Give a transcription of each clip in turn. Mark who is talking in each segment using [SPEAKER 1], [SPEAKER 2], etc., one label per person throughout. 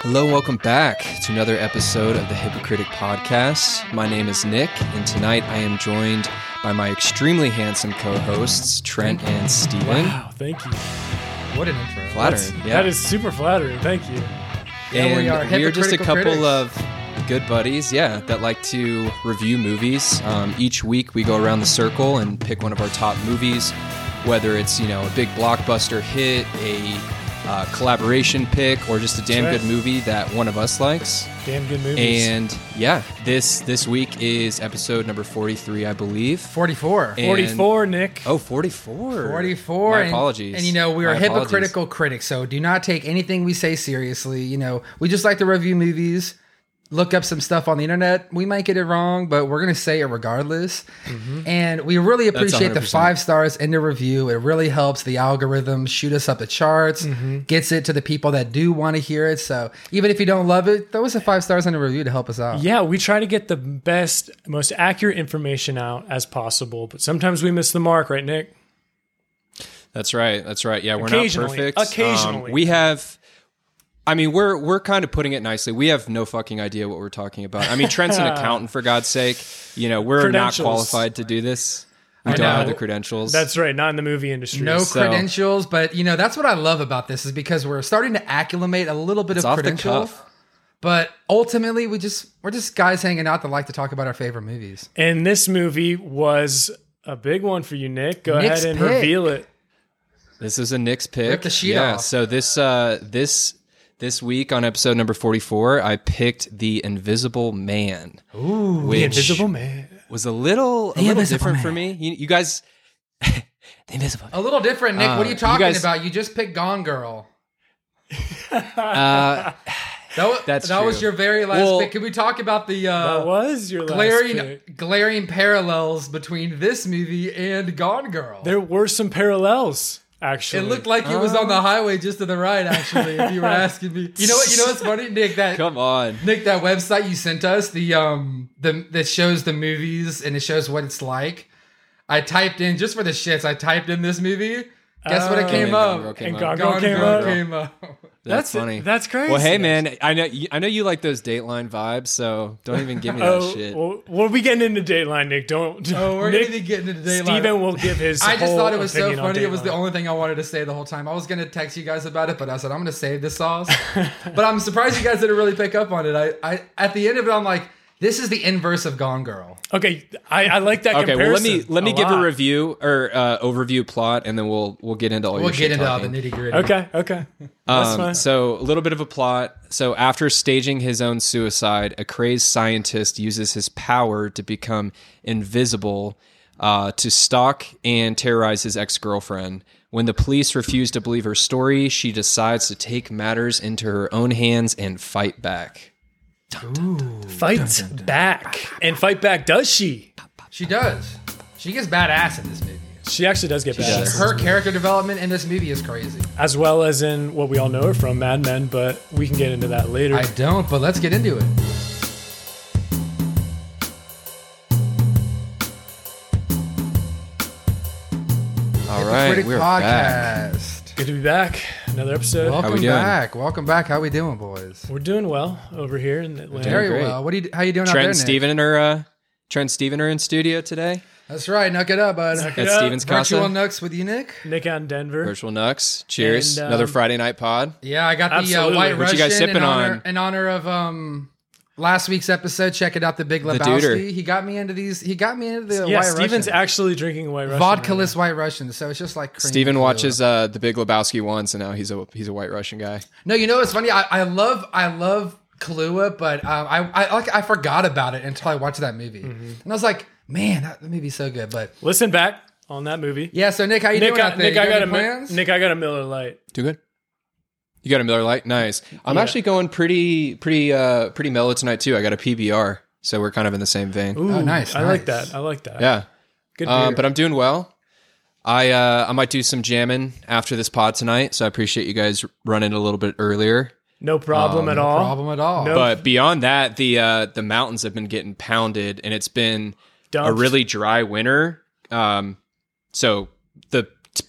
[SPEAKER 1] Hello and welcome back to another episode of the Hypocritic Podcast. My name is Nick, and tonight I am joined by my extremely handsome co-hosts Trent and Steven.
[SPEAKER 2] Wow, thank you.
[SPEAKER 3] What an intro.
[SPEAKER 1] Flattering,
[SPEAKER 2] That's-
[SPEAKER 1] yeah.
[SPEAKER 2] That is super flattering. Thank you.
[SPEAKER 3] Yeah, we are
[SPEAKER 1] and we are just a
[SPEAKER 3] hypocritical
[SPEAKER 1] couple
[SPEAKER 3] critics.
[SPEAKER 1] of good buddies, yeah, that like to review movies. Um, each week we go around the circle and pick one of our top movies, whether it's you know a big blockbuster hit, a uh, collaboration pick, or just a damn
[SPEAKER 2] That's right.
[SPEAKER 1] good movie that one of us likes.
[SPEAKER 2] Damn good movies.
[SPEAKER 1] And yeah, this this week is episode number 43, I believe.
[SPEAKER 3] 44.
[SPEAKER 1] And-
[SPEAKER 2] 44, Nick.
[SPEAKER 1] Oh, 44.
[SPEAKER 3] 44.
[SPEAKER 1] My
[SPEAKER 3] and-
[SPEAKER 1] apologies.
[SPEAKER 3] And, you know, we are
[SPEAKER 1] My apologies.
[SPEAKER 3] hypocritical critics, so do not take anything we say seriously. You know, we just like to review movies, look up some stuff on the internet. We might get it wrong, but we're going to say it regardless. And we really appreciate the
[SPEAKER 1] 100%.
[SPEAKER 3] five stars in the review. It really helps the algorithm shoot us up the charts, gets it to the people that do want to hear it. So even if you don't love it, throw us a five stars in the review to help us out.
[SPEAKER 2] Yeah, we try to get the best, most accurate information out as possible, but sometimes we miss the mark, right, Nick?
[SPEAKER 1] That's right. That's right. Yeah, we're not
[SPEAKER 2] Occasionally.
[SPEAKER 1] perfect. Um,
[SPEAKER 2] Occasionally.
[SPEAKER 1] we have I mean, we're we're kind of putting it nicely. We have no fucking idea what we're talking about. I mean, Trent's an accountant for God's sake. You know, we're not
[SPEAKER 2] Credentials.
[SPEAKER 1] qualified to do this. We don't
[SPEAKER 2] know.
[SPEAKER 1] have the credentials.
[SPEAKER 2] That's right, not in the movie industry.
[SPEAKER 3] No
[SPEAKER 1] So-
[SPEAKER 3] credentials, but you know that's what I love about this is because we're starting to acclimate a little bit
[SPEAKER 1] It's
[SPEAKER 3] of
[SPEAKER 1] off the
[SPEAKER 3] credentials,
[SPEAKER 1] cuff.
[SPEAKER 3] but ultimately we just we're just guys hanging out that like to talk about our favorite movies.
[SPEAKER 2] And this movie was a big one for you, Nick. Go
[SPEAKER 3] Nick's
[SPEAKER 2] ahead and
[SPEAKER 3] pick.
[SPEAKER 2] reveal it.
[SPEAKER 1] This is a Knicks pick.
[SPEAKER 3] Rip the sheet
[SPEAKER 1] yeah.
[SPEAKER 3] off.
[SPEAKER 1] So this uh this this week on episode number forty four, I picked the Invisible Man. Ooh, which
[SPEAKER 2] Man.
[SPEAKER 1] was a little a little
[SPEAKER 3] Invisible
[SPEAKER 1] different
[SPEAKER 3] Man.
[SPEAKER 1] for me. You, you guys, the Invisible.
[SPEAKER 3] A little different, Nick. what
[SPEAKER 1] Uh,
[SPEAKER 3] are you
[SPEAKER 1] you
[SPEAKER 3] talking
[SPEAKER 1] guys-
[SPEAKER 3] about? You just picked Gone Girl.
[SPEAKER 1] Uh,
[SPEAKER 3] That, wa-
[SPEAKER 1] That's
[SPEAKER 3] that was
[SPEAKER 1] true.
[SPEAKER 3] your very last
[SPEAKER 1] Well-
[SPEAKER 3] pick. Can we talk about the
[SPEAKER 2] That
[SPEAKER 3] uh,
[SPEAKER 2] was your last
[SPEAKER 3] glaring
[SPEAKER 2] pick.
[SPEAKER 3] glaring parallels between this movie and Gone Girl?
[SPEAKER 2] There were some parallels,
[SPEAKER 3] it
[SPEAKER 2] actually.
[SPEAKER 3] looked like it was on
[SPEAKER 2] Uh.
[SPEAKER 3] the highway just to the right. Actually, if you were asking me, you know what? You know what's funny, Nick? That
[SPEAKER 1] come on.
[SPEAKER 3] Nick, that website you sent us, the um the that shows the movies and it shows what it's like. I typed in just for the shits, I typed in this movie. Guess what it
[SPEAKER 2] Oh.
[SPEAKER 3] came
[SPEAKER 1] And Gone Girl
[SPEAKER 3] up?
[SPEAKER 1] came
[SPEAKER 2] and
[SPEAKER 1] up.
[SPEAKER 2] Gone Girl
[SPEAKER 3] Gone
[SPEAKER 2] came
[SPEAKER 3] Girl
[SPEAKER 2] up.
[SPEAKER 3] came up.
[SPEAKER 1] That's,
[SPEAKER 2] That's
[SPEAKER 1] funny.
[SPEAKER 2] That's crazy.
[SPEAKER 1] Well, hey man, I know you, I know you like those Dateline vibes, so don't even give me that
[SPEAKER 2] Oh,
[SPEAKER 1] shit.
[SPEAKER 2] well, what are we getting into Dateline, Nick? Don't.
[SPEAKER 3] Oh, we're
[SPEAKER 2] Nick,
[SPEAKER 3] gonna be getting into Dateline.
[SPEAKER 2] Steven will give his.
[SPEAKER 3] I just
[SPEAKER 2] whole
[SPEAKER 3] thought it was so
[SPEAKER 2] opinion on
[SPEAKER 3] funny. It was the
[SPEAKER 2] Dateline.
[SPEAKER 3] only thing I wanted to say the whole time. I was gonna text you guys about it, but I said I'm gonna save this sauce. but I'm surprised you guys didn't really pick up on it. I, I at the end of it, I'm like, this is the inverse of Gone Girl.
[SPEAKER 2] Okay, I, I like that.
[SPEAKER 1] Okay, well let
[SPEAKER 2] comparison
[SPEAKER 1] me let me
[SPEAKER 2] a
[SPEAKER 1] give
[SPEAKER 2] lot.
[SPEAKER 1] a review or uh, overview plot, and then we'll we'll get into all
[SPEAKER 3] We'll
[SPEAKER 1] your shit
[SPEAKER 3] get into all
[SPEAKER 1] talking.
[SPEAKER 3] the nitty gritty.
[SPEAKER 2] Okay, okay, that's
[SPEAKER 1] Um,
[SPEAKER 2] fine.
[SPEAKER 1] so a little bit of a plot. So after staging his own suicide, a crazed scientist uses his power to become invisible uh, to stalk and terrorize his ex-girlfriend. When the police refuse to believe her story, she decides to take matters into her own hands and fight back.
[SPEAKER 2] fights back and fight back. Does she?
[SPEAKER 3] She does. She gets badass in this movie.
[SPEAKER 2] She actually does get back,
[SPEAKER 1] does.
[SPEAKER 3] Her character development in this movie is crazy.
[SPEAKER 2] as well as in what we all know her from Mad Men. But we can get into that later.
[SPEAKER 3] I don't, but let's get into it.
[SPEAKER 1] All right,
[SPEAKER 3] Critic
[SPEAKER 1] we're back.
[SPEAKER 3] Podcast.
[SPEAKER 2] Good to be back. Another episode.
[SPEAKER 3] Welcome
[SPEAKER 1] doing?
[SPEAKER 3] back. Welcome back. How we doing, boys?
[SPEAKER 2] We're doing well over here in Atlanta.
[SPEAKER 1] Doing
[SPEAKER 3] Very
[SPEAKER 1] great.
[SPEAKER 3] well. What are you? How you doing out
[SPEAKER 1] Trent
[SPEAKER 3] there,
[SPEAKER 1] and
[SPEAKER 3] Nick?
[SPEAKER 1] Steven are uh, Trent and Steven are in studio today
[SPEAKER 3] That's right. Knock it up, bud.
[SPEAKER 2] Knock it
[SPEAKER 1] at
[SPEAKER 2] Yeah.
[SPEAKER 1] Steven's
[SPEAKER 3] Virtual
[SPEAKER 1] Casa.
[SPEAKER 3] Nooks with you, Nick.
[SPEAKER 2] Nick out in Denver.
[SPEAKER 1] Virtual Nux. Cheers.
[SPEAKER 2] And, um,
[SPEAKER 1] Another Friday night pod.
[SPEAKER 3] Yeah, I got the uh,
[SPEAKER 2] Absolutely.
[SPEAKER 3] White
[SPEAKER 1] What
[SPEAKER 3] Russian
[SPEAKER 1] you guys
[SPEAKER 3] in
[SPEAKER 1] sipping
[SPEAKER 3] honor
[SPEAKER 1] on?
[SPEAKER 3] in honor of um last week's episode. Checking out the Big Lebowski.
[SPEAKER 1] Duder.
[SPEAKER 3] he got me into these. He got me into the
[SPEAKER 2] Yeah,
[SPEAKER 3] White
[SPEAKER 2] Steven's
[SPEAKER 3] Russian.
[SPEAKER 2] actually drinking white Russian. right
[SPEAKER 3] Vodka-less White Russian, so it's just like cream
[SPEAKER 1] Steven
[SPEAKER 3] Kahlua.
[SPEAKER 1] watches uh, The Big Lebowski once, and now he's a he's a white Russian guy.
[SPEAKER 3] No, you know what's funny? I, I love I love Kahlua, but um, I I like I forgot about it until I watched that movie,
[SPEAKER 2] Mm-hmm.
[SPEAKER 3] and I was like, man, that, that movie's so good. But
[SPEAKER 2] now. Listen back on that movie.
[SPEAKER 3] yeah, so Nick, how you
[SPEAKER 2] Nick,
[SPEAKER 3] doing
[SPEAKER 2] I,
[SPEAKER 3] out there?
[SPEAKER 2] Nick,
[SPEAKER 3] You
[SPEAKER 2] I got a
[SPEAKER 3] any
[SPEAKER 2] Mi-
[SPEAKER 3] plans?
[SPEAKER 2] Nick, I got a Miller Light.
[SPEAKER 1] Too good. You got a Miller Light, nice. I'm actually going pretty pretty uh, pretty mellow tonight too. I got a PBR, so we're kind of in the same vein.
[SPEAKER 2] Ooh,
[SPEAKER 3] Oh, nice,
[SPEAKER 2] I like
[SPEAKER 3] nice.
[SPEAKER 2] that. I like that.
[SPEAKER 1] Yeah,
[SPEAKER 2] Good beer.
[SPEAKER 1] um, but I'm doing well. I uh, I might do some jamming after this pod tonight, so I appreciate you guys running a little bit earlier.
[SPEAKER 2] no problem
[SPEAKER 1] um,
[SPEAKER 2] at all.
[SPEAKER 3] problem at all.
[SPEAKER 2] No.
[SPEAKER 1] But beyond that, the uh, the mountains have been getting
[SPEAKER 2] Oh.
[SPEAKER 1] pounded, and it's been
[SPEAKER 2] Dumped.
[SPEAKER 1] a really dry winter. Um, so the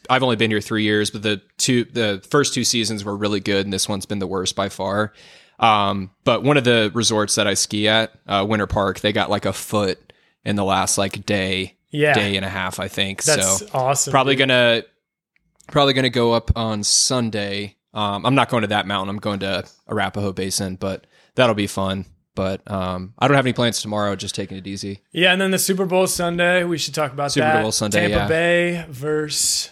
[SPEAKER 1] I've only been here three years, but the two the first two seasons were really good, and this one's been the worst by far. Um, but one of the resorts that I ski at, uh, Winter Park, they got like a foot in the last like day,
[SPEAKER 2] Yeah.
[SPEAKER 1] day and a half, I think.
[SPEAKER 2] That's
[SPEAKER 1] so
[SPEAKER 2] awesome.
[SPEAKER 1] probably
[SPEAKER 2] dude.
[SPEAKER 1] gonna probably gonna go up on Sunday. Um, I'm not going to that mountain. I'm going to Arapahoe Basin, but that'll be fun. But um, I don't have any plans tomorrow. Just taking it easy.
[SPEAKER 2] Yeah, and then the Super Bowl Sunday, we should talk about
[SPEAKER 1] Super
[SPEAKER 2] that.
[SPEAKER 1] Bowl Sunday,
[SPEAKER 2] Tampa
[SPEAKER 1] yeah.
[SPEAKER 2] Bay versus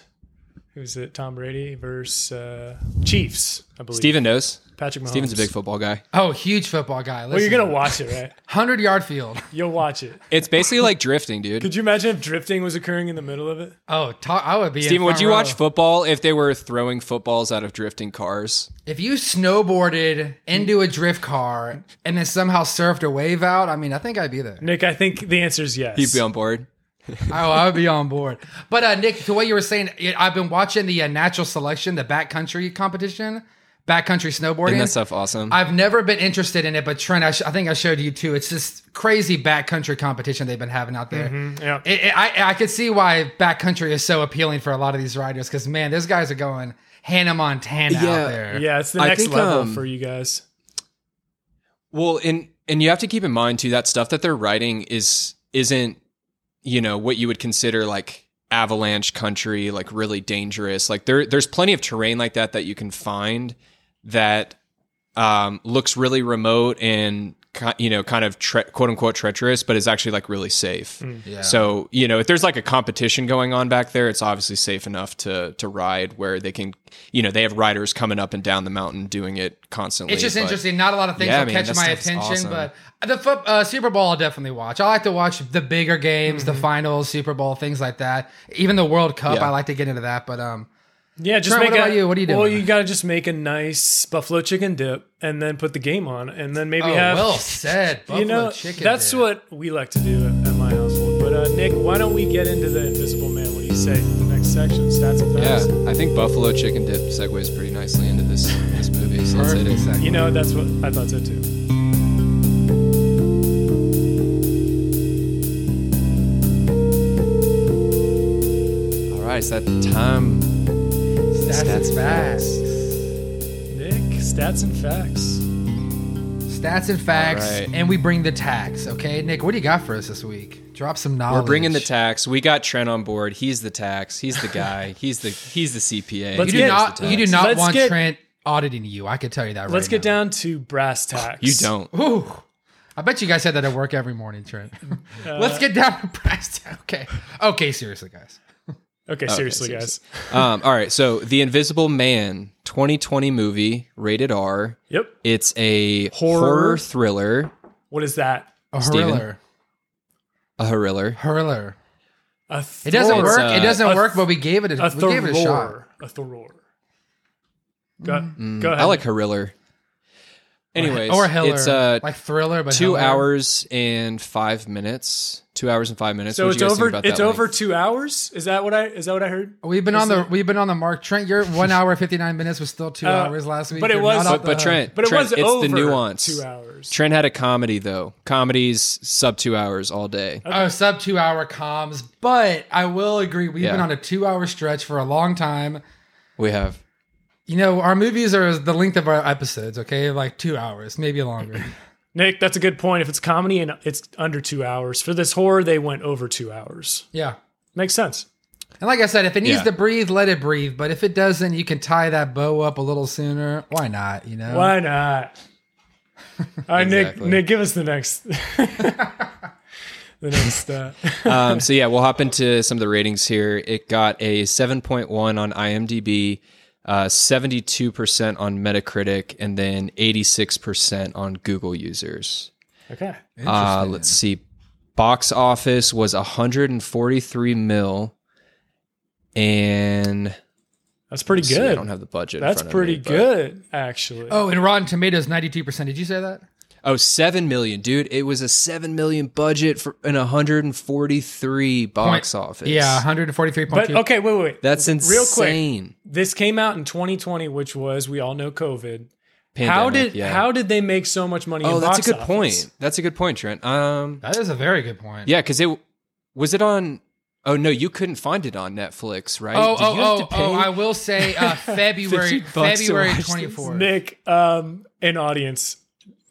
[SPEAKER 2] who's it? Tom Brady versus uh, Chiefs, I believe.
[SPEAKER 1] Steven knows.
[SPEAKER 2] Patrick Mahomes.
[SPEAKER 1] Steven's a big football guy.
[SPEAKER 3] Oh, huge football guy. Listen,
[SPEAKER 2] Well, you're gonna watch it, right?
[SPEAKER 3] hundred yard field.
[SPEAKER 2] You'll watch it.
[SPEAKER 1] It's basically like drifting, dude.
[SPEAKER 2] Could you imagine if drifting was occurring in the middle of it?
[SPEAKER 3] Oh, ta- I would be. in
[SPEAKER 1] Steven, would
[SPEAKER 3] front
[SPEAKER 1] you
[SPEAKER 3] row.
[SPEAKER 1] watch football if they were throwing footballs out of drifting cars?
[SPEAKER 3] If you snowboarded into a drift car and then somehow surfed a wave out, I mean, I think I'd be there.
[SPEAKER 2] Nick, I think the answer is yes.
[SPEAKER 1] He'd be on board.
[SPEAKER 3] Oh, I would be on board. But uh, Nick, to what you were saying, I- I've been watching the uh, natural selection, the backcountry competition, backcountry
[SPEAKER 1] Isn't
[SPEAKER 3] snowboarding.
[SPEAKER 1] that stuff awesome?
[SPEAKER 3] I've never been interested in it, but Trent, I, sh- I think I showed you too. It's this crazy backcountry competition they've been having out there.
[SPEAKER 2] Mm, yeah.
[SPEAKER 3] It, it, I, I could see why backcountry is so appealing for a lot of these riders because man, those guys are going Hannah Montana
[SPEAKER 1] Yeah.
[SPEAKER 3] out there.
[SPEAKER 2] yeah, it's the
[SPEAKER 1] I
[SPEAKER 2] next
[SPEAKER 1] think,
[SPEAKER 2] level
[SPEAKER 1] um,
[SPEAKER 2] for you guys.
[SPEAKER 1] Well, and and you have to keep in mind too that stuff that they're writing is isn't you know what you would consider like avalanche country, like really dangerous. Like there there's plenty of terrain like that that you can find that um, looks really remote and ki- you know kind of tre- quote unquote treacherous, but is actually like really safe.
[SPEAKER 3] Yeah.
[SPEAKER 1] So you know, if there's like a competition going on back there, it's obviously safe enough to to ride where they can, you know, they have riders coming up and down the mountain doing it constantly.
[SPEAKER 3] It's just
[SPEAKER 1] but-
[SPEAKER 3] interesting. Not a lot of things
[SPEAKER 1] Yeah,
[SPEAKER 3] will
[SPEAKER 1] man,
[SPEAKER 3] catch
[SPEAKER 1] that
[SPEAKER 3] my
[SPEAKER 1] stuff's
[SPEAKER 3] attention,
[SPEAKER 1] awesome.
[SPEAKER 3] but the foot, uh, Super Bowl I'll definitely watch. I like to watch the bigger games, the finals, Super Bowl, things like that. Even the World Cup,
[SPEAKER 1] Mm-hmm. Yeah.
[SPEAKER 3] I like to get into that. But um,
[SPEAKER 2] Yeah, just
[SPEAKER 3] Trent,
[SPEAKER 2] make
[SPEAKER 3] what
[SPEAKER 2] a,
[SPEAKER 3] about you? What are you
[SPEAKER 2] Well,
[SPEAKER 3] doing?
[SPEAKER 2] you gotta just make a nice buffalo chicken dip and then put the game on and then maybe
[SPEAKER 3] oh,
[SPEAKER 2] have
[SPEAKER 3] well said. Buffalo
[SPEAKER 2] you know
[SPEAKER 3] chicken.
[SPEAKER 2] that's
[SPEAKER 3] dip.
[SPEAKER 2] what we like to do at, at my household. But uh, Nick, why don't we get into the Invisible Man? What do you say? Next section, stats and facts.
[SPEAKER 1] Yeah, I think buffalo chicken dip segues pretty nicely into this this movie. So let's hit
[SPEAKER 3] Perfect
[SPEAKER 1] it.
[SPEAKER 3] segue.
[SPEAKER 2] You know, that's what I thought so too.
[SPEAKER 1] All right, it's that time.
[SPEAKER 3] Stats,
[SPEAKER 1] Stats
[SPEAKER 3] and facts.
[SPEAKER 2] Nick, stats and facts.
[SPEAKER 3] Stats and facts,
[SPEAKER 1] All right.
[SPEAKER 3] and we bring the tax. Okay, Nick, what do you got for us this week? Drop some knowledge.
[SPEAKER 1] We're bringing the tax. We got Trent on board. He's the tax. He's the guy. He's the he's the CPA.
[SPEAKER 2] Let's
[SPEAKER 1] He
[SPEAKER 3] You do
[SPEAKER 2] get-
[SPEAKER 1] knows
[SPEAKER 3] not.
[SPEAKER 1] the
[SPEAKER 3] You do
[SPEAKER 1] tax.
[SPEAKER 3] not
[SPEAKER 2] Let's
[SPEAKER 3] want
[SPEAKER 2] get-
[SPEAKER 3] Trent auditing you. I could tell you that.
[SPEAKER 2] Let's
[SPEAKER 3] right
[SPEAKER 2] get
[SPEAKER 3] now.
[SPEAKER 2] down to brass tacks.
[SPEAKER 1] You don't.
[SPEAKER 3] Ooh. I bet you guys had that at work every morning, Trent.
[SPEAKER 2] Uh,
[SPEAKER 3] Let's get down to price. Okay. Okay, seriously, guys.
[SPEAKER 2] Okay, seriously, guys.
[SPEAKER 1] seriously. Um, all right, so the Invisible Man, 2020 movie, rated R.
[SPEAKER 2] Yep.
[SPEAKER 1] It's a
[SPEAKER 2] Horror.
[SPEAKER 1] horror, thriller,
[SPEAKER 2] What is that?
[SPEAKER 3] A
[SPEAKER 1] Steven?
[SPEAKER 3] hurler.
[SPEAKER 1] a horriller.
[SPEAKER 3] Hurler.
[SPEAKER 2] A
[SPEAKER 3] It doesn't
[SPEAKER 2] thror-
[SPEAKER 3] work.
[SPEAKER 1] uh,
[SPEAKER 3] it doesn't
[SPEAKER 2] a
[SPEAKER 3] work, but we gave it a,
[SPEAKER 2] A
[SPEAKER 3] we gave it a shot.
[SPEAKER 2] thror. A thror. Go, go ahead.
[SPEAKER 1] I like horriller. Anyways,
[SPEAKER 3] or Hiller.
[SPEAKER 1] it's uh,
[SPEAKER 3] like thriller, but
[SPEAKER 1] two
[SPEAKER 3] Hiller.
[SPEAKER 1] hours and five minutes. Two hours and five minutes.
[SPEAKER 2] So
[SPEAKER 1] What'd
[SPEAKER 2] it's
[SPEAKER 1] you guys Think
[SPEAKER 2] over.
[SPEAKER 1] about
[SPEAKER 2] It's
[SPEAKER 1] that
[SPEAKER 2] over
[SPEAKER 1] length?
[SPEAKER 2] two hours. Is that what I? Is that what I heard?
[SPEAKER 3] We've been on the we've been on the mark. Trent, your one hour fifty nine minutes was still two
[SPEAKER 2] Uh,
[SPEAKER 3] hours last week.
[SPEAKER 2] but it
[SPEAKER 3] You're
[SPEAKER 2] was-
[SPEAKER 3] not off
[SPEAKER 1] But, but
[SPEAKER 3] the
[SPEAKER 1] Trent,
[SPEAKER 2] Uh-huh. But it
[SPEAKER 1] Trent,
[SPEAKER 2] was
[SPEAKER 1] it's
[SPEAKER 2] over
[SPEAKER 1] the nuance.
[SPEAKER 2] Two hours.
[SPEAKER 1] Trent had a comedy though. Comedies sub two hours all day.
[SPEAKER 3] hook. Oh, sub two hour comms. But I will agree, we've been
[SPEAKER 1] Yeah.
[SPEAKER 3] on a two hour stretch for a long time.
[SPEAKER 1] We have.
[SPEAKER 3] You know, our movies are the length of our episodes, okay? Like two hours, maybe longer.
[SPEAKER 2] Nick, that's a good point. If it's comedy and it's under two hours for this horror, they went over two hours.
[SPEAKER 3] yeah.
[SPEAKER 2] Makes sense.
[SPEAKER 3] And like I said, if it needs
[SPEAKER 1] Yeah.
[SPEAKER 3] to breathe, let it breathe. But if it doesn't, you can tie that bow up a little sooner. Why not? You know.
[SPEAKER 2] Why not? All right,
[SPEAKER 1] Exactly.
[SPEAKER 2] Nick. Nick, give us the next. the next. Uh,
[SPEAKER 1] Um, so yeah, we'll hop into some of the ratings here. It got a 7.1 on IMDb, uh, 72% on Metacritic, and then 86% on Google users.
[SPEAKER 2] okay.
[SPEAKER 1] Uh, let's see. Box office was 143 mil, and
[SPEAKER 2] That's pretty
[SPEAKER 1] see, I
[SPEAKER 2] good.
[SPEAKER 1] don't have the budget. in
[SPEAKER 2] that's
[SPEAKER 1] front of
[SPEAKER 2] pretty
[SPEAKER 1] me, but-
[SPEAKER 2] good, actually.
[SPEAKER 3] Oh, and Rotten Tomatoes ninety two percent. Did you say that?
[SPEAKER 1] Oh, seven million, dude! It was a seven million budget for an 143 box office.
[SPEAKER 3] Yeah, one hundred forty three point
[SPEAKER 2] but
[SPEAKER 3] two.
[SPEAKER 2] okay, wait, wait, wait.
[SPEAKER 1] that's
[SPEAKER 2] quick.
[SPEAKER 1] insane.
[SPEAKER 2] this came out in 2020, which was we all know COVID.
[SPEAKER 1] Pandemic,
[SPEAKER 2] how did
[SPEAKER 1] yeah.
[SPEAKER 2] how did they make so much money?
[SPEAKER 1] Oh,
[SPEAKER 2] in
[SPEAKER 1] that's a
[SPEAKER 2] box
[SPEAKER 1] good
[SPEAKER 2] office?
[SPEAKER 1] point. That's a good point, Trent. Um,
[SPEAKER 3] That is a very good point.
[SPEAKER 1] yeah, because it was it on. Oh no, you couldn't find it on Netflix, right?
[SPEAKER 3] Oh,
[SPEAKER 1] Did you have
[SPEAKER 3] oh,
[SPEAKER 1] to
[SPEAKER 3] oh, oh,
[SPEAKER 1] pay?
[SPEAKER 3] I will say uh,
[SPEAKER 1] 50
[SPEAKER 3] February
[SPEAKER 1] bucks to
[SPEAKER 3] February
[SPEAKER 1] watch this.
[SPEAKER 3] 24th.
[SPEAKER 2] Nick, um, an audience.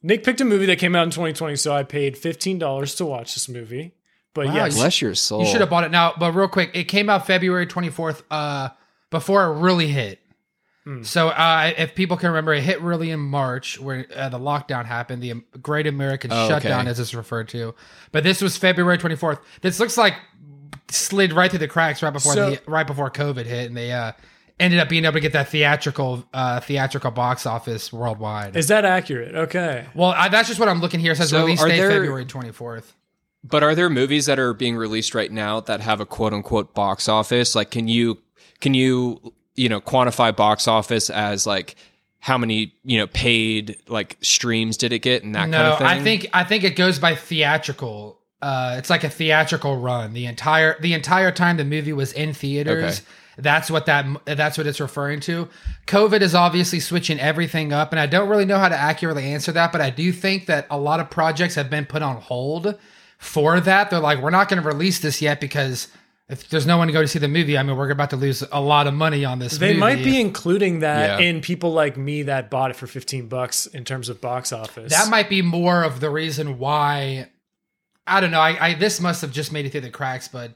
[SPEAKER 2] Nick picked a movie that came out in 2020, so I paid fifteen dollars to watch this movie. But
[SPEAKER 3] Wow,
[SPEAKER 2] yes,
[SPEAKER 1] Bless your soul.
[SPEAKER 3] You should have bought it now, but real quick, it came out February 24th uh, before it really hit.
[SPEAKER 1] Hmm.
[SPEAKER 3] So uh, if people can remember, it hit really in March where uh, the lockdown happened, the um, Great American
[SPEAKER 1] Oh, okay.
[SPEAKER 3] Shutdown, as it's referred to. But this was February 24th. This looks like slid right through the cracks right before
[SPEAKER 2] So-
[SPEAKER 3] the, right before COVID hit, and they uh, ended up being able to get that theatrical uh, theatrical box office worldwide.
[SPEAKER 2] is that accurate? Okay.
[SPEAKER 3] well, I, that's just what I'm looking here. It says
[SPEAKER 1] So
[SPEAKER 3] release
[SPEAKER 1] are
[SPEAKER 3] date
[SPEAKER 1] there-
[SPEAKER 3] February 24th.
[SPEAKER 1] But are there movies that are being released right now that have a quote unquote box office? Like, can you can you you know quantify box office as like how many you know paid like streams did it get and that
[SPEAKER 3] no,
[SPEAKER 1] kind of thing?
[SPEAKER 3] I think I think it goes by theatrical. Uh, it's like a theatrical run. The entire the entire time the movie was in theaters.
[SPEAKER 1] Okay.
[SPEAKER 3] That's what that that's what it's referring to. COVID is obviously switching everything up, and I don't really know how to accurately answer that, but I do think that a lot of projects have been put on hold for that. They're like, we're not going to release this yet because if there's no one to go to see the movie, I mean, we're about to lose a lot of money on this.
[SPEAKER 2] They
[SPEAKER 3] movie.
[SPEAKER 2] might be including that
[SPEAKER 1] Yeah.
[SPEAKER 2] in people like me that bought it for 15 bucks in terms of box office.
[SPEAKER 3] That might be more of the reason why. I don't know. I, I this must have just made it through the cracks, but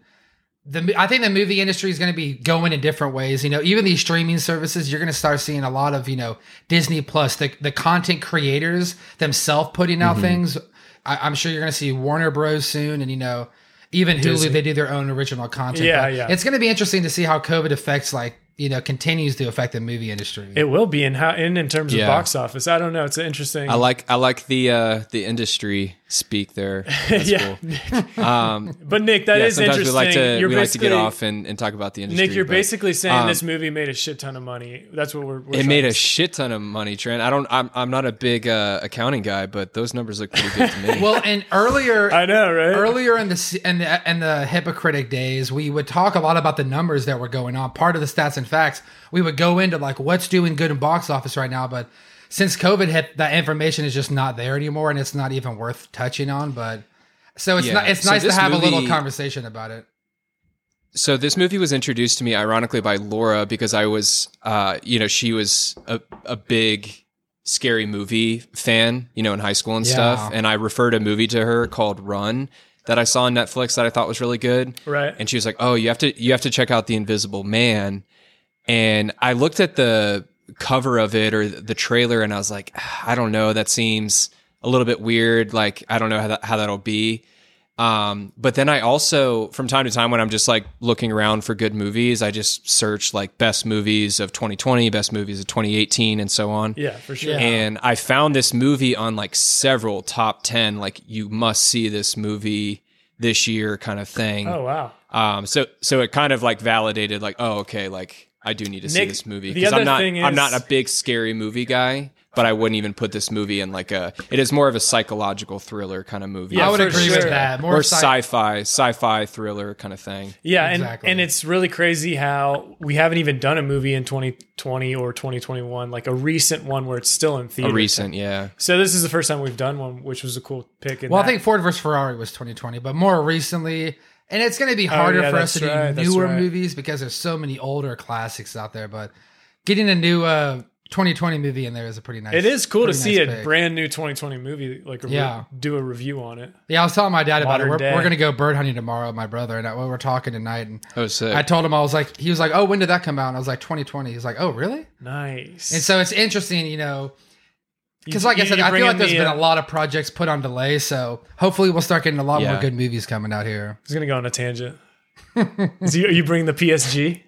[SPEAKER 3] the mo- I think the movie industry is going to be going in different ways. You know, even these streaming services, you're going to start seeing a lot of you know Disney Plus, the the content creators themselves putting
[SPEAKER 2] Mm-hmm.
[SPEAKER 3] out things. I, I'm sure you're going to see Warner Bros soon, and you know. Even Hulu,
[SPEAKER 2] Disney.
[SPEAKER 3] they do their own original content.
[SPEAKER 2] Yeah,
[SPEAKER 3] But
[SPEAKER 2] yeah.
[SPEAKER 3] It's going to be interesting to see how COVID affects, like, you know, continues to affect the movie industry.
[SPEAKER 2] it will be in how in in terms
[SPEAKER 1] Yeah.
[SPEAKER 2] of box office. I don't know. It's an interesting.
[SPEAKER 1] I like I like the uh, the industry speak there. That's
[SPEAKER 2] Yeah.
[SPEAKER 1] cool. Um,
[SPEAKER 2] but Nick, that
[SPEAKER 1] yeah,
[SPEAKER 2] is
[SPEAKER 1] sometimes we
[SPEAKER 2] interesting.
[SPEAKER 1] like to
[SPEAKER 2] You're
[SPEAKER 1] we like to get
[SPEAKER 2] basically-
[SPEAKER 1] off and, and talk about the industry.
[SPEAKER 2] Nick, you're
[SPEAKER 1] but
[SPEAKER 2] basically saying
[SPEAKER 1] um,
[SPEAKER 2] this movie made a shit ton of money. That's what we're.
[SPEAKER 1] It
[SPEAKER 2] we're trying
[SPEAKER 1] made
[SPEAKER 2] to
[SPEAKER 1] a shit ton of money, Trent. I don't. I'm, I'm not a big uh, accounting guy, but those numbers look pretty good to me.
[SPEAKER 3] Well, and earlier,
[SPEAKER 2] I know, right?
[SPEAKER 3] earlier in the s- in the in the hypocritic days, we would talk a lot about the numbers that were going on. Part of the stats and facts, we would go into like what's doing good in box office right now, but since COVID hit, that information is just not there anymore, and it's not even worth touching on. But so it's
[SPEAKER 1] Yeah.
[SPEAKER 3] not, it's
[SPEAKER 1] So
[SPEAKER 3] nice to
[SPEAKER 1] this
[SPEAKER 3] have a little
[SPEAKER 1] movie-
[SPEAKER 3] conversation about it.
[SPEAKER 1] So this movie was introduced to me, ironically, by Laura because I was, uh, you know, she was a, a big scary movie fan, you know, in high school and
[SPEAKER 3] Yeah.
[SPEAKER 1] stuff. And I referred a movie to her called Run that I saw on Netflix that I thought was really good.
[SPEAKER 2] Right.
[SPEAKER 1] And she was like, "Oh, you have to you have to check out The Invisible Man." And I looked at the cover of it or the trailer, and I was like, "Ah, "I don't know. That seems a little bit weird. Like I don't know how that, how that'll be." Um, but then I also, from time to time, when I'm just like looking around for good movies, I just search like best movies of 2020, best movies of 2018, and so on.
[SPEAKER 2] yeah, for sure.
[SPEAKER 1] And I found this movie on like several top 10, like you must see this movie this year kind of thing.
[SPEAKER 2] Oh wow.
[SPEAKER 1] Um, so, so it kind of like validated like, oh, okay, like I do need to see
[SPEAKER 2] Nick,
[SPEAKER 1] this movie
[SPEAKER 2] the
[SPEAKER 1] because
[SPEAKER 2] other
[SPEAKER 1] I'm not,
[SPEAKER 2] thing
[SPEAKER 1] I'm
[SPEAKER 2] is-
[SPEAKER 1] not a big scary movie guy, but I wouldn't even put this movie in like a, it is more of a psychological thriller kind of movie.
[SPEAKER 2] Yeah,
[SPEAKER 3] I would
[SPEAKER 2] for
[SPEAKER 3] agree
[SPEAKER 2] sure.
[SPEAKER 3] with that. More
[SPEAKER 1] or
[SPEAKER 3] sci-
[SPEAKER 1] sci-fi, sci-fi thriller kind of thing.
[SPEAKER 2] Yeah, and
[SPEAKER 3] Exactly.
[SPEAKER 2] and it's really crazy how we haven't even done a movie in 2020 or 2021, like a recent one where it's still in
[SPEAKER 1] A
[SPEAKER 2] theaters.
[SPEAKER 1] recent, yeah.
[SPEAKER 2] So this is the first time we've done one, which was a cool pick. in
[SPEAKER 3] Well, I
[SPEAKER 2] that.
[SPEAKER 3] think Ford versus Ferrari was 2020, but more recently, and it's going to be harder
[SPEAKER 2] Oh, yeah,
[SPEAKER 3] for us
[SPEAKER 2] that's
[SPEAKER 3] to
[SPEAKER 2] right,
[SPEAKER 3] do
[SPEAKER 2] that's
[SPEAKER 3] newer
[SPEAKER 2] right.
[SPEAKER 3] movies because there's so many older classics out there. But getting a new uh, 2020 movie in there is a pretty nice.
[SPEAKER 2] it is cool to
[SPEAKER 3] pretty
[SPEAKER 2] see
[SPEAKER 3] nice
[SPEAKER 2] a
[SPEAKER 3] pick.
[SPEAKER 2] brand new 2020 movie, like a re-
[SPEAKER 3] Yeah.
[SPEAKER 2] do a review on it.
[SPEAKER 3] Yeah, I was telling my dad about it.
[SPEAKER 2] Modern
[SPEAKER 3] We're,
[SPEAKER 2] day.
[SPEAKER 3] we're going to go bird hunting tomorrow, my brother and I. We were talking tonight, and
[SPEAKER 1] Oh, sick.
[SPEAKER 3] I told him I was like, he was like, "Oh, when did that come out?" And I was like, "2020." He's like, "Oh, really?"
[SPEAKER 2] Nice.
[SPEAKER 3] And so it's interesting, you know,
[SPEAKER 2] You-
[SPEAKER 3] because like I
[SPEAKER 2] you-
[SPEAKER 3] said,
[SPEAKER 2] you
[SPEAKER 3] I feel
[SPEAKER 2] bringing
[SPEAKER 3] like there's
[SPEAKER 2] the,
[SPEAKER 3] been
[SPEAKER 2] uh,
[SPEAKER 3] a lot of projects put on delay. So hopefully, we'll start getting a lot
[SPEAKER 1] Yeah.
[SPEAKER 3] more good movies coming out here.
[SPEAKER 2] I was gonna go on a tangent. so you, you bring the PSG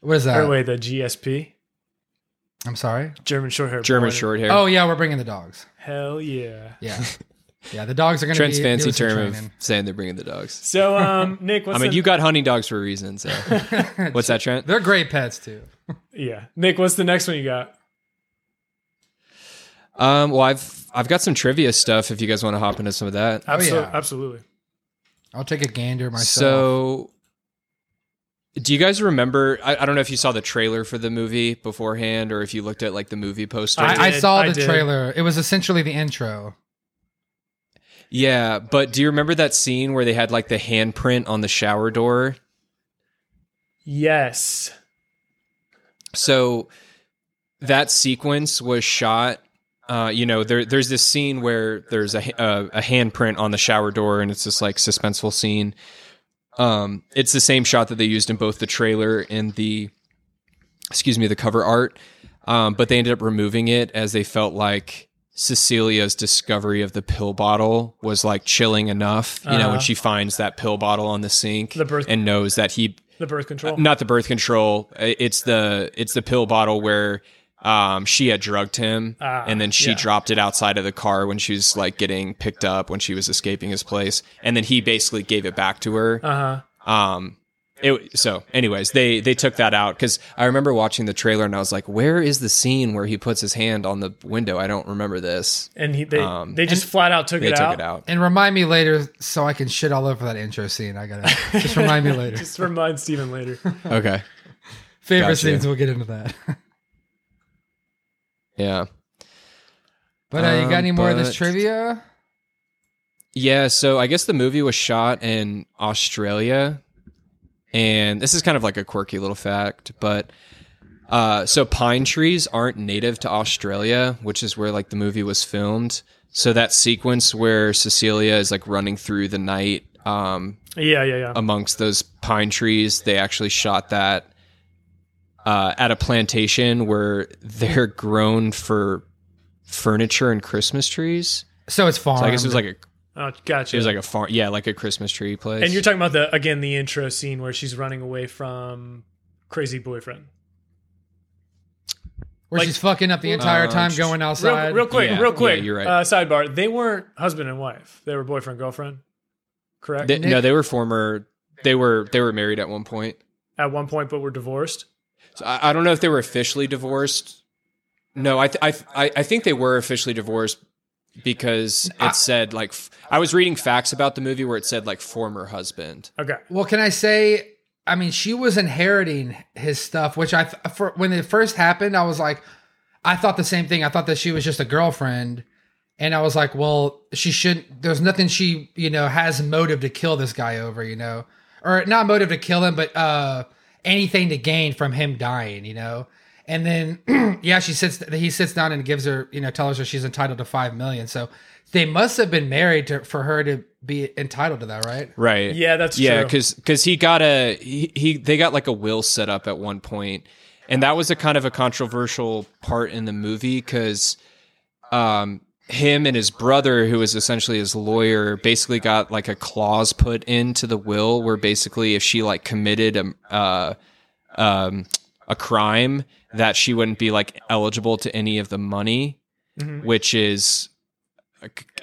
[SPEAKER 3] What is that?
[SPEAKER 2] or wait, the GSP,
[SPEAKER 3] I'm sorry.
[SPEAKER 2] German short hair.
[SPEAKER 1] German
[SPEAKER 2] Blonde.
[SPEAKER 1] short hair.
[SPEAKER 3] Oh yeah, we're bringing the dogs.
[SPEAKER 2] Hell yeah.
[SPEAKER 3] Yeah, yeah, the dogs are going to
[SPEAKER 1] Trent's
[SPEAKER 3] be
[SPEAKER 1] fancy
[SPEAKER 3] doing some
[SPEAKER 1] term of
[SPEAKER 3] training.
[SPEAKER 1] saying they're bringing the dogs.
[SPEAKER 2] So um, Nick, what's
[SPEAKER 1] I mean,
[SPEAKER 2] the,
[SPEAKER 1] you got hunting dogs for a reason. So, what's that, Trent?
[SPEAKER 3] They're great pets too.
[SPEAKER 2] yeah, Nick, what's the next one you got?
[SPEAKER 1] Um, well, I've I've got some trivia stuff. If you guys want to hop into some of that,
[SPEAKER 2] Absol-
[SPEAKER 3] yeah.
[SPEAKER 2] Absolutely.
[SPEAKER 3] I'll take a gander myself.
[SPEAKER 1] so do you guys remember? I, I don't know if you saw the trailer for the movie beforehand, or if you looked at like the movie poster.
[SPEAKER 3] I, I
[SPEAKER 2] did,
[SPEAKER 3] saw
[SPEAKER 2] I
[SPEAKER 3] the
[SPEAKER 2] did.
[SPEAKER 3] trailer. It was essentially the intro.
[SPEAKER 1] yeah, but do you remember that scene where they had like the handprint on the shower door?
[SPEAKER 2] Yes.
[SPEAKER 1] So that sequence was shot. Uh, you know, there, there's this scene where there's a, a a handprint on the shower door, and it's this like suspenseful scene. Um, it's the same shot that they used in both the trailer and the, excuse me, the cover art. Um, but they ended up removing it as they felt like Cecilia's discovery of the pill bottle was like chilling enough. You know,
[SPEAKER 2] Uh-huh.
[SPEAKER 1] when she finds that pill bottle on the sink
[SPEAKER 2] The birth-
[SPEAKER 1] and knows that he
[SPEAKER 2] The birth control.
[SPEAKER 1] not the birth control. I- It's the it's the pill bottle where um, she had drugged him,
[SPEAKER 2] Ah,
[SPEAKER 1] and then she
[SPEAKER 2] yeah.
[SPEAKER 1] dropped it outside of the car when she was like getting picked up when she was escaping his place, and then he basically gave it back to her.
[SPEAKER 2] Uh-huh.
[SPEAKER 1] Um, it, so, anyways, they they took that out because I remember watching the trailer and I was like, "Where is the scene where he puts his hand on the window? I don't remember this."
[SPEAKER 2] And he they
[SPEAKER 1] Um,
[SPEAKER 2] they just flat out took,
[SPEAKER 1] They
[SPEAKER 2] it,
[SPEAKER 1] took
[SPEAKER 2] out.
[SPEAKER 1] it out.
[SPEAKER 3] And remind me later so I can shit all over that intro scene. I gotta just remind me later.
[SPEAKER 2] Just remind Steven later.
[SPEAKER 1] Okay.
[SPEAKER 3] Favorite
[SPEAKER 1] Gotcha.
[SPEAKER 3] scenes, we'll get into that.
[SPEAKER 1] Yeah.
[SPEAKER 3] but uh, you got
[SPEAKER 1] Um,
[SPEAKER 3] any more of this
[SPEAKER 1] but-
[SPEAKER 3] trivia?
[SPEAKER 1] Yeah, so I guess the movie was shot in Australia. And this is kind of like a quirky little fact, but uh, so pine trees aren't native to Australia, which is where like the movie was filmed. So that sequence where Cecilia is like running through the night um,
[SPEAKER 2] yeah, yeah, yeah.
[SPEAKER 1] amongst those pine trees, they actually shot that uh, at a plantation where they're grown for furniture and Christmas trees.
[SPEAKER 3] So it's farm.
[SPEAKER 1] So I guess it was like a
[SPEAKER 2] oh, gotcha.
[SPEAKER 1] it was like a farm, yeah, like a Christmas tree place.
[SPEAKER 2] and you're talking about the again the intro scene where she's running away from crazy boyfriend.
[SPEAKER 3] where
[SPEAKER 2] like-
[SPEAKER 3] she's fucking up the entire
[SPEAKER 1] Uh,
[SPEAKER 3] time
[SPEAKER 1] sh-
[SPEAKER 3] going
[SPEAKER 2] Real,
[SPEAKER 3] outside.
[SPEAKER 2] real quick,
[SPEAKER 1] Yeah,
[SPEAKER 2] real quick.
[SPEAKER 1] yeah, you're right.
[SPEAKER 2] Uh, sidebar: They weren't husband and wife; they were boyfriend girlfriend. Correct.
[SPEAKER 1] They- no,
[SPEAKER 3] Nick-
[SPEAKER 1] they were former. They were they were married at one point.
[SPEAKER 2] At one point, but were divorced.
[SPEAKER 1] So I, I don't know if they were officially divorced. No, I th- I th- I I think they were officially divorced because it said like f- I was reading facts about the movie where it said like former husband.
[SPEAKER 2] Okay.
[SPEAKER 3] Well, can I say? I mean, she was inheriting his stuff, which I th- for, when it first happened, I was like, I thought the same thing. I thought that she was just a girlfriend, and I was like, well, she shouldn't. There's nothing she you know has motive to kill this guy over, you know, or not motive to kill him, but uh anything to gain from him dying, you know. And then yeah, she sits. He sits down and gives her you know tells her she's entitled to five million. So they must have been married to, for her to be entitled to that, right?
[SPEAKER 1] Right.
[SPEAKER 2] Yeah, that's
[SPEAKER 1] yeah,
[SPEAKER 2] true.
[SPEAKER 1] because he got a he, he they got like a will set up at one point, and that was a kind of a controversial part in the movie because um, him and his brother, who was essentially his lawyer, basically got like a clause put into the will where basically if she like committed a uh, um, a crime that she wouldn't be like eligible to any of the money,
[SPEAKER 2] Mm-hmm.
[SPEAKER 1] which is.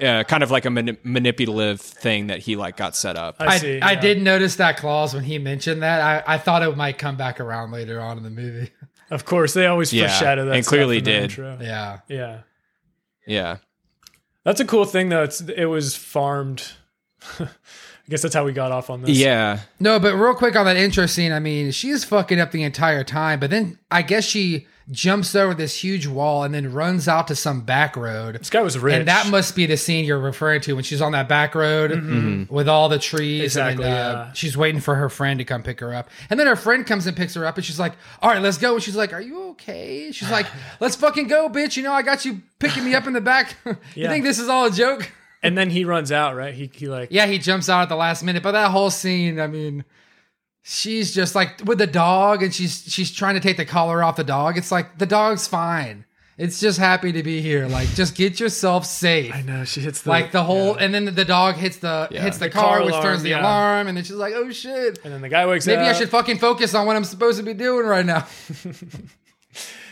[SPEAKER 1] Uh, kind of like a mani- manipulative thing that he like got set up.
[SPEAKER 2] I,
[SPEAKER 3] I,
[SPEAKER 2] see.
[SPEAKER 3] I
[SPEAKER 2] yeah.
[SPEAKER 3] did notice that clause when he mentioned that. I, I thought it might come back around later on in the movie.
[SPEAKER 2] Of course, they always
[SPEAKER 1] Yeah,
[SPEAKER 2] foreshadow that.
[SPEAKER 1] and
[SPEAKER 2] stuff
[SPEAKER 1] clearly
[SPEAKER 2] in the
[SPEAKER 1] did.
[SPEAKER 2] intro. Yeah.
[SPEAKER 3] Yeah.
[SPEAKER 1] Yeah.
[SPEAKER 2] that's a cool thing though. It's it was farmed. I guess that's how we got off on this.
[SPEAKER 1] Yeah.
[SPEAKER 3] No, but real quick on that intro scene, I mean, she is fucking up the entire time, but then I guess she jumps over this huge wall and then runs out to some back road.
[SPEAKER 2] this guy was rich. Mm-hmm.
[SPEAKER 3] And that must be the scene you're referring to when she's on that back road with all the trees.
[SPEAKER 2] Exactly,
[SPEAKER 3] And uh,
[SPEAKER 2] yeah.
[SPEAKER 3] she's waiting for her friend to come pick her up. And then her friend comes and picks her up and she's like, All right, let's go. And she's like, Are you okay? She's like, Let's fucking go, bitch. You know, I got you picking me up in the back. you
[SPEAKER 2] Yeah.
[SPEAKER 3] think this is all a joke?
[SPEAKER 2] and then he runs out. Right? He he like
[SPEAKER 3] Yeah, he jumps out at the last minute. But that whole scene, I mean, she's just like with the dog, and she's she's trying to take the collar off the dog. It's like the dog's fine. It's just happy to be here. Like, just get yourself safe.
[SPEAKER 2] I know she hits the
[SPEAKER 3] Like the whole,
[SPEAKER 2] yeah.
[SPEAKER 3] and then the dog hits the
[SPEAKER 1] Yeah.
[SPEAKER 3] hits the,
[SPEAKER 2] The
[SPEAKER 3] car,
[SPEAKER 2] car
[SPEAKER 3] which
[SPEAKER 2] alarm,
[SPEAKER 3] turns the
[SPEAKER 2] yeah.
[SPEAKER 3] alarm, and then she's like, "Oh shit,
[SPEAKER 2] and then the guy wakes
[SPEAKER 3] maybe
[SPEAKER 2] up.
[SPEAKER 3] I should fucking focus on what I'm supposed to be doing right now."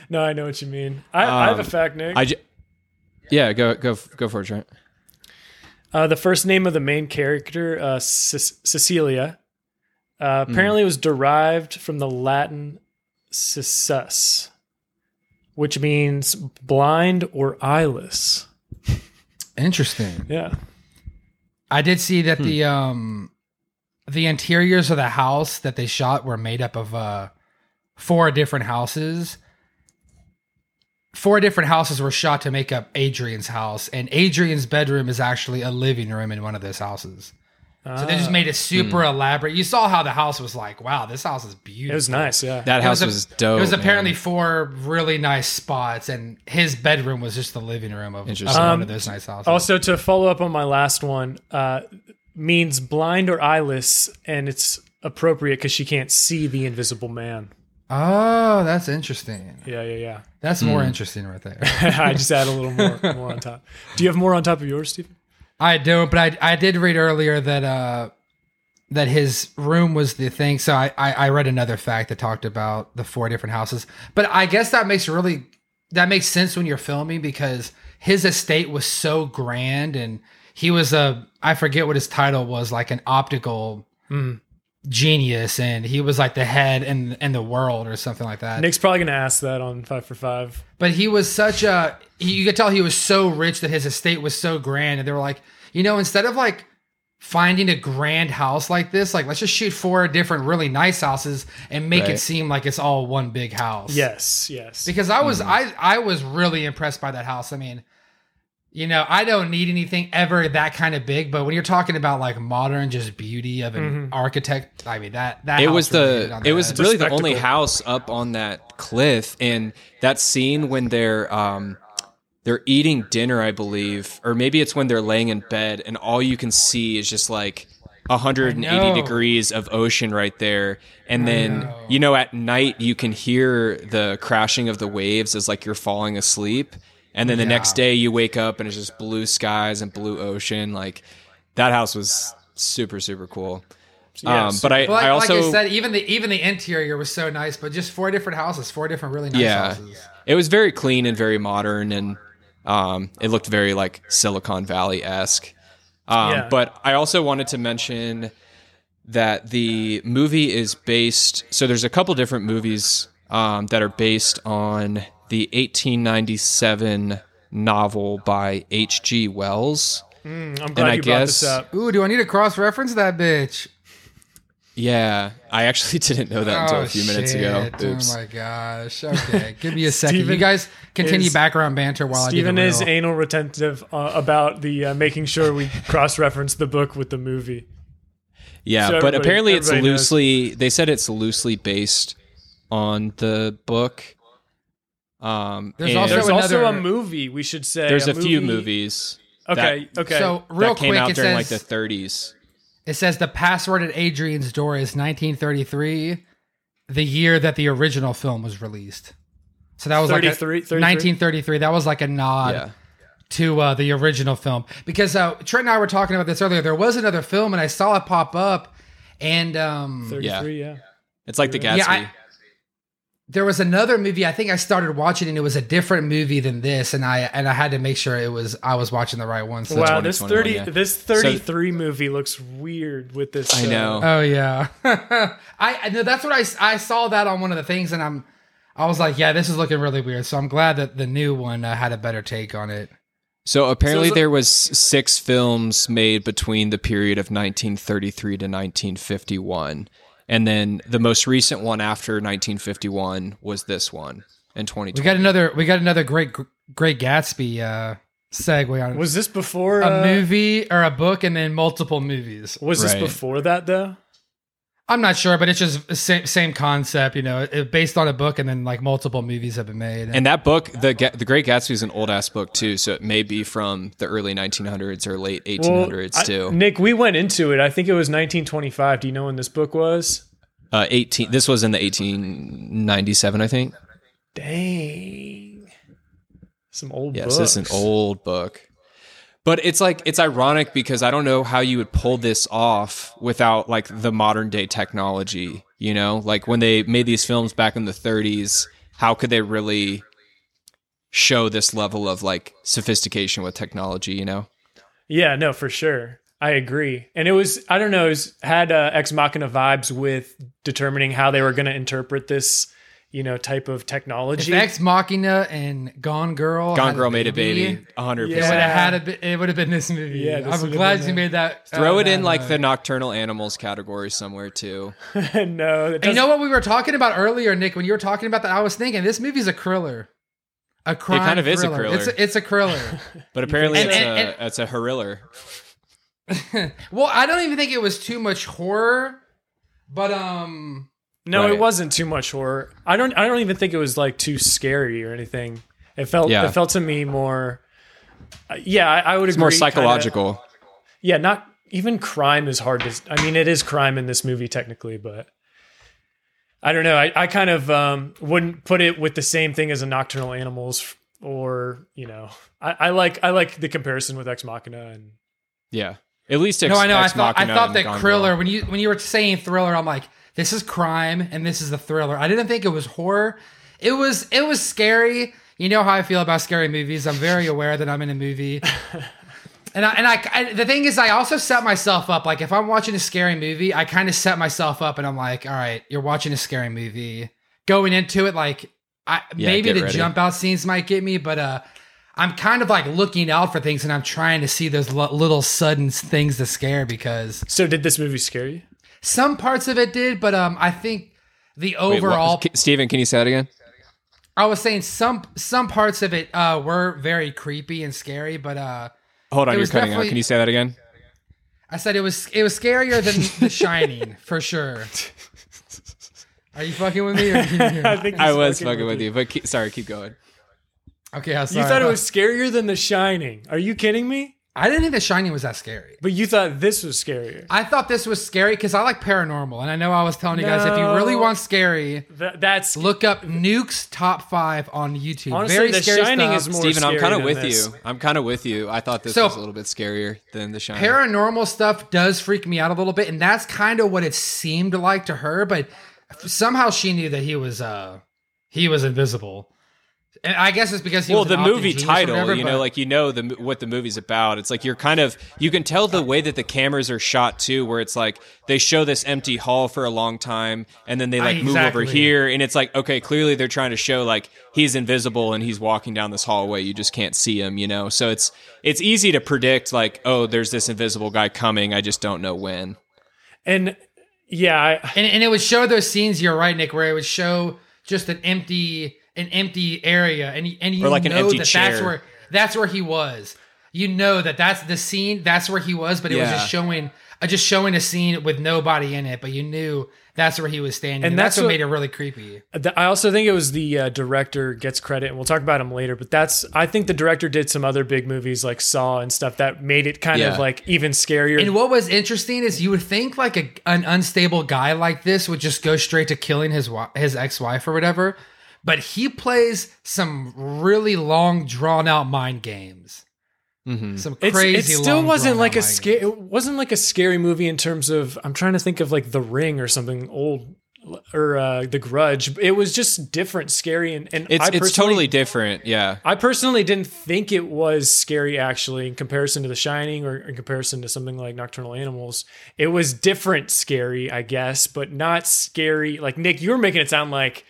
[SPEAKER 2] No, I know what you mean. I, I have a
[SPEAKER 1] Um,
[SPEAKER 2] fact, Nick.
[SPEAKER 1] I j- Yeah, go go go for it, Trent.
[SPEAKER 2] uh, the first name of the main character, uh, Ce- Cecilia, uh,
[SPEAKER 1] Mm.
[SPEAKER 2] apparently was derived from the Latin "cessus," which means blind or eyeless.
[SPEAKER 3] Interesting.
[SPEAKER 2] Yeah.
[SPEAKER 3] I did see that the um the interiors of the house that they shot were made up of uh four different houses. Four different houses were shot to make up Adrian's house, and Adrian's bedroom is actually a living room in one of those houses. So they just made it super elaborate. You saw how the house was like, wow, this house is beautiful.
[SPEAKER 2] Ah, It was nice, yeah.
[SPEAKER 1] That
[SPEAKER 3] It
[SPEAKER 1] house
[SPEAKER 3] a-
[SPEAKER 1] was, dope.
[SPEAKER 3] It was apparently
[SPEAKER 1] man.
[SPEAKER 3] four really nice spots, and his bedroom was just the living room of, of
[SPEAKER 1] Interesting.
[SPEAKER 3] one of those nice houses.
[SPEAKER 2] also, to follow up on my last one, uh, means blind or eyeless, and it's appropriate because she can't see the invisible man.
[SPEAKER 3] oh, that's interesting.
[SPEAKER 2] Yeah, yeah,
[SPEAKER 3] That's
[SPEAKER 1] Hmm.
[SPEAKER 3] more interesting right there.
[SPEAKER 2] yeah. I just add a little more, more on top. Do you have more on top of yours, Stephen?
[SPEAKER 3] I don't, but I I did read earlier that uh that his room was the thing. So I, I I read another fact that talked about the four different houses. But I guess that makes really that makes sense when you're filming because his estate was so grand and he was a I forget what his title was like an optical genius and he was like the head in in the world or something like that.
[SPEAKER 2] Nick's probably gonna ask that on five for five.
[SPEAKER 3] But he was such a he- you could tell he was so rich that his estate was so grand and they were like, you know, instead of like finding a grand house like this, like let's just shoot four different really nice houses and make it
[SPEAKER 1] Right.
[SPEAKER 3] seem like it's all one big house.
[SPEAKER 2] Yes, yes.
[SPEAKER 3] Because I was
[SPEAKER 1] Mm-hmm.
[SPEAKER 3] I I was really impressed by that house. I mean, you know, I don't need anything ever that kind of big, but when you're talking about like modern just beauty of an architect, I mean that that
[SPEAKER 1] it
[SPEAKER 3] house
[SPEAKER 1] was
[SPEAKER 3] really hit
[SPEAKER 1] the
[SPEAKER 3] on
[SPEAKER 1] it was
[SPEAKER 3] head.
[SPEAKER 1] really the only
[SPEAKER 2] spectacle.
[SPEAKER 1] house up on that cliff and that scene when they're um they're eating dinner i believe or maybe it's when they're laying in bed and all you can see is just like 180
[SPEAKER 3] know.
[SPEAKER 1] degrees of ocean right there and then you know at night you can hear the crashing of the waves as like you're falling asleep and then the next day you wake up and it's just blue skies and blue ocean like that house was super super cool
[SPEAKER 2] Yeah,
[SPEAKER 1] um, but I,
[SPEAKER 3] But like,
[SPEAKER 1] I also
[SPEAKER 3] like I said, even the even the interior was so nice, but just four different houses, four different really nice
[SPEAKER 1] yeah.
[SPEAKER 3] houses.
[SPEAKER 1] It was very clean and very modern, and um, it looked very like Silicon Valley esque. Um,
[SPEAKER 2] Yeah.
[SPEAKER 1] But I also wanted to mention that the movie is based. So there's a couple different movies um, that are based on the 1897 novel by H.G. Wells.
[SPEAKER 2] Mm, I'm glad
[SPEAKER 1] I
[SPEAKER 2] you brought this
[SPEAKER 1] guess-
[SPEAKER 2] up.
[SPEAKER 3] Ooh, do I need to cross reference that bitch?
[SPEAKER 1] Yeah, I actually didn't know that until a few minutes ago.
[SPEAKER 3] Oh, shit.
[SPEAKER 1] Oops.
[SPEAKER 3] Oh my gosh. Okay, give me a second.
[SPEAKER 2] Steven
[SPEAKER 3] you guys continue
[SPEAKER 2] is-
[SPEAKER 3] background banter while
[SPEAKER 2] Stephen
[SPEAKER 3] I do the
[SPEAKER 2] is
[SPEAKER 3] reel.
[SPEAKER 2] anal retentive uh, about the uh, making sure we cross reference the book with the movie.
[SPEAKER 1] Yeah,
[SPEAKER 2] So
[SPEAKER 1] but
[SPEAKER 2] everybody-
[SPEAKER 1] apparently it's
[SPEAKER 2] everybody knows.
[SPEAKER 1] loosely. They said it's loosely based on the book. Um,
[SPEAKER 3] There's
[SPEAKER 1] and
[SPEAKER 3] also
[SPEAKER 2] There's
[SPEAKER 1] there's,
[SPEAKER 2] also a
[SPEAKER 3] another-
[SPEAKER 2] movie we should say.
[SPEAKER 1] a, few
[SPEAKER 2] movie-
[SPEAKER 1] movies.
[SPEAKER 2] Okay,
[SPEAKER 1] that,
[SPEAKER 2] okay.
[SPEAKER 3] So real
[SPEAKER 1] that came
[SPEAKER 3] quick,
[SPEAKER 1] out
[SPEAKER 3] it
[SPEAKER 1] during
[SPEAKER 3] says
[SPEAKER 1] like the 30s.
[SPEAKER 3] it says the password at Adrian's door is 1933, the year that the original film was released. So that was like a-
[SPEAKER 2] 33?
[SPEAKER 3] 1933. That was like a nod.
[SPEAKER 1] Yeah,
[SPEAKER 3] to uh, the original film because uh, Trent and I were talking about this earlier. There was another film, and I saw it pop up, and um,
[SPEAKER 2] 33, yeah.
[SPEAKER 1] it's like the Gatsby.
[SPEAKER 3] Yeah, I- there was another movie. I think I started watching, and it was a different movie than this, and I and I had to make sure it was I was watching the right one. So
[SPEAKER 2] Wow, this 30
[SPEAKER 1] 2021, yeah.
[SPEAKER 2] this 33 movie looks weird with this.
[SPEAKER 1] I
[SPEAKER 2] uh,
[SPEAKER 1] know.
[SPEAKER 3] Oh yeah, I I know that's what I s- I saw that on one of the things, and I'm I was like, yeah, this is looking really weird. So I'm glad that the new one uh, had a better take on it.
[SPEAKER 1] so apparently
[SPEAKER 2] so-
[SPEAKER 1] there was six films made between the period of 1933 to 1951, and then the most recent one after 1951 was this one in 2020.
[SPEAKER 3] We got another we got another great great Gatsby uh, segue on.
[SPEAKER 2] was this before
[SPEAKER 3] a
[SPEAKER 2] uh,
[SPEAKER 3] movie or a book and then multiple movies.
[SPEAKER 2] Was this
[SPEAKER 1] Right.
[SPEAKER 2] before that though?
[SPEAKER 3] I'm not sure, but it's just the same, same concept, you know, it, based on a book and then like multiple movies have been made.
[SPEAKER 1] And that book, the Ga- the Great Gatsby, is an old ass book too, so it may be from the early 1900s or late 1800s
[SPEAKER 2] I-
[SPEAKER 1] too.
[SPEAKER 2] Nick, we went into it. I think it was 1925. Do you know when this book was?
[SPEAKER 1] Uh, 18. This was in the 1897, I think.
[SPEAKER 2] Dang. Some old
[SPEAKER 1] Yes,
[SPEAKER 2] books.
[SPEAKER 1] it's an old book. But it's like it's ironic because I don't know how you would pull this off without like the modern day technology. You know, like when they made these films back in the 30s, how could they really show this level of like sophistication with technology? You know,
[SPEAKER 2] Yeah, no, for sure. I agree. And it was, I don't know, it was, had uh, Ex Machina vibes with determining how they were going to interpret this, you know, type of
[SPEAKER 3] if
[SPEAKER 2] technology.
[SPEAKER 3] Ex Machina and Gone Girl,
[SPEAKER 1] Gone
[SPEAKER 3] had
[SPEAKER 1] Girl made a baby, 100. percent
[SPEAKER 3] It would
[SPEAKER 2] Yeah.
[SPEAKER 3] have had a bit, it would have been this movie.
[SPEAKER 2] Yeah, this would
[SPEAKER 3] I'm
[SPEAKER 2] have
[SPEAKER 3] glad
[SPEAKER 2] been
[SPEAKER 3] you
[SPEAKER 2] that.
[SPEAKER 3] made that.
[SPEAKER 1] Throw
[SPEAKER 3] uh,
[SPEAKER 1] it in
[SPEAKER 3] that
[SPEAKER 1] like
[SPEAKER 3] note.
[SPEAKER 1] the nocturnal animals category somewhere too.
[SPEAKER 2] no, it
[SPEAKER 3] You know
[SPEAKER 2] doesn't-
[SPEAKER 3] what we were talking about earlier, Nick? When you were talking about that, I was thinking this movie's a kriller, a crime.
[SPEAKER 1] kind of is a
[SPEAKER 3] thriller.
[SPEAKER 1] thriller.
[SPEAKER 3] It's a, it's a kriller.
[SPEAKER 1] But apparently
[SPEAKER 3] And-
[SPEAKER 1] it's
[SPEAKER 3] and-
[SPEAKER 1] a it's a horiller.
[SPEAKER 3] well, I don't even think it was too much horror, but um,
[SPEAKER 2] No,
[SPEAKER 1] Right.
[SPEAKER 2] it wasn't too much horror. I don't. I don't even think it was like too scary or anything. It felt.
[SPEAKER 1] Yeah.
[SPEAKER 2] It felt to me more. uh, yeah, I, I would
[SPEAKER 1] It's
[SPEAKER 2] agree.
[SPEAKER 1] more
[SPEAKER 2] kinda-
[SPEAKER 1] psychological.
[SPEAKER 2] yeah, not even crime is hard to. I mean, it is crime in this movie technically, but I don't know. I, I kind of um, wouldn't put it with the same thing as a Nocturnal Animals or you know. I, I like I like the comparison with Ex Machina and
[SPEAKER 1] Yeah. At least Ex,
[SPEAKER 3] no, I know. I
[SPEAKER 1] Ex
[SPEAKER 3] thought I
[SPEAKER 1] Machina
[SPEAKER 3] thought
[SPEAKER 1] and
[SPEAKER 3] that
[SPEAKER 1] Gone
[SPEAKER 3] thriller
[SPEAKER 1] Girl.
[SPEAKER 3] when you when you were saying thriller, I'm like, this is crime and this is the thriller. I didn't think it was horror. It was it was scary. You know how I feel about scary movies. I'm very aware that I'm in a movie. And I, and I, I- the thing is, I also set myself up. Like, if I'm watching a scary movie, I kind of set myself up, and I'm like, "All right, you're watching a scary movie." Going into it, like, I
[SPEAKER 1] Yeah,
[SPEAKER 3] maybe
[SPEAKER 1] get
[SPEAKER 3] the
[SPEAKER 1] ready.
[SPEAKER 3] jump out scenes might get me, but uh, I'm kind of like looking out for things, and I'm trying to see those l- little sudden things to scare because
[SPEAKER 2] so did this movie scare you?
[SPEAKER 3] some parts of it did, but um, I think the
[SPEAKER 1] Wait, what-
[SPEAKER 3] overall
[SPEAKER 1] K- Steven, can you say that again?
[SPEAKER 3] I was saying some some parts of it uh were very creepy and scary, but uh
[SPEAKER 1] Hold on,
[SPEAKER 3] It
[SPEAKER 1] you're
[SPEAKER 3] was
[SPEAKER 1] cutting out.
[SPEAKER 3] definitely-
[SPEAKER 1] Can you say that again?
[SPEAKER 3] I said it was it was scarier than The Shining for sure. Are you fucking with me? Or
[SPEAKER 2] I think
[SPEAKER 1] I
[SPEAKER 2] he's
[SPEAKER 1] was fucking with you, but keep, sorry, keep going.
[SPEAKER 3] okay, I was
[SPEAKER 2] You
[SPEAKER 3] sorry.
[SPEAKER 2] thought it was scarier than The Shining? Are you kidding me?
[SPEAKER 3] I didn't think The Shining was that scary.
[SPEAKER 2] But you thought this was scarier.
[SPEAKER 3] I thought this was scary because I like paranormal, and I know I was telling you guys if you really
[SPEAKER 2] No.
[SPEAKER 3] want scary,
[SPEAKER 2] Th- that's
[SPEAKER 3] look up Nuke's top five on YouTube.
[SPEAKER 2] honestly
[SPEAKER 3] Very
[SPEAKER 2] The
[SPEAKER 3] scary
[SPEAKER 2] Shining
[SPEAKER 3] stuff.
[SPEAKER 2] is more.
[SPEAKER 1] Steven, I'm
[SPEAKER 2] kind of
[SPEAKER 1] with you. I'm kind of with you. I thought this
[SPEAKER 3] So-
[SPEAKER 1] was a little bit scarier than The Shining.
[SPEAKER 3] paranormal stuff does freak me out a little bit, and that's kind of what it seemed like to her. But somehow she knew that he was uh he was invisible. And I guess it's because he
[SPEAKER 1] well,
[SPEAKER 3] was
[SPEAKER 1] the
[SPEAKER 3] an
[SPEAKER 1] movie
[SPEAKER 3] optic genius or
[SPEAKER 1] title,
[SPEAKER 3] whatever,
[SPEAKER 1] you
[SPEAKER 3] but-
[SPEAKER 1] know, like you know the mo- what the movie's about. It's like you're kind of you can tell the way that the cameras are shot too, where it's like they show this empty hall for a long time, and then they like move over
[SPEAKER 3] Exactly.
[SPEAKER 1] here, and it's like okay, clearly they're trying to show like he's invisible and he's walking down this hallway, you just can't see him, you know. So it's it's easy to predict like oh, there's this invisible guy coming, I just don't know when.
[SPEAKER 2] And yeah, I,
[SPEAKER 3] and, and it would show those scenes. You're right, Nick, where it would show just an empty an empty area, and and you
[SPEAKER 1] Or like an
[SPEAKER 3] know
[SPEAKER 1] empty
[SPEAKER 3] that that's
[SPEAKER 1] chair.
[SPEAKER 3] where that's where he was. You know that that's the scene. That's where he was, but it was
[SPEAKER 1] Yeah.
[SPEAKER 3] just showing. Uh, just showing a scene with nobody in it, but you knew that's where he was standing. And, that's,
[SPEAKER 2] that's
[SPEAKER 3] what
[SPEAKER 2] what-
[SPEAKER 3] made it really creepy.
[SPEAKER 2] Th- I also think it was the uh, director gets credit, and we'll talk about him later. But that's I think the director did some other big movies like Saw and stuff that made it kind
[SPEAKER 1] Yeah.
[SPEAKER 2] of like even scarier.
[SPEAKER 3] And what was interesting is you would think like a, an unstable guy like this would just go straight to killing his wi- his ex wife or whatever, but he plays some really long drawn out mind games. Some
[SPEAKER 2] It's-
[SPEAKER 3] crazy.
[SPEAKER 2] it still
[SPEAKER 3] long,
[SPEAKER 2] wasn't
[SPEAKER 3] drawn-out
[SPEAKER 2] like a
[SPEAKER 3] mind
[SPEAKER 2] scary.
[SPEAKER 3] games.
[SPEAKER 2] It wasn't like a scary movie in terms of I'm trying to think of like The Ring or something old or uh, The Grudge. It was just different, scary, and, and
[SPEAKER 1] It's
[SPEAKER 2] I
[SPEAKER 1] it's
[SPEAKER 2] personally-
[SPEAKER 1] totally different, yeah.
[SPEAKER 2] I personally didn't think it was scary actually in comparison to The Shining or in comparison to something like Nocturnal Animals. It was different scary, I guess, but not scary. Like Nick, you were making it sound like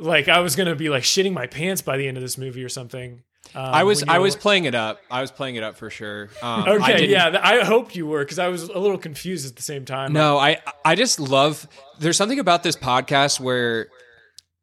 [SPEAKER 2] like I was going to be like shitting my pants by the end of this movie or something.
[SPEAKER 3] Uh,
[SPEAKER 2] Um,
[SPEAKER 1] I was
[SPEAKER 2] when you
[SPEAKER 1] I
[SPEAKER 2] were-
[SPEAKER 1] was playing it up. I was playing it up for sure. Um, I
[SPEAKER 2] Okay,
[SPEAKER 1] didn't-
[SPEAKER 2] yeah, th- I hoped you were because I was a little confused at the same time.
[SPEAKER 1] No, I I just love there's something about this podcast where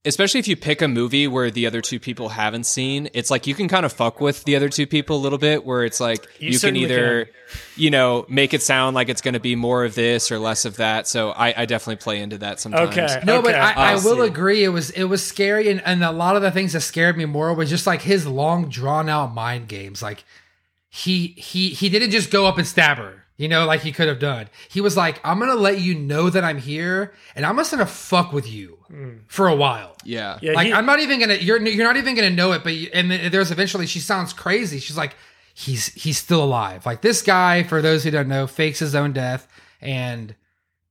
[SPEAKER 1] especially if you pick a movie where the other two people haven't seen, it's like you can kind of fuck with the other two people a little bit where it's like you, can
[SPEAKER 2] certainly
[SPEAKER 1] either you know, make it sound like it's going to be more of this or less of that. So I I definitely play into that sometimes.
[SPEAKER 2] Okay.
[SPEAKER 3] No, but I, I
[SPEAKER 1] I'll
[SPEAKER 3] will
[SPEAKER 1] see.
[SPEAKER 3] agree. It was it was scary, and, and a lot of the things that scared me more was just like his long drawn out mind games. Like he he he didn't just go up and stab her, you know, like he could have done. He was like, "I'm gonna let you know that I'm here, and I'm just gonna fuck with you
[SPEAKER 1] Hmm.
[SPEAKER 3] for a while."
[SPEAKER 1] Yeah.
[SPEAKER 2] Yeah,
[SPEAKER 3] Like
[SPEAKER 2] he-
[SPEAKER 3] I'm not even gonna you're you're not even gonna know it, but you, and then there's eventually she sounds crazy. She's like, he's he's still alive. Like this guy, for those who don't know, fakes his own death and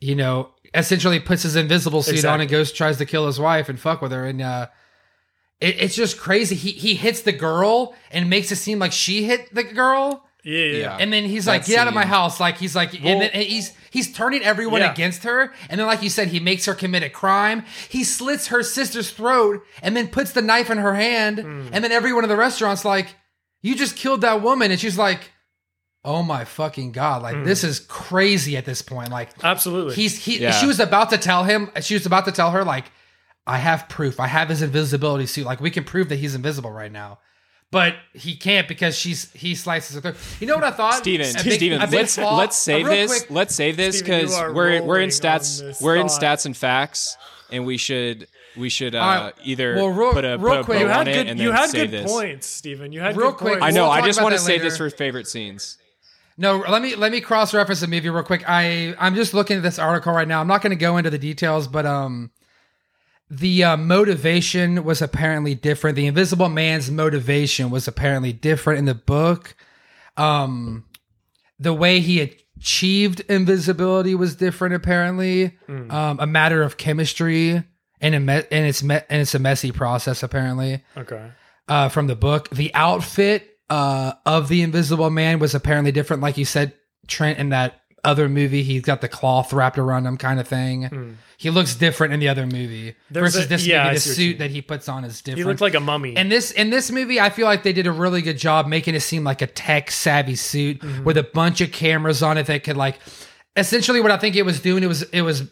[SPEAKER 3] you know essentially puts his invisible suit
[SPEAKER 2] Exactly.
[SPEAKER 3] on and goes tries to kill his wife and fuck with her and uh it, it's just crazy. He he hits the girl and makes it seem like she hit the girl.
[SPEAKER 2] yeah, yeah, yeah.
[SPEAKER 1] Yeah.
[SPEAKER 3] And then he's
[SPEAKER 1] That
[SPEAKER 3] like, "Get out of my
[SPEAKER 1] scene.
[SPEAKER 3] house!" Like he's like,
[SPEAKER 2] Well-
[SPEAKER 3] and then he's he's turning everyone
[SPEAKER 2] Yeah.
[SPEAKER 3] against her. And then, like you said, he makes her commit a crime. He slits her sister's throat and then puts the knife in her hand.
[SPEAKER 1] Hmm.
[SPEAKER 3] And then everyone in the restaurant's like, "You just killed that woman!" And she's like, "Oh my fucking god!
[SPEAKER 1] Hmm.
[SPEAKER 3] Like this is crazy at this point. Like
[SPEAKER 2] absolutely.
[SPEAKER 3] he's he
[SPEAKER 1] Yeah.
[SPEAKER 3] she was about to tell him she was about to tell her like i have proof i have his invisibility suit like we can prove that he's invisible right now but he can't because she's he slices her throat. You know what I thought,
[SPEAKER 1] Steven,
[SPEAKER 3] A big-
[SPEAKER 1] Steven,
[SPEAKER 3] a big
[SPEAKER 1] let's
[SPEAKER 3] flaw-
[SPEAKER 1] let's
[SPEAKER 3] a
[SPEAKER 1] save
[SPEAKER 3] real
[SPEAKER 1] this.
[SPEAKER 3] quick-
[SPEAKER 1] let's save this
[SPEAKER 2] Steven, you
[SPEAKER 1] because
[SPEAKER 2] are
[SPEAKER 1] we're we're in
[SPEAKER 2] rolling on
[SPEAKER 1] stats
[SPEAKER 2] this
[SPEAKER 1] we're in
[SPEAKER 2] thought.
[SPEAKER 1] stats and facts, and we should we should uh,
[SPEAKER 3] right.
[SPEAKER 1] either
[SPEAKER 3] Well, real-
[SPEAKER 1] put a,
[SPEAKER 3] real
[SPEAKER 1] put a
[SPEAKER 3] quick-
[SPEAKER 1] bow
[SPEAKER 2] You
[SPEAKER 3] You
[SPEAKER 1] on
[SPEAKER 2] had
[SPEAKER 1] it
[SPEAKER 2] good.
[SPEAKER 1] and
[SPEAKER 2] You
[SPEAKER 1] then
[SPEAKER 2] had
[SPEAKER 1] save
[SPEAKER 2] good
[SPEAKER 1] this.
[SPEAKER 2] points, Stephen. You had
[SPEAKER 3] Real
[SPEAKER 2] good
[SPEAKER 3] quick,
[SPEAKER 2] Points.
[SPEAKER 1] I know.
[SPEAKER 3] We'll
[SPEAKER 1] I
[SPEAKER 3] talk
[SPEAKER 1] just
[SPEAKER 3] about
[SPEAKER 1] want to
[SPEAKER 3] that
[SPEAKER 1] save this for
[SPEAKER 3] later.
[SPEAKER 1] favorite scenes.
[SPEAKER 3] No, let me let me cross reference the movie real quick. I I'm just looking at this article right now. I'm not going to go into the details, but um, the uh, motivation was apparently different. The Invisible Man's motivation was apparently different in the book. Um, the way he achieved invisibility was different. Apparently, um, a matter of chemistry and a me- and it's me- and it's a messy process. Apparently,
[SPEAKER 2] Okay.
[SPEAKER 3] uh, from the book. The outfit uh, of the Invisible Man was apparently different, like you said, Trent, in that other movie. He's got the cloth wrapped around him, kind of thing. He looks different in the other movie
[SPEAKER 2] Hmm. There's
[SPEAKER 3] versus
[SPEAKER 2] a-
[SPEAKER 3] this
[SPEAKER 2] yeah, I
[SPEAKER 3] movie. The
[SPEAKER 2] see what you mean.
[SPEAKER 3] suit that he puts on is different.
[SPEAKER 2] He looked like a mummy.
[SPEAKER 3] in this in this movie, I feel like they did a really good job making it seem like a tech savvy suit
[SPEAKER 2] Mm-hmm.
[SPEAKER 3] with a bunch of cameras on it that could like essentially what I think it was doing. It was it was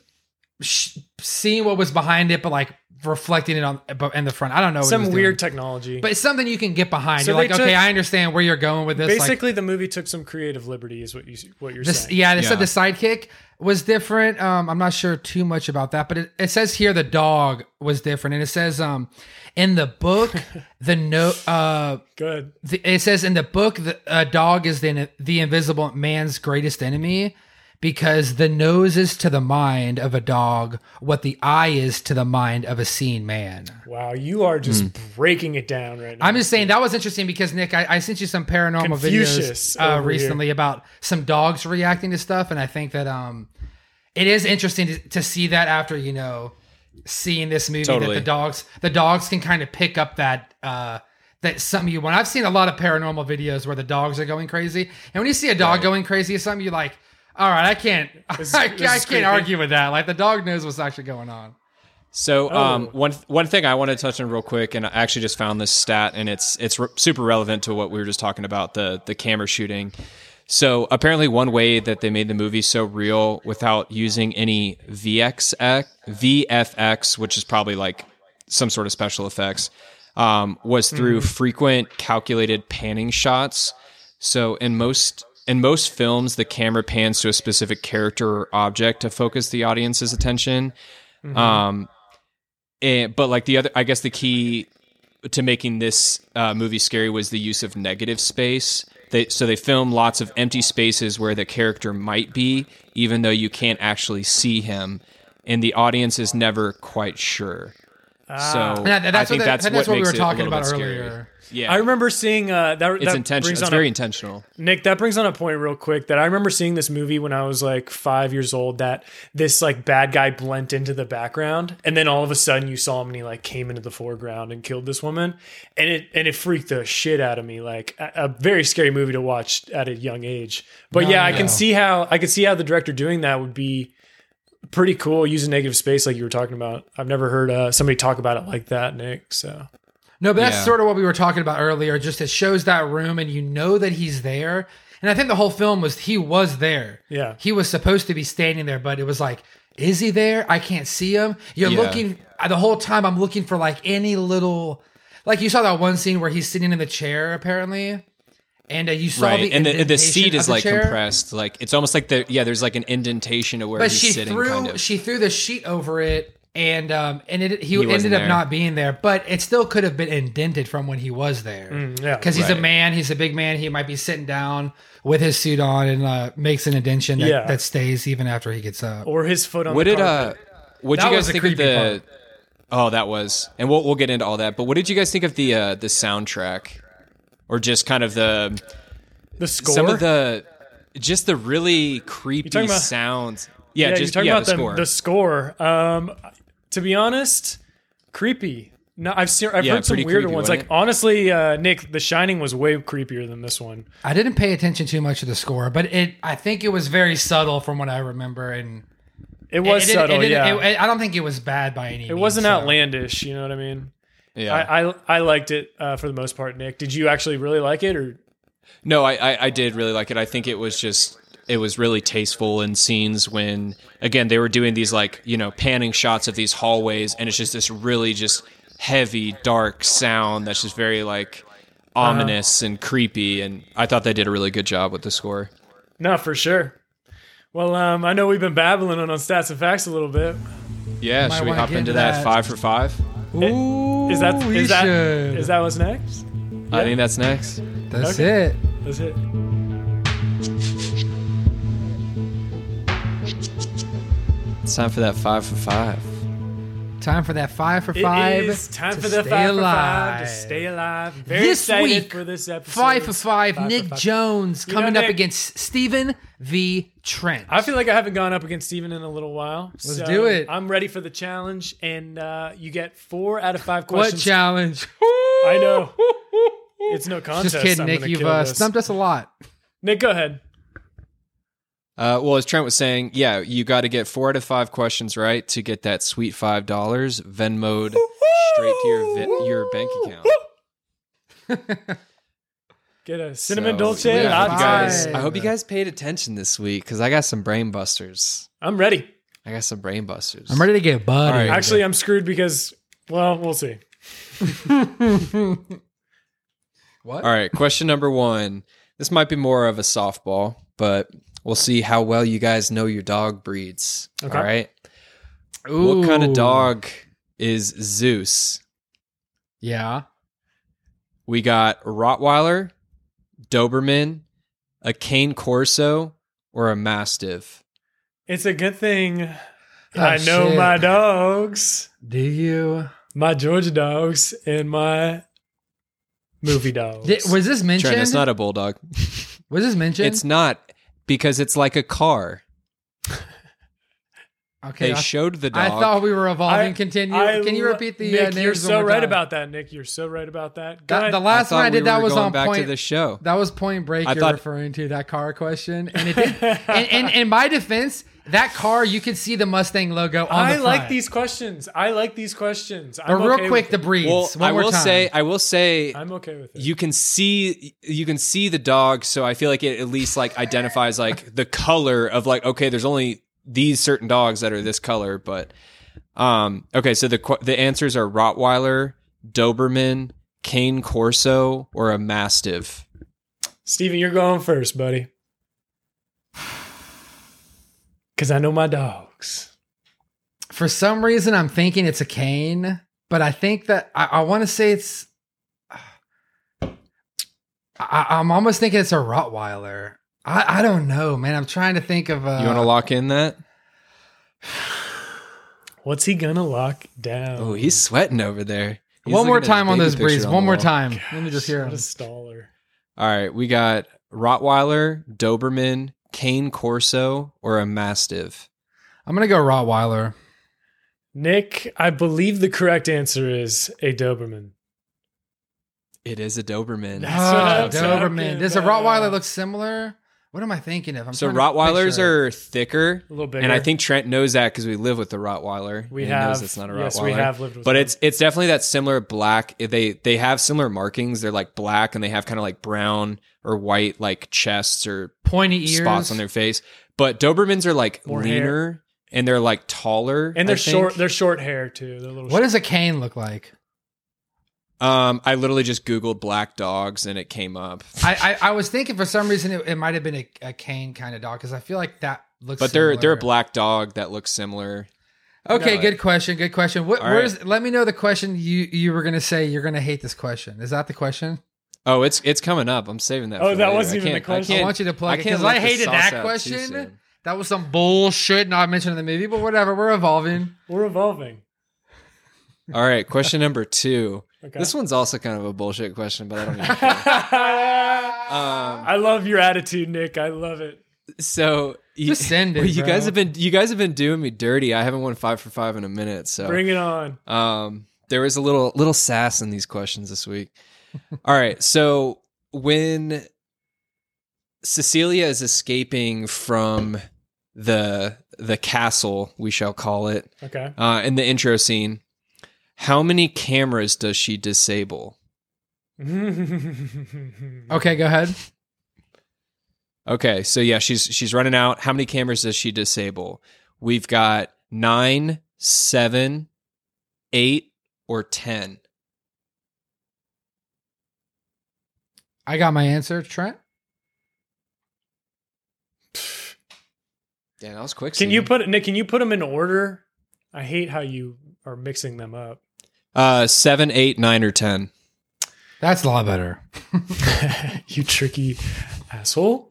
[SPEAKER 3] sh- seeing what was behind it, but like reflecting it on but in the front. I don't know what it was
[SPEAKER 2] some
[SPEAKER 3] doing.
[SPEAKER 2] weird technology.
[SPEAKER 3] But it's something you can get behind.
[SPEAKER 2] So
[SPEAKER 3] you're like,
[SPEAKER 2] they
[SPEAKER 3] okay,
[SPEAKER 2] took-
[SPEAKER 3] I understand where you're going with this. like,
[SPEAKER 2] basically, the movie took some creative liberty, is what you what you're
[SPEAKER 3] this,
[SPEAKER 2] saying.
[SPEAKER 3] yeah, they
[SPEAKER 1] Yeah.
[SPEAKER 3] said the sidekick was different. Um, I'm not sure too much about that, but it, it says here the dog was different, and it says um, in the book the no uh,
[SPEAKER 2] Good.
[SPEAKER 3] the, it says in the book the uh, dog is the the invisible man's greatest enemy because the nose is to the mind of a dog what the eye is to the mind of a seen man.
[SPEAKER 2] Wow, you are just
[SPEAKER 1] Hmm.
[SPEAKER 2] breaking it down right now.
[SPEAKER 3] I'm just saying that was interesting because Nick, I, I sent you some paranormal
[SPEAKER 2] Confucius
[SPEAKER 3] videos uh,
[SPEAKER 2] over
[SPEAKER 3] recently about some dogs reacting to stuff, and I think that um, it is interesting to, to see that after you know seeing this movie
[SPEAKER 1] Totally.
[SPEAKER 3] that the dogs the dogs can kind of pick up that uh that something you want. I've seen a lot of paranormal videos where the dogs are going crazy, and when you see a dog going crazy, it's something you like. All right, I can't,
[SPEAKER 2] This-
[SPEAKER 3] I,
[SPEAKER 2] this
[SPEAKER 3] I
[SPEAKER 2] is
[SPEAKER 3] can't
[SPEAKER 2] creepy.
[SPEAKER 3] argue with that. Like the dog knows what's actually going on.
[SPEAKER 1] So um,
[SPEAKER 2] Oh.
[SPEAKER 1] one one thing I want to touch on real quick, and I actually just found this stat, and it's it's re- super relevant to what we were just talking about the the camera shooting. So apparently, one way that they made the movie so real without using any VXX, VFX, which is probably like some sort of special effects, um, was through frequent calculated panning shots. So in most in most films, the camera pans to a specific character or object to focus the audience's attention. Um, and, Eh, but like the other, I guess the key to making this uh, movie scary was the use of negative space. They, so they film lots of empty spaces where the character might be, even though you can't actually see him, and the audience is never quite sure. so
[SPEAKER 3] Ah. And that-
[SPEAKER 1] I
[SPEAKER 3] that's
[SPEAKER 1] think
[SPEAKER 3] what, the-
[SPEAKER 1] that's,
[SPEAKER 3] that's what we
[SPEAKER 1] makes
[SPEAKER 3] were
[SPEAKER 1] it a
[SPEAKER 3] talking
[SPEAKER 1] little
[SPEAKER 3] about
[SPEAKER 1] bit scary.
[SPEAKER 3] earlier.
[SPEAKER 1] Yeah,
[SPEAKER 2] I remember seeing uh, that.
[SPEAKER 1] it's
[SPEAKER 2] that
[SPEAKER 1] intentional. It's
[SPEAKER 2] brings on a-
[SPEAKER 1] very intentional.
[SPEAKER 2] Nick, that brings on a point real quick that I remember seeing this movie when I was like five years old. That this like bad guy blent into the background, and then all of a sudden you saw him and he like came into the foreground and killed this woman, and it and it freaked the shit out of me. Like a, a very scary movie to watch at a young age. But
[SPEAKER 3] No,
[SPEAKER 2] yeah, I
[SPEAKER 3] no.
[SPEAKER 2] can see how I can see how the director doing that would be pretty cool using negative space like you were talking about. I've never heard uh, somebody talk about it like that, Nick. So
[SPEAKER 3] No, but that's
[SPEAKER 1] Yeah.
[SPEAKER 3] sort of what we were talking about earlier. Just it shows that room, and you know that he's there. And I think the whole film was he was there.
[SPEAKER 2] Yeah.
[SPEAKER 3] he was supposed to be standing there, but it was like, is he there? I can't see him. You're
[SPEAKER 1] Yeah.
[SPEAKER 3] looking uh, the whole time. I'm looking for like any little, like you saw that one scene where he's sitting in the chair apparently, and uh, you saw
[SPEAKER 1] Right,
[SPEAKER 3] the
[SPEAKER 1] and the, the seat
[SPEAKER 3] indentation of
[SPEAKER 1] is
[SPEAKER 3] the
[SPEAKER 1] like
[SPEAKER 3] chair.
[SPEAKER 1] compressed. Like it's almost like the yeah. There's like an indentation of where
[SPEAKER 3] but
[SPEAKER 1] he's
[SPEAKER 3] she
[SPEAKER 1] sitting.
[SPEAKER 3] threw
[SPEAKER 1] kind of.
[SPEAKER 3] she threw the sheet over it and um and it he,
[SPEAKER 1] wasn't
[SPEAKER 3] ended up
[SPEAKER 1] there.
[SPEAKER 3] not being there but it still could have been indented from when he was there
[SPEAKER 2] yeah.
[SPEAKER 3] because he's
[SPEAKER 1] Right.
[SPEAKER 3] a man he's a big man he might be sitting down with his suit on and uh, makes an indention that,
[SPEAKER 2] Yeah.
[SPEAKER 3] that stays even after he gets up
[SPEAKER 2] or his foot on
[SPEAKER 1] What
[SPEAKER 2] the
[SPEAKER 1] did
[SPEAKER 2] carpet.
[SPEAKER 1] uh? What
[SPEAKER 3] That
[SPEAKER 1] you guys
[SPEAKER 3] was the
[SPEAKER 1] think of
[SPEAKER 3] creepy
[SPEAKER 1] the? Oh, that was, and we'll we'll get into all that. But what did you guys think of the uh, the soundtrack, or just kind of the
[SPEAKER 2] the score
[SPEAKER 1] some of the just the really creepy
[SPEAKER 2] talking about-
[SPEAKER 1] sounds? Yeah,
[SPEAKER 2] yeah,
[SPEAKER 1] just
[SPEAKER 2] you're talking
[SPEAKER 1] yeah,
[SPEAKER 2] about
[SPEAKER 1] the
[SPEAKER 2] the,
[SPEAKER 1] score.
[SPEAKER 2] the score. Um, to be honest, creepy. No, I've seen, I've
[SPEAKER 1] Yeah,
[SPEAKER 2] heard some
[SPEAKER 1] pretty
[SPEAKER 2] weirder
[SPEAKER 1] creepy,
[SPEAKER 2] ones.
[SPEAKER 1] wasn't
[SPEAKER 2] Like
[SPEAKER 1] it?
[SPEAKER 2] honestly, uh, Nick, The Shining was way creepier than this one.
[SPEAKER 3] i didn't pay attention too much to the score but it i think it was very subtle from what i remember and
[SPEAKER 2] It was
[SPEAKER 3] it didn't-
[SPEAKER 2] subtle,
[SPEAKER 3] it didn't-
[SPEAKER 2] yeah. It,
[SPEAKER 3] it- i don't think it was bad by any it
[SPEAKER 2] wasn't outlandish. You know what I mean?
[SPEAKER 1] yeah.
[SPEAKER 2] I, I I liked it uh, for the most part. Nick, did you actually really like it, or
[SPEAKER 1] No, I, I I did really like it. I think it was just it was really tasteful in scenes when again they were doing these like you know panning shots of these hallways, and it's just this really just heavy dark sound that's just very like ominous and creepy. And I thought they did a really good job with the score.
[SPEAKER 2] No, for sure. Well, um, I know we've been babbling on, on stats and facts a little bit.
[SPEAKER 1] Yeah,
[SPEAKER 3] Might
[SPEAKER 1] should we
[SPEAKER 3] wanna
[SPEAKER 1] hop
[SPEAKER 3] get
[SPEAKER 1] into
[SPEAKER 3] into
[SPEAKER 1] that.
[SPEAKER 3] that.
[SPEAKER 1] five for five?
[SPEAKER 3] Ooh,
[SPEAKER 2] Is that is
[SPEAKER 3] we
[SPEAKER 2] that
[SPEAKER 3] should.
[SPEAKER 2] is that what's next?
[SPEAKER 1] I think that's next.
[SPEAKER 3] That's
[SPEAKER 2] okay.
[SPEAKER 3] it.
[SPEAKER 2] That's it.
[SPEAKER 1] It's time for that five for five.
[SPEAKER 3] Time for that five for
[SPEAKER 2] It
[SPEAKER 3] five.
[SPEAKER 2] is time
[SPEAKER 3] to
[SPEAKER 2] for the
[SPEAKER 3] stay
[SPEAKER 2] five
[SPEAKER 3] alive.
[SPEAKER 2] for five to stay alive. Very
[SPEAKER 3] This
[SPEAKER 2] excited
[SPEAKER 3] week,
[SPEAKER 2] for this episode.
[SPEAKER 3] Five for five.
[SPEAKER 2] Five for
[SPEAKER 3] Nick
[SPEAKER 2] five.
[SPEAKER 3] Jones
[SPEAKER 2] You know,
[SPEAKER 3] coming up
[SPEAKER 2] Nick-
[SPEAKER 3] against Stephen V. Trent.
[SPEAKER 2] I feel like I haven't gone up against Steven in a little while. Let's
[SPEAKER 3] do it.
[SPEAKER 2] I'm ready for the challenge, and uh, you get four out of five
[SPEAKER 3] what
[SPEAKER 2] questions.
[SPEAKER 3] challenge?
[SPEAKER 2] I know. It's no contest.
[SPEAKER 3] Just kidding,
[SPEAKER 2] I'm
[SPEAKER 3] Nick.
[SPEAKER 2] gonna
[SPEAKER 3] You've
[SPEAKER 2] kill
[SPEAKER 3] uh,
[SPEAKER 2] this.
[SPEAKER 3] stumped us a lot.
[SPEAKER 2] Nick, go ahead.
[SPEAKER 1] Uh, well, as Trent was saying, yeah, you got to get four out of five questions right to get that sweet five dollars Venmoed straight to your vi- your bank account.
[SPEAKER 2] Get a cinnamon
[SPEAKER 1] So,
[SPEAKER 2] dolce.
[SPEAKER 1] yeah, I, hope you guys,
[SPEAKER 2] latte.
[SPEAKER 1] I hope you guys paid attention this week because I got some brain busters.
[SPEAKER 2] I'm ready.
[SPEAKER 1] I got some brain busters.
[SPEAKER 3] I'm ready to get buttered.
[SPEAKER 1] All right.
[SPEAKER 2] Actually, I'm screwed because well, we'll see.
[SPEAKER 3] What?
[SPEAKER 1] All right, question number one. This might be more of a softball, but we'll see how well you guys know your dog breeds.
[SPEAKER 2] Okay.
[SPEAKER 1] All right. What kind of dog is Zeus?
[SPEAKER 3] Yeah.
[SPEAKER 1] We got Rottweiler, Doberman, a Cane Corso, or a Mastiff.
[SPEAKER 2] It's a good thing
[SPEAKER 3] Oh,
[SPEAKER 2] I know
[SPEAKER 3] shit.
[SPEAKER 2] my dogs,
[SPEAKER 3] Do you?
[SPEAKER 2] my Georgia dogs, and my movie dogs.
[SPEAKER 3] Did- was this mentioned?
[SPEAKER 1] Trent, it's not a bulldog.
[SPEAKER 3] was this mentioned?
[SPEAKER 1] It's not because it's like a car.
[SPEAKER 3] okay.
[SPEAKER 1] They
[SPEAKER 3] I,
[SPEAKER 1] showed the dog.
[SPEAKER 3] I thought we were evolving.
[SPEAKER 2] I-
[SPEAKER 3] Continue.
[SPEAKER 2] I
[SPEAKER 3] Can you
[SPEAKER 2] lo-
[SPEAKER 3] repeat the
[SPEAKER 2] Nick,
[SPEAKER 3] uh, names?
[SPEAKER 2] You're
[SPEAKER 3] one
[SPEAKER 2] so
[SPEAKER 3] more
[SPEAKER 2] right
[SPEAKER 3] time?
[SPEAKER 2] about that, Nick. You're so right about that.
[SPEAKER 3] That-
[SPEAKER 2] God,
[SPEAKER 3] the last
[SPEAKER 1] I
[SPEAKER 3] one I
[SPEAKER 1] we
[SPEAKER 3] did that
[SPEAKER 1] were
[SPEAKER 3] was
[SPEAKER 1] going
[SPEAKER 3] on
[SPEAKER 1] back
[SPEAKER 3] point.
[SPEAKER 1] to the show.
[SPEAKER 3] That was Point Break.
[SPEAKER 1] I
[SPEAKER 3] you're
[SPEAKER 1] thought-
[SPEAKER 3] referring to that car question, and it did. and, and in my defense, that car you could see the Mustang logo on
[SPEAKER 2] I
[SPEAKER 3] the
[SPEAKER 2] like
[SPEAKER 3] front.
[SPEAKER 2] these questions. I like these questions.
[SPEAKER 3] But
[SPEAKER 2] I'm
[SPEAKER 3] real
[SPEAKER 2] okay
[SPEAKER 3] quick,
[SPEAKER 2] with
[SPEAKER 3] the
[SPEAKER 2] it.
[SPEAKER 3] breeds.
[SPEAKER 1] Well,
[SPEAKER 3] one
[SPEAKER 1] I
[SPEAKER 3] more
[SPEAKER 1] will
[SPEAKER 3] time.
[SPEAKER 1] say, I will say,
[SPEAKER 2] I'm okay with it.
[SPEAKER 1] you can see you can see the dog so i feel like it at least like identifies like the color of like okay there's only these certain dogs that are this color but um okay so the qu- the answers are rottweiler doberman cane corso or a mastiff
[SPEAKER 2] Steven, you're going first, buddy. Cause I know my dogs.
[SPEAKER 3] for some reason, I'm thinking it's a cane, but I think that I, I want to say it's. I, I'm almost thinking it's a Rottweiler. I, I don't know, man. I'm trying to think of. Uh,
[SPEAKER 1] you want to lock in that
[SPEAKER 2] What's he gonna lock down?
[SPEAKER 1] oh he's sweating over there He's
[SPEAKER 3] one more
[SPEAKER 1] looking at
[SPEAKER 3] time
[SPEAKER 1] his
[SPEAKER 3] on
[SPEAKER 1] baby
[SPEAKER 3] those
[SPEAKER 1] picture
[SPEAKER 3] breeds.
[SPEAKER 1] on
[SPEAKER 3] One
[SPEAKER 1] the
[SPEAKER 3] more
[SPEAKER 1] wall.
[SPEAKER 3] time. Let me just hear
[SPEAKER 2] What a
[SPEAKER 3] them.
[SPEAKER 2] staller.
[SPEAKER 1] all right we got rottweiler doberman cane corso or a mastiff
[SPEAKER 3] I'm gonna go Rottweiler.
[SPEAKER 2] Nick, I believe the correct answer is a Doberman.
[SPEAKER 1] it is a doberman
[SPEAKER 2] That's what I'm
[SPEAKER 3] Ah, Doberman.
[SPEAKER 2] talking
[SPEAKER 3] Does a
[SPEAKER 2] about.
[SPEAKER 3] Rottweiler look similar? What am I thinking of? I'm
[SPEAKER 1] So
[SPEAKER 3] trying to
[SPEAKER 1] Rottweilers
[SPEAKER 3] picture it.
[SPEAKER 1] are thicker,
[SPEAKER 2] A little bigger.
[SPEAKER 1] and I think Trent knows that because we live with the Rottweiler.
[SPEAKER 2] we
[SPEAKER 1] and he
[SPEAKER 2] have.
[SPEAKER 1] knows it's not a Rottweiler.
[SPEAKER 2] Yes, we have lived with.
[SPEAKER 1] But
[SPEAKER 2] them.
[SPEAKER 1] it's it's definitely that similar black. eh, They they have similar markings. They're like black, and they have kind of like brown or white like chests or
[SPEAKER 3] pointy ears.
[SPEAKER 1] spots on their face. But Dobermans are like
[SPEAKER 2] More hair.
[SPEAKER 1] leaner and they're like taller
[SPEAKER 2] and they're
[SPEAKER 1] I think.
[SPEAKER 2] short. They're short hair too. They're little.
[SPEAKER 3] What
[SPEAKER 2] short.
[SPEAKER 3] does a cane look like?
[SPEAKER 1] Um, I literally just googled black dogs and it came up.
[SPEAKER 3] I, I, I was thinking for some reason it, it might have been a, a cane kind of dog because I feel like that looks.
[SPEAKER 1] But they're they're a
[SPEAKER 3] similar.
[SPEAKER 1] black dog that looks similar.
[SPEAKER 3] Okay,
[SPEAKER 1] No.
[SPEAKER 3] good question. Good question. What,
[SPEAKER 1] All
[SPEAKER 3] where's? Let me know the question you you were gonna say. You're gonna hate this question. Is that the question?
[SPEAKER 1] Oh, it's it's coming up. I'm saving that.
[SPEAKER 2] Oh,
[SPEAKER 1] for
[SPEAKER 2] that
[SPEAKER 1] later.
[SPEAKER 2] wasn't
[SPEAKER 1] I
[SPEAKER 2] even the
[SPEAKER 1] can't-
[SPEAKER 2] question. I
[SPEAKER 1] can't-
[SPEAKER 3] I want you to plug it because
[SPEAKER 1] let
[SPEAKER 3] I,
[SPEAKER 1] the
[SPEAKER 3] hated
[SPEAKER 1] sauce
[SPEAKER 3] that
[SPEAKER 1] out too
[SPEAKER 3] question.
[SPEAKER 1] soon.
[SPEAKER 3] That was some bullshit. Not mentioned in the movie, but whatever. We're evolving.
[SPEAKER 2] We're evolving.
[SPEAKER 1] All right, question number two.
[SPEAKER 2] Okay.
[SPEAKER 1] This one's also kind of a bullshit question, but I don't even care.
[SPEAKER 2] I
[SPEAKER 1] Um,
[SPEAKER 2] love your attitude, Nick. I love it.
[SPEAKER 1] so you,
[SPEAKER 3] Just send it,
[SPEAKER 1] you guys
[SPEAKER 3] bro.
[SPEAKER 1] have been you guys have been doing me dirty. I haven't won five for five in a minute. So
[SPEAKER 2] Bring it on.
[SPEAKER 1] um, there was a little little sass in these questions this week. All right, so when Cecilia is escaping from the the castle, we shall call it,
[SPEAKER 2] Okay.
[SPEAKER 1] uh, in the intro scene, how many cameras does she disable?
[SPEAKER 3] Okay, go ahead.
[SPEAKER 1] Okay, so yeah, she's she's running out. How many cameras does she disable? We've got nine, seven, eight, or ten.
[SPEAKER 3] I got my answer, Trent.
[SPEAKER 1] Yeah, that was quick.
[SPEAKER 2] Can you
[SPEAKER 1] Steven.
[SPEAKER 2] put Nick? Can you put them in order? I hate how you are mixing them up.
[SPEAKER 1] uh seven, eight, nine, or ten?
[SPEAKER 3] That's a lot better.
[SPEAKER 2] you tricky asshole.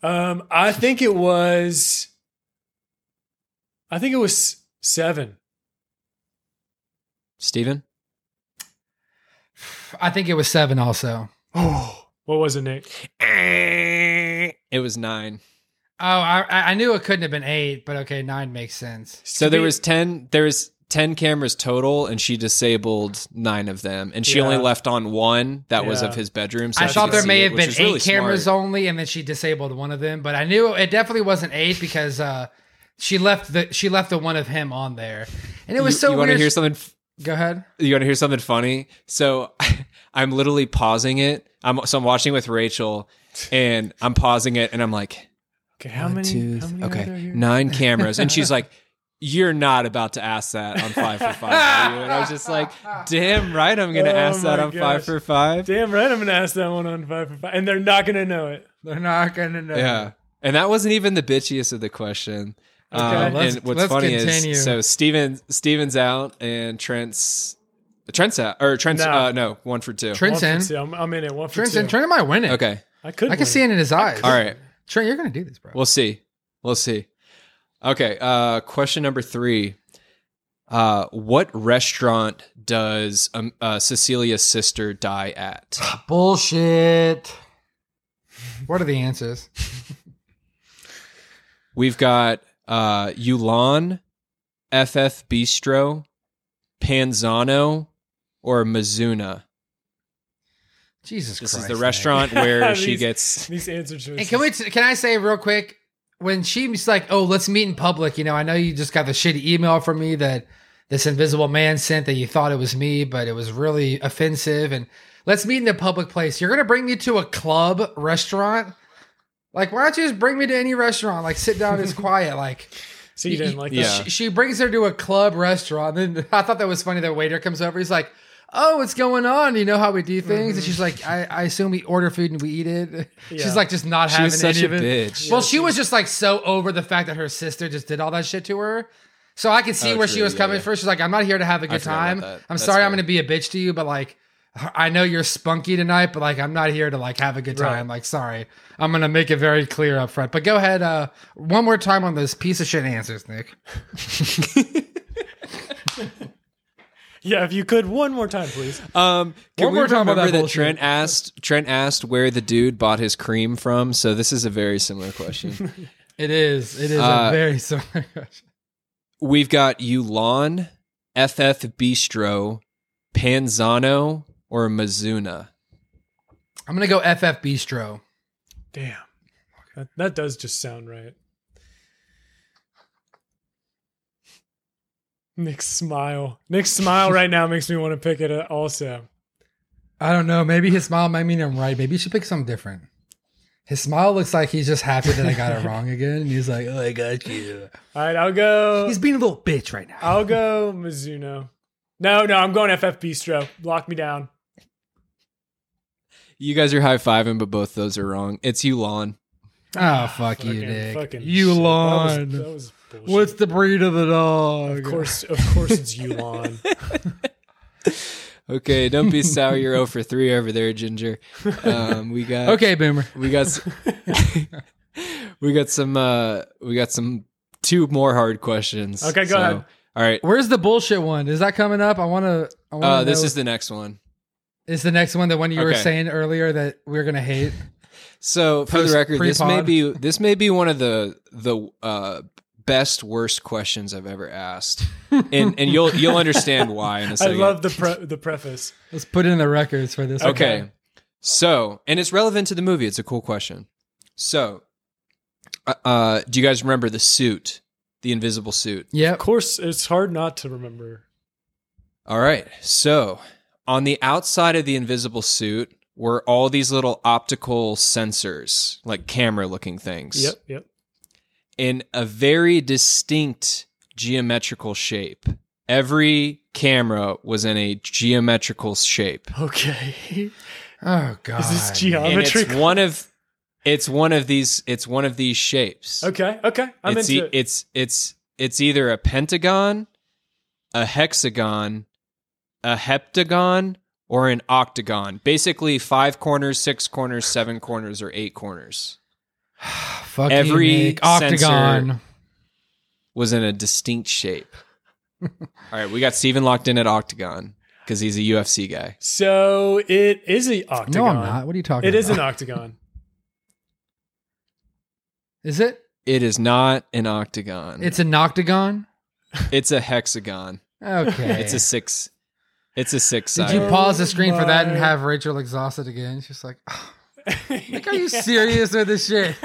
[SPEAKER 2] Um, I think it was. I think it was seven.
[SPEAKER 1] Steven?
[SPEAKER 3] I think it was seven also.
[SPEAKER 2] Oh, what was it, Nick?
[SPEAKER 1] It was nine.
[SPEAKER 3] Oh, I, I knew it couldn't have been eight, but okay, nine makes sense.
[SPEAKER 1] So there was ten. There was ten cameras total, and she disabled nine of them, and she only
[SPEAKER 2] Yeah.
[SPEAKER 1] left on one that was
[SPEAKER 2] Yeah.
[SPEAKER 1] of his bedroom. So
[SPEAKER 3] I
[SPEAKER 1] she
[SPEAKER 3] thought
[SPEAKER 1] could
[SPEAKER 3] there
[SPEAKER 1] see
[SPEAKER 3] may
[SPEAKER 1] it,
[SPEAKER 3] have
[SPEAKER 1] which
[SPEAKER 3] been
[SPEAKER 1] was
[SPEAKER 3] eight
[SPEAKER 1] really
[SPEAKER 3] cameras
[SPEAKER 1] smart.
[SPEAKER 3] only, and then she disabled one of them. But I knew it definitely wasn't eight because uh, she left the she left the one of him on there, and it was
[SPEAKER 1] you,
[SPEAKER 3] so
[SPEAKER 1] You want to
[SPEAKER 3] weird.
[SPEAKER 1] hear something? f-
[SPEAKER 3] Go ahead.
[SPEAKER 1] You want to hear something funny? So I'm literally pausing it. I'm so I'm watching with Rachel, and I'm pausing it, and I'm like,
[SPEAKER 2] Okay, how
[SPEAKER 1] one,
[SPEAKER 2] many?
[SPEAKER 1] two,
[SPEAKER 2] how many Are there
[SPEAKER 1] okay,
[SPEAKER 2] here?
[SPEAKER 1] nine cameras, and she's like. You're not about to ask that on five for five, are you? And I was just like, "Damn right, I'm gonna
[SPEAKER 2] Oh
[SPEAKER 1] ask that
[SPEAKER 2] my
[SPEAKER 1] on five
[SPEAKER 2] gosh.
[SPEAKER 1] for five.
[SPEAKER 2] Damn right, I'm gonna ask that one on five for five, and they're not gonna know it.
[SPEAKER 3] They're not gonna know.
[SPEAKER 1] Yeah. And that wasn't even the bitchiest of the question. um,
[SPEAKER 3] let's-
[SPEAKER 1] and what's
[SPEAKER 3] let's
[SPEAKER 1] funny
[SPEAKER 3] continue.
[SPEAKER 1] is so Steven Steven's out and Trent's Trent's out or Trent's
[SPEAKER 2] No.
[SPEAKER 1] uh, no, one for two.
[SPEAKER 2] One
[SPEAKER 3] Trent's
[SPEAKER 2] for
[SPEAKER 3] in.
[SPEAKER 2] two. I'm, I'm in it. One for
[SPEAKER 3] Trent's
[SPEAKER 2] two.
[SPEAKER 3] in. Trent might win it.
[SPEAKER 1] Okay.
[SPEAKER 2] I could.
[SPEAKER 3] I can see it in his eyes.
[SPEAKER 1] All right.
[SPEAKER 3] Trent, you're gonna do this, bro.
[SPEAKER 1] We'll see. We'll see. Okay. Uh question number three. Uh what restaurant does um, uh, Cecilia's sister die at?
[SPEAKER 3] Bullshit. What are the answers?
[SPEAKER 1] We've got uh Ulan, FF Bistro, Panzano, or Mizuna.
[SPEAKER 3] Jesus
[SPEAKER 1] This
[SPEAKER 3] Christ.
[SPEAKER 1] is the
[SPEAKER 3] Nick.
[SPEAKER 1] restaurant where she
[SPEAKER 2] These-
[SPEAKER 1] gets.
[SPEAKER 2] These answer choices.
[SPEAKER 3] And can we? Can I say real quick? When she's like, "Oh, let's meet in public," you know, I know you just got the shitty email from me that this invisible man sent that you thought it was me, but it was really offensive. And let's meet in a public place. You're gonna bring me to a club restaurant. Like, why don't you just bring me to any restaurant? Like, sit down, it's quiet. Like,
[SPEAKER 2] So you didn't like that.
[SPEAKER 1] Yeah.
[SPEAKER 3] she, she brings her to a club restaurant. And then I thought that was funny. The waiter comes over. He's like, "Oh, what's going on? You know how we do things."
[SPEAKER 1] Mm-hmm.
[SPEAKER 3] And she's like, I, "I assume we order food and we eat it."
[SPEAKER 2] Yeah.
[SPEAKER 3] She's like, just not
[SPEAKER 1] She
[SPEAKER 3] having
[SPEAKER 1] was such a
[SPEAKER 3] any of it.
[SPEAKER 1] bitch.
[SPEAKER 3] Well, she was just like so over the fact that her sister just did all that shit to her. So I could see
[SPEAKER 1] Oh,
[SPEAKER 3] where
[SPEAKER 1] true.
[SPEAKER 3] she was
[SPEAKER 1] Yeah,
[SPEAKER 3] coming
[SPEAKER 1] yeah.
[SPEAKER 3] from. She's like, "I'm not here to have a good
[SPEAKER 1] forgot about
[SPEAKER 3] time.
[SPEAKER 1] that.
[SPEAKER 3] I'm
[SPEAKER 1] That's
[SPEAKER 3] sorry, I'm
[SPEAKER 1] fair.
[SPEAKER 3] going to be a bitch to you, but like." I know you're spunky tonight, but like I'm not here to like have a good
[SPEAKER 2] Right.
[SPEAKER 3] time. Like, sorry, I'm gonna make it very clear up front. But go ahead, uh, one more time on those piece of shit answers, Nick.
[SPEAKER 2] Yeah, if you could one more time, please.
[SPEAKER 1] Um, can
[SPEAKER 3] One
[SPEAKER 1] we
[SPEAKER 3] more time about
[SPEAKER 1] remember
[SPEAKER 3] that
[SPEAKER 1] that,
[SPEAKER 3] bullshit.
[SPEAKER 1] Trent asked Trent asked where the dude bought his cream from? So this is a very similar question.
[SPEAKER 3] It is. It is
[SPEAKER 1] Uh,
[SPEAKER 3] a very similar question.
[SPEAKER 1] We've got Ulan, FF Bistro, Panzano, or Mizuna.
[SPEAKER 3] I'm gonna go FF Bistro.
[SPEAKER 2] Damn. That, that does just sound right. Nick's smile. Nick's smile right now makes me want to pick it up also.
[SPEAKER 3] I don't know. Maybe his smile might mean I'm right. Maybe you should pick something different. His smile looks like he's just happy that I got it wrong again, and he's like, "Oh, I got you."
[SPEAKER 2] All right, I'll go.
[SPEAKER 3] He's being a little bitch right now.
[SPEAKER 2] Uh, I'll go Mizuno. No, no, I'm going FF Bistro. Lock me down.
[SPEAKER 1] You guys are high fiving, but both those are wrong. It's Ulan.
[SPEAKER 3] Oh, fuck you,
[SPEAKER 2] Fucking-
[SPEAKER 3] Nick.
[SPEAKER 2] fucking
[SPEAKER 3] You
[SPEAKER 2] shit. That was-
[SPEAKER 3] lawn.
[SPEAKER 2] That was bullshit.
[SPEAKER 3] What's the breed of the dog?
[SPEAKER 2] Of course, of course, it's Yulon.
[SPEAKER 1] Okay, don't be sour. You're 0 for three over there, Ginger. Um, we got
[SPEAKER 3] Okay, Boomer.
[SPEAKER 1] we got s- we got some uh we got some two more hard questions
[SPEAKER 2] Okay, go ahead.
[SPEAKER 1] all right
[SPEAKER 3] Where's the bullshit one? Is that coming up? I want to. I wanna
[SPEAKER 1] uh this
[SPEAKER 3] know-
[SPEAKER 1] is the next one
[SPEAKER 3] is the next one the one you were
[SPEAKER 1] Okay.
[SPEAKER 3] saying earlier that we are gonna hate.
[SPEAKER 1] so for
[SPEAKER 3] Post-
[SPEAKER 1] the record this may
[SPEAKER 3] pre-pod.
[SPEAKER 1] be this may be one of the the uh best worst questions i've ever asked and and you'll you'll understand why in a
[SPEAKER 2] I
[SPEAKER 1] second
[SPEAKER 2] love the pre- the preface.
[SPEAKER 3] Let's put in the records for this. one.
[SPEAKER 1] Okay. So, and it's relevant to the movie. It's a cool question. So, uh, uh, do you guys remember the suit, the invisible suit?
[SPEAKER 2] Of
[SPEAKER 3] Yep.
[SPEAKER 2] course, it's hard not to remember.
[SPEAKER 1] All right. So, on the outside of the invisible suit were all these little optical sensors, like camera looking things,
[SPEAKER 2] Yep, yep.
[SPEAKER 1] in a very distinct geometrical shape. Every camera was in a geometrical shape.
[SPEAKER 2] Okay.
[SPEAKER 3] Oh god.
[SPEAKER 2] Is this
[SPEAKER 1] and it's
[SPEAKER 2] geometry?
[SPEAKER 1] one of it's one of these it's one of these shapes.
[SPEAKER 2] okay, okay. I'm
[SPEAKER 1] it's,
[SPEAKER 2] into
[SPEAKER 1] e-
[SPEAKER 2] it.
[SPEAKER 1] it's it's it's either a pentagon, a hexagon, a heptagon, or an octagon. Basically, five corners, six corners, seven corners, or eight corners
[SPEAKER 3] Fuck you,
[SPEAKER 1] every
[SPEAKER 3] Nick. octagon.
[SPEAKER 1] sensor- was in a distinct shape. All right, we got Steven locked in at octagon because he's a UFC guy.
[SPEAKER 2] So it is an
[SPEAKER 3] No,
[SPEAKER 2] octagon.
[SPEAKER 3] I'm not. What are you talking
[SPEAKER 2] It
[SPEAKER 3] about?
[SPEAKER 2] is an octagon.
[SPEAKER 3] Is it?
[SPEAKER 1] It is not an octagon.
[SPEAKER 3] It's an octagon?
[SPEAKER 1] it's a hexagon.
[SPEAKER 3] Okay.
[SPEAKER 1] It's a six. It's a six
[SPEAKER 3] Did
[SPEAKER 1] side.
[SPEAKER 3] you pause the screen for that and
[SPEAKER 2] my-
[SPEAKER 3] have Rachel exhausted again? She's like, "Ugh, Nick, are you serious with this shit?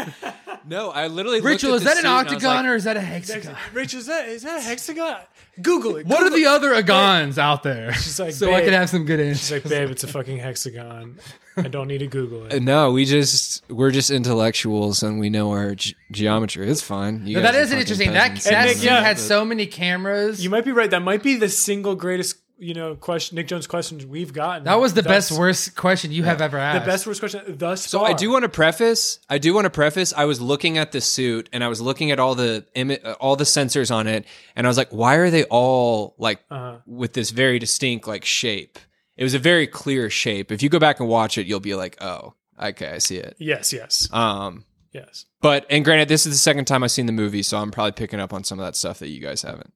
[SPEAKER 1] no, I literally. looked
[SPEAKER 3] Rachel,
[SPEAKER 1] at
[SPEAKER 3] is
[SPEAKER 1] the
[SPEAKER 3] that an
[SPEAKER 1] suit and I was
[SPEAKER 3] octagon
[SPEAKER 1] like,
[SPEAKER 3] or is that a hexagon?
[SPEAKER 2] Rachel, is that is that a hexagon? Google it.
[SPEAKER 3] What are
[SPEAKER 2] Google
[SPEAKER 3] the other agons out there?
[SPEAKER 2] She's like,
[SPEAKER 3] so I
[SPEAKER 2] "Babe."
[SPEAKER 3] can have some good
[SPEAKER 2] She's
[SPEAKER 3] answers.
[SPEAKER 2] like, babe, it's a fucking hexagon. I don't need to Google it.
[SPEAKER 1] Uh, No, we just we're just intellectuals and we know our ge- geometry. It's fine. You
[SPEAKER 3] No,
[SPEAKER 1] guys
[SPEAKER 3] that
[SPEAKER 1] are
[SPEAKER 3] is
[SPEAKER 1] fucking
[SPEAKER 3] interesting. That,
[SPEAKER 1] peasants.
[SPEAKER 3] that
[SPEAKER 2] Nick,
[SPEAKER 3] suit
[SPEAKER 2] yeah.
[SPEAKER 3] had so many cameras.
[SPEAKER 2] You might be right. That might be the single greatest, you know, question Nick Jones question we've gotten.
[SPEAKER 3] that was the
[SPEAKER 2] Thus-
[SPEAKER 3] best, worst question you have ever
[SPEAKER 2] The
[SPEAKER 3] asked.
[SPEAKER 2] best worst question thus
[SPEAKER 1] So
[SPEAKER 2] far.
[SPEAKER 1] I do want to preface. I do want to preface. I was looking at the suit and I was looking at all the imi- uh, all the sensors on it, and I was like, why are they all like
[SPEAKER 2] Uh-huh.
[SPEAKER 1] with this very distinct like shape? It was a very clear shape. If you go back and watch it, you'll be like, oh, okay, I see it.
[SPEAKER 2] Yes, yes,
[SPEAKER 1] Um,
[SPEAKER 2] yes.
[SPEAKER 1] But and granted, this is the second time I've seen the movie, so I'm probably picking up on some of that stuff that you guys haven't.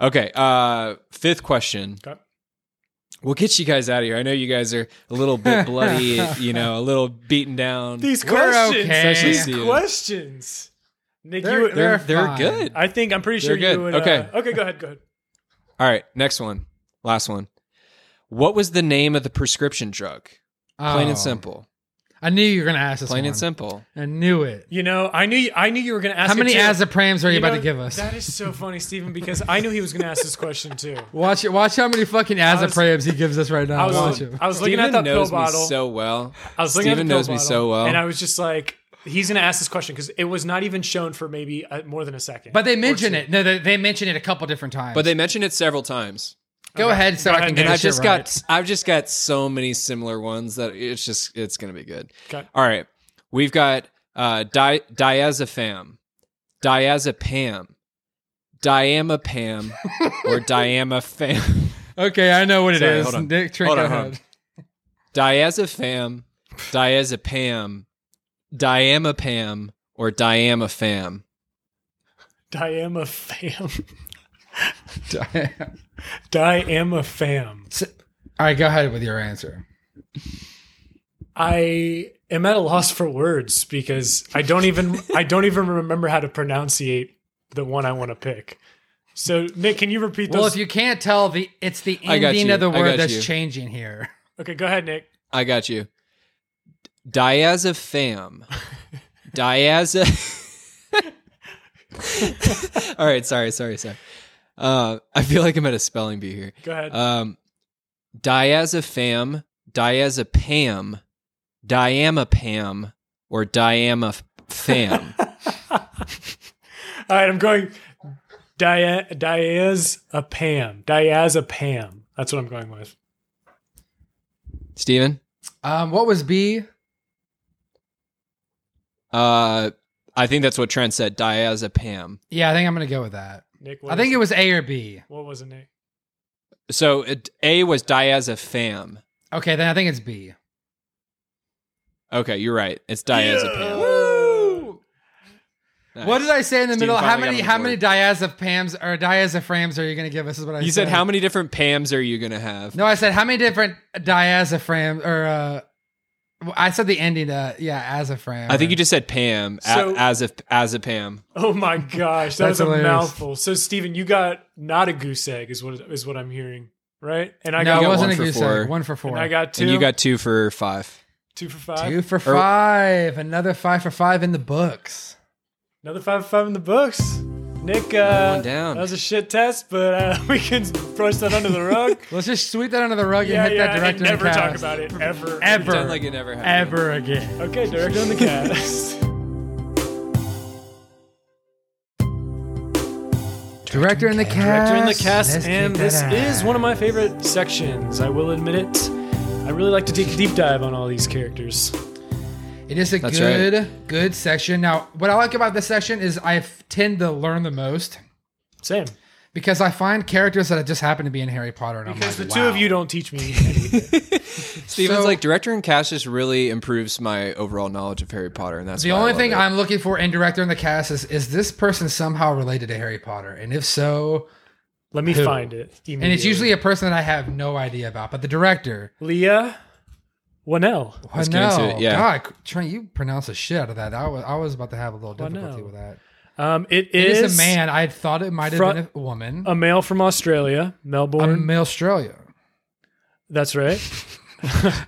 [SPEAKER 1] Okay, uh, fifth question.
[SPEAKER 2] Okay.
[SPEAKER 1] We'll get you guys out of here. I know you guys are a little bit bloody, you know, a little beaten down.
[SPEAKER 2] These
[SPEAKER 3] We're
[SPEAKER 2] questions.
[SPEAKER 3] okay.
[SPEAKER 2] These
[SPEAKER 1] Especially you.
[SPEAKER 2] questions. Nick,
[SPEAKER 3] They're-
[SPEAKER 2] you.
[SPEAKER 1] they're
[SPEAKER 3] They're
[SPEAKER 1] they're
[SPEAKER 3] fine.
[SPEAKER 1] good.
[SPEAKER 2] I think I'm pretty sure
[SPEAKER 1] they're
[SPEAKER 2] you
[SPEAKER 1] good.
[SPEAKER 2] would.
[SPEAKER 1] Okay.
[SPEAKER 2] Uh, okay. Go ahead. Go ahead.
[SPEAKER 1] All right, next one, last one. What was the name of the prescription drug? Plain
[SPEAKER 3] Oh.
[SPEAKER 1] and simple.
[SPEAKER 3] I knew you were going to ask this
[SPEAKER 1] Plain
[SPEAKER 3] one.
[SPEAKER 1] and simple.
[SPEAKER 3] I knew it.
[SPEAKER 2] You know, I knew. I knew you were going to ask.
[SPEAKER 3] How many
[SPEAKER 2] it too.
[SPEAKER 3] azaprams are you,
[SPEAKER 2] You
[SPEAKER 3] about
[SPEAKER 2] know,
[SPEAKER 3] to give us?
[SPEAKER 2] That is so funny, Stephen, because I knew he was going to ask this question too.
[SPEAKER 3] Watch it. Watch how many fucking
[SPEAKER 2] was-
[SPEAKER 3] azaprams he gives us right now.
[SPEAKER 2] I was,
[SPEAKER 3] Watch him.
[SPEAKER 2] I was looking
[SPEAKER 1] Steven
[SPEAKER 2] at that pill
[SPEAKER 1] knows
[SPEAKER 2] bottle.
[SPEAKER 1] me so well.
[SPEAKER 2] I was looking at
[SPEAKER 1] Steven
[SPEAKER 2] the pill
[SPEAKER 1] knows me
[SPEAKER 2] bottle,
[SPEAKER 1] so well.
[SPEAKER 2] and I was just like, he's going to ask this question because it was not even shown for maybe uh, more than a second.
[SPEAKER 3] But they mention it. No, they, they mention it a couple different times.
[SPEAKER 1] but they mentioned it several times.
[SPEAKER 3] go ahead so I
[SPEAKER 2] ahead,
[SPEAKER 3] can
[SPEAKER 2] Nick.
[SPEAKER 3] get
[SPEAKER 1] and
[SPEAKER 3] this
[SPEAKER 1] I've
[SPEAKER 3] shit
[SPEAKER 1] just
[SPEAKER 3] right.
[SPEAKER 1] got I've just got so many similar ones that it's just it's gonna be good.
[SPEAKER 2] Okay.
[SPEAKER 1] All right, we've got uh, di- diazepam, diazepam, diamapam, or diamafam,
[SPEAKER 3] Okay, I know what it
[SPEAKER 1] Sorry,
[SPEAKER 3] is.
[SPEAKER 1] hold on.
[SPEAKER 3] Nick, drink
[SPEAKER 1] Hold on,
[SPEAKER 3] ahead.
[SPEAKER 1] hold on. diazepam, diazepam, diamapam, or diamafam.
[SPEAKER 2] Diama fam.
[SPEAKER 3] Damn.
[SPEAKER 2] Diama fam.
[SPEAKER 3] So- All right, go ahead with your answer.
[SPEAKER 2] I am at a loss for words because I don't even I don't even remember how to pronunciate the one I want to pick. So Nick, can you repeat those?
[SPEAKER 3] Well, if you can't tell, the it's the
[SPEAKER 1] I got
[SPEAKER 3] ending
[SPEAKER 1] you.
[SPEAKER 3] of the
[SPEAKER 1] I got
[SPEAKER 3] word that's
[SPEAKER 1] you.
[SPEAKER 3] changing here.
[SPEAKER 2] okay, go ahead, Nick.
[SPEAKER 1] I got you. Diazepam. Diaze. All right, sorry, sorry, sorry. Uh, I feel like I'm at a spelling bee here.
[SPEAKER 2] Go ahead.
[SPEAKER 3] Uh,
[SPEAKER 1] Um, diazepam, diazepam, diamapam, or diamafam.
[SPEAKER 2] All right, I'm going dia- diazepam. Diazepam. That's what I'm going with.
[SPEAKER 1] Steven?
[SPEAKER 3] Um, what was B?
[SPEAKER 1] Uh, I think that's what Trent said. Diazepam.
[SPEAKER 3] Yeah, I think I'm gonna go with that.
[SPEAKER 2] Nick,
[SPEAKER 3] I think
[SPEAKER 2] was,
[SPEAKER 3] it was A or B.
[SPEAKER 2] what was it, Nick?
[SPEAKER 1] So it, A was diazepam.
[SPEAKER 3] Okay, then I think it's B.
[SPEAKER 1] Okay, you're right. It's diazepam.
[SPEAKER 2] Woo!
[SPEAKER 1] Nice.
[SPEAKER 3] What did I say in the
[SPEAKER 1] Steven
[SPEAKER 3] middle? How
[SPEAKER 1] finally got
[SPEAKER 3] many
[SPEAKER 1] on
[SPEAKER 3] how
[SPEAKER 1] board.
[SPEAKER 3] many diazepams or diazephrams are you gonna give us? Is what I
[SPEAKER 1] You said how many different Pams are you gonna have?
[SPEAKER 3] No, I said how many different diazephrams or uh well, I said the ending uh yeah, azephrams.
[SPEAKER 1] I think you just said Pam a-
[SPEAKER 2] So-
[SPEAKER 1] as a as a Pam.
[SPEAKER 2] Oh my gosh, that was
[SPEAKER 3] That's
[SPEAKER 2] a
[SPEAKER 3] hilarious.
[SPEAKER 2] mouthful. So Steven, you got not a goose egg is what is what I'm hearing, right? And I
[SPEAKER 3] No,
[SPEAKER 1] got
[SPEAKER 3] it
[SPEAKER 2] got
[SPEAKER 3] wasn't
[SPEAKER 1] one
[SPEAKER 3] a
[SPEAKER 1] for
[SPEAKER 3] goose
[SPEAKER 1] four.
[SPEAKER 3] egg. One for four.
[SPEAKER 2] and I got two.
[SPEAKER 1] And you got two for five.
[SPEAKER 2] two for five.
[SPEAKER 3] Two for
[SPEAKER 1] Or-
[SPEAKER 3] five. Another five for five in the books.
[SPEAKER 2] Another five for five in the books. Nick, uh,
[SPEAKER 1] one down.
[SPEAKER 2] that was a shit test, but uh, we can brush that under the rug.
[SPEAKER 3] Let's just sweep that under the rug
[SPEAKER 2] yeah,
[SPEAKER 3] and hit
[SPEAKER 2] yeah,
[SPEAKER 3] that
[SPEAKER 2] and
[SPEAKER 3] director in
[SPEAKER 2] never
[SPEAKER 3] the
[SPEAKER 2] talk
[SPEAKER 3] cast.
[SPEAKER 2] about it ever,
[SPEAKER 3] Ever.
[SPEAKER 1] Sound like it never happened.
[SPEAKER 3] Ever again.
[SPEAKER 2] Okay, director in the cast.
[SPEAKER 3] Director in the cast.
[SPEAKER 2] Director in the cast,
[SPEAKER 3] Let's
[SPEAKER 2] and
[SPEAKER 3] kick
[SPEAKER 2] this
[SPEAKER 3] that
[SPEAKER 2] is
[SPEAKER 3] ass.
[SPEAKER 2] one of my favorite sections. I will admit it. I I really like to take a deep dive on all these characters.
[SPEAKER 3] It is a
[SPEAKER 1] That's
[SPEAKER 3] good, good section. Now, what I like about this section is I f- tend to learn the most
[SPEAKER 2] Same.
[SPEAKER 3] Oh, because I find characters that just happen to be in Harry Potter, and
[SPEAKER 2] Because
[SPEAKER 3] I'm like,
[SPEAKER 2] the two of
[SPEAKER 3] wow.
[SPEAKER 2] you don't teach me.
[SPEAKER 1] Steven's
[SPEAKER 3] So-
[SPEAKER 1] like director and cast just really improves my overall knowledge of Harry Potter, and that's
[SPEAKER 3] The
[SPEAKER 1] why I
[SPEAKER 3] only
[SPEAKER 1] love
[SPEAKER 3] thing
[SPEAKER 1] it.
[SPEAKER 3] I'm looking for in director in the cast is is this person somehow related to Harry Potter, and if so,
[SPEAKER 2] Let me
[SPEAKER 3] Who?
[SPEAKER 2] find it.
[SPEAKER 3] and it's
[SPEAKER 2] immediately.
[SPEAKER 3] usually a person that I have no idea about, but the director.
[SPEAKER 2] Leah Winnell.
[SPEAKER 3] I
[SPEAKER 1] get into
[SPEAKER 3] know.
[SPEAKER 1] it, yeah.
[SPEAKER 3] God, Trent, you pronounce the shit out of that. I was I was about to have a little difficulty
[SPEAKER 2] no.
[SPEAKER 3] with that.
[SPEAKER 2] Um, it
[SPEAKER 3] It
[SPEAKER 2] is,
[SPEAKER 3] is, a man. I thought it might have
[SPEAKER 2] Fro-
[SPEAKER 3] been a woman.
[SPEAKER 2] a male from Australia, Melbourne.
[SPEAKER 3] I'm in Australia.
[SPEAKER 2] That's right.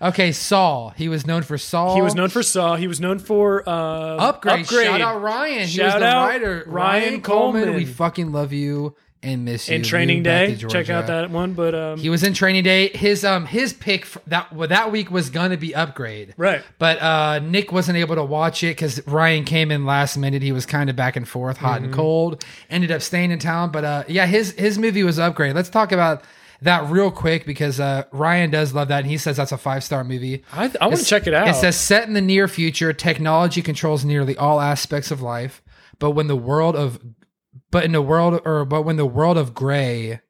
[SPEAKER 3] Okay, Saul. He was known for Saul.
[SPEAKER 2] He was known for Saw. He was known for uh,
[SPEAKER 3] Upgrade. Shout out Ryan. he was
[SPEAKER 2] Shout
[SPEAKER 3] the
[SPEAKER 2] out
[SPEAKER 3] writer.
[SPEAKER 2] Ryan Coleman.
[SPEAKER 3] We fucking love you and miss you.
[SPEAKER 2] in Training
[SPEAKER 3] Move back
[SPEAKER 2] Day.
[SPEAKER 3] to
[SPEAKER 2] Check out
[SPEAKER 3] Georgia.
[SPEAKER 2] that one. But um,
[SPEAKER 3] He was in Training Day. His um his pick for that well, that week was gonna be Upgrade.
[SPEAKER 2] right.
[SPEAKER 3] But uh, Nick wasn't able to watch it because Ryan came in last minute. He was kind of back and forth, hot
[SPEAKER 2] Mm-hmm.
[SPEAKER 3] and cold. Ended up staying in town. But uh, yeah, his his movie was Upgrade. Let's talk about that real quick because uh, Ryan does love that, and he says that's a five star movie.
[SPEAKER 2] I, I want to
[SPEAKER 3] It's-
[SPEAKER 2] check it out.
[SPEAKER 3] It says set in the near future, technology controls nearly all aspects of life, but when the world of but in the world or but when the world of gray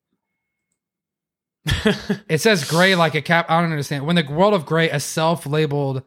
[SPEAKER 3] It says gray like a cap I don't understand. When the world of gray, a self-labeled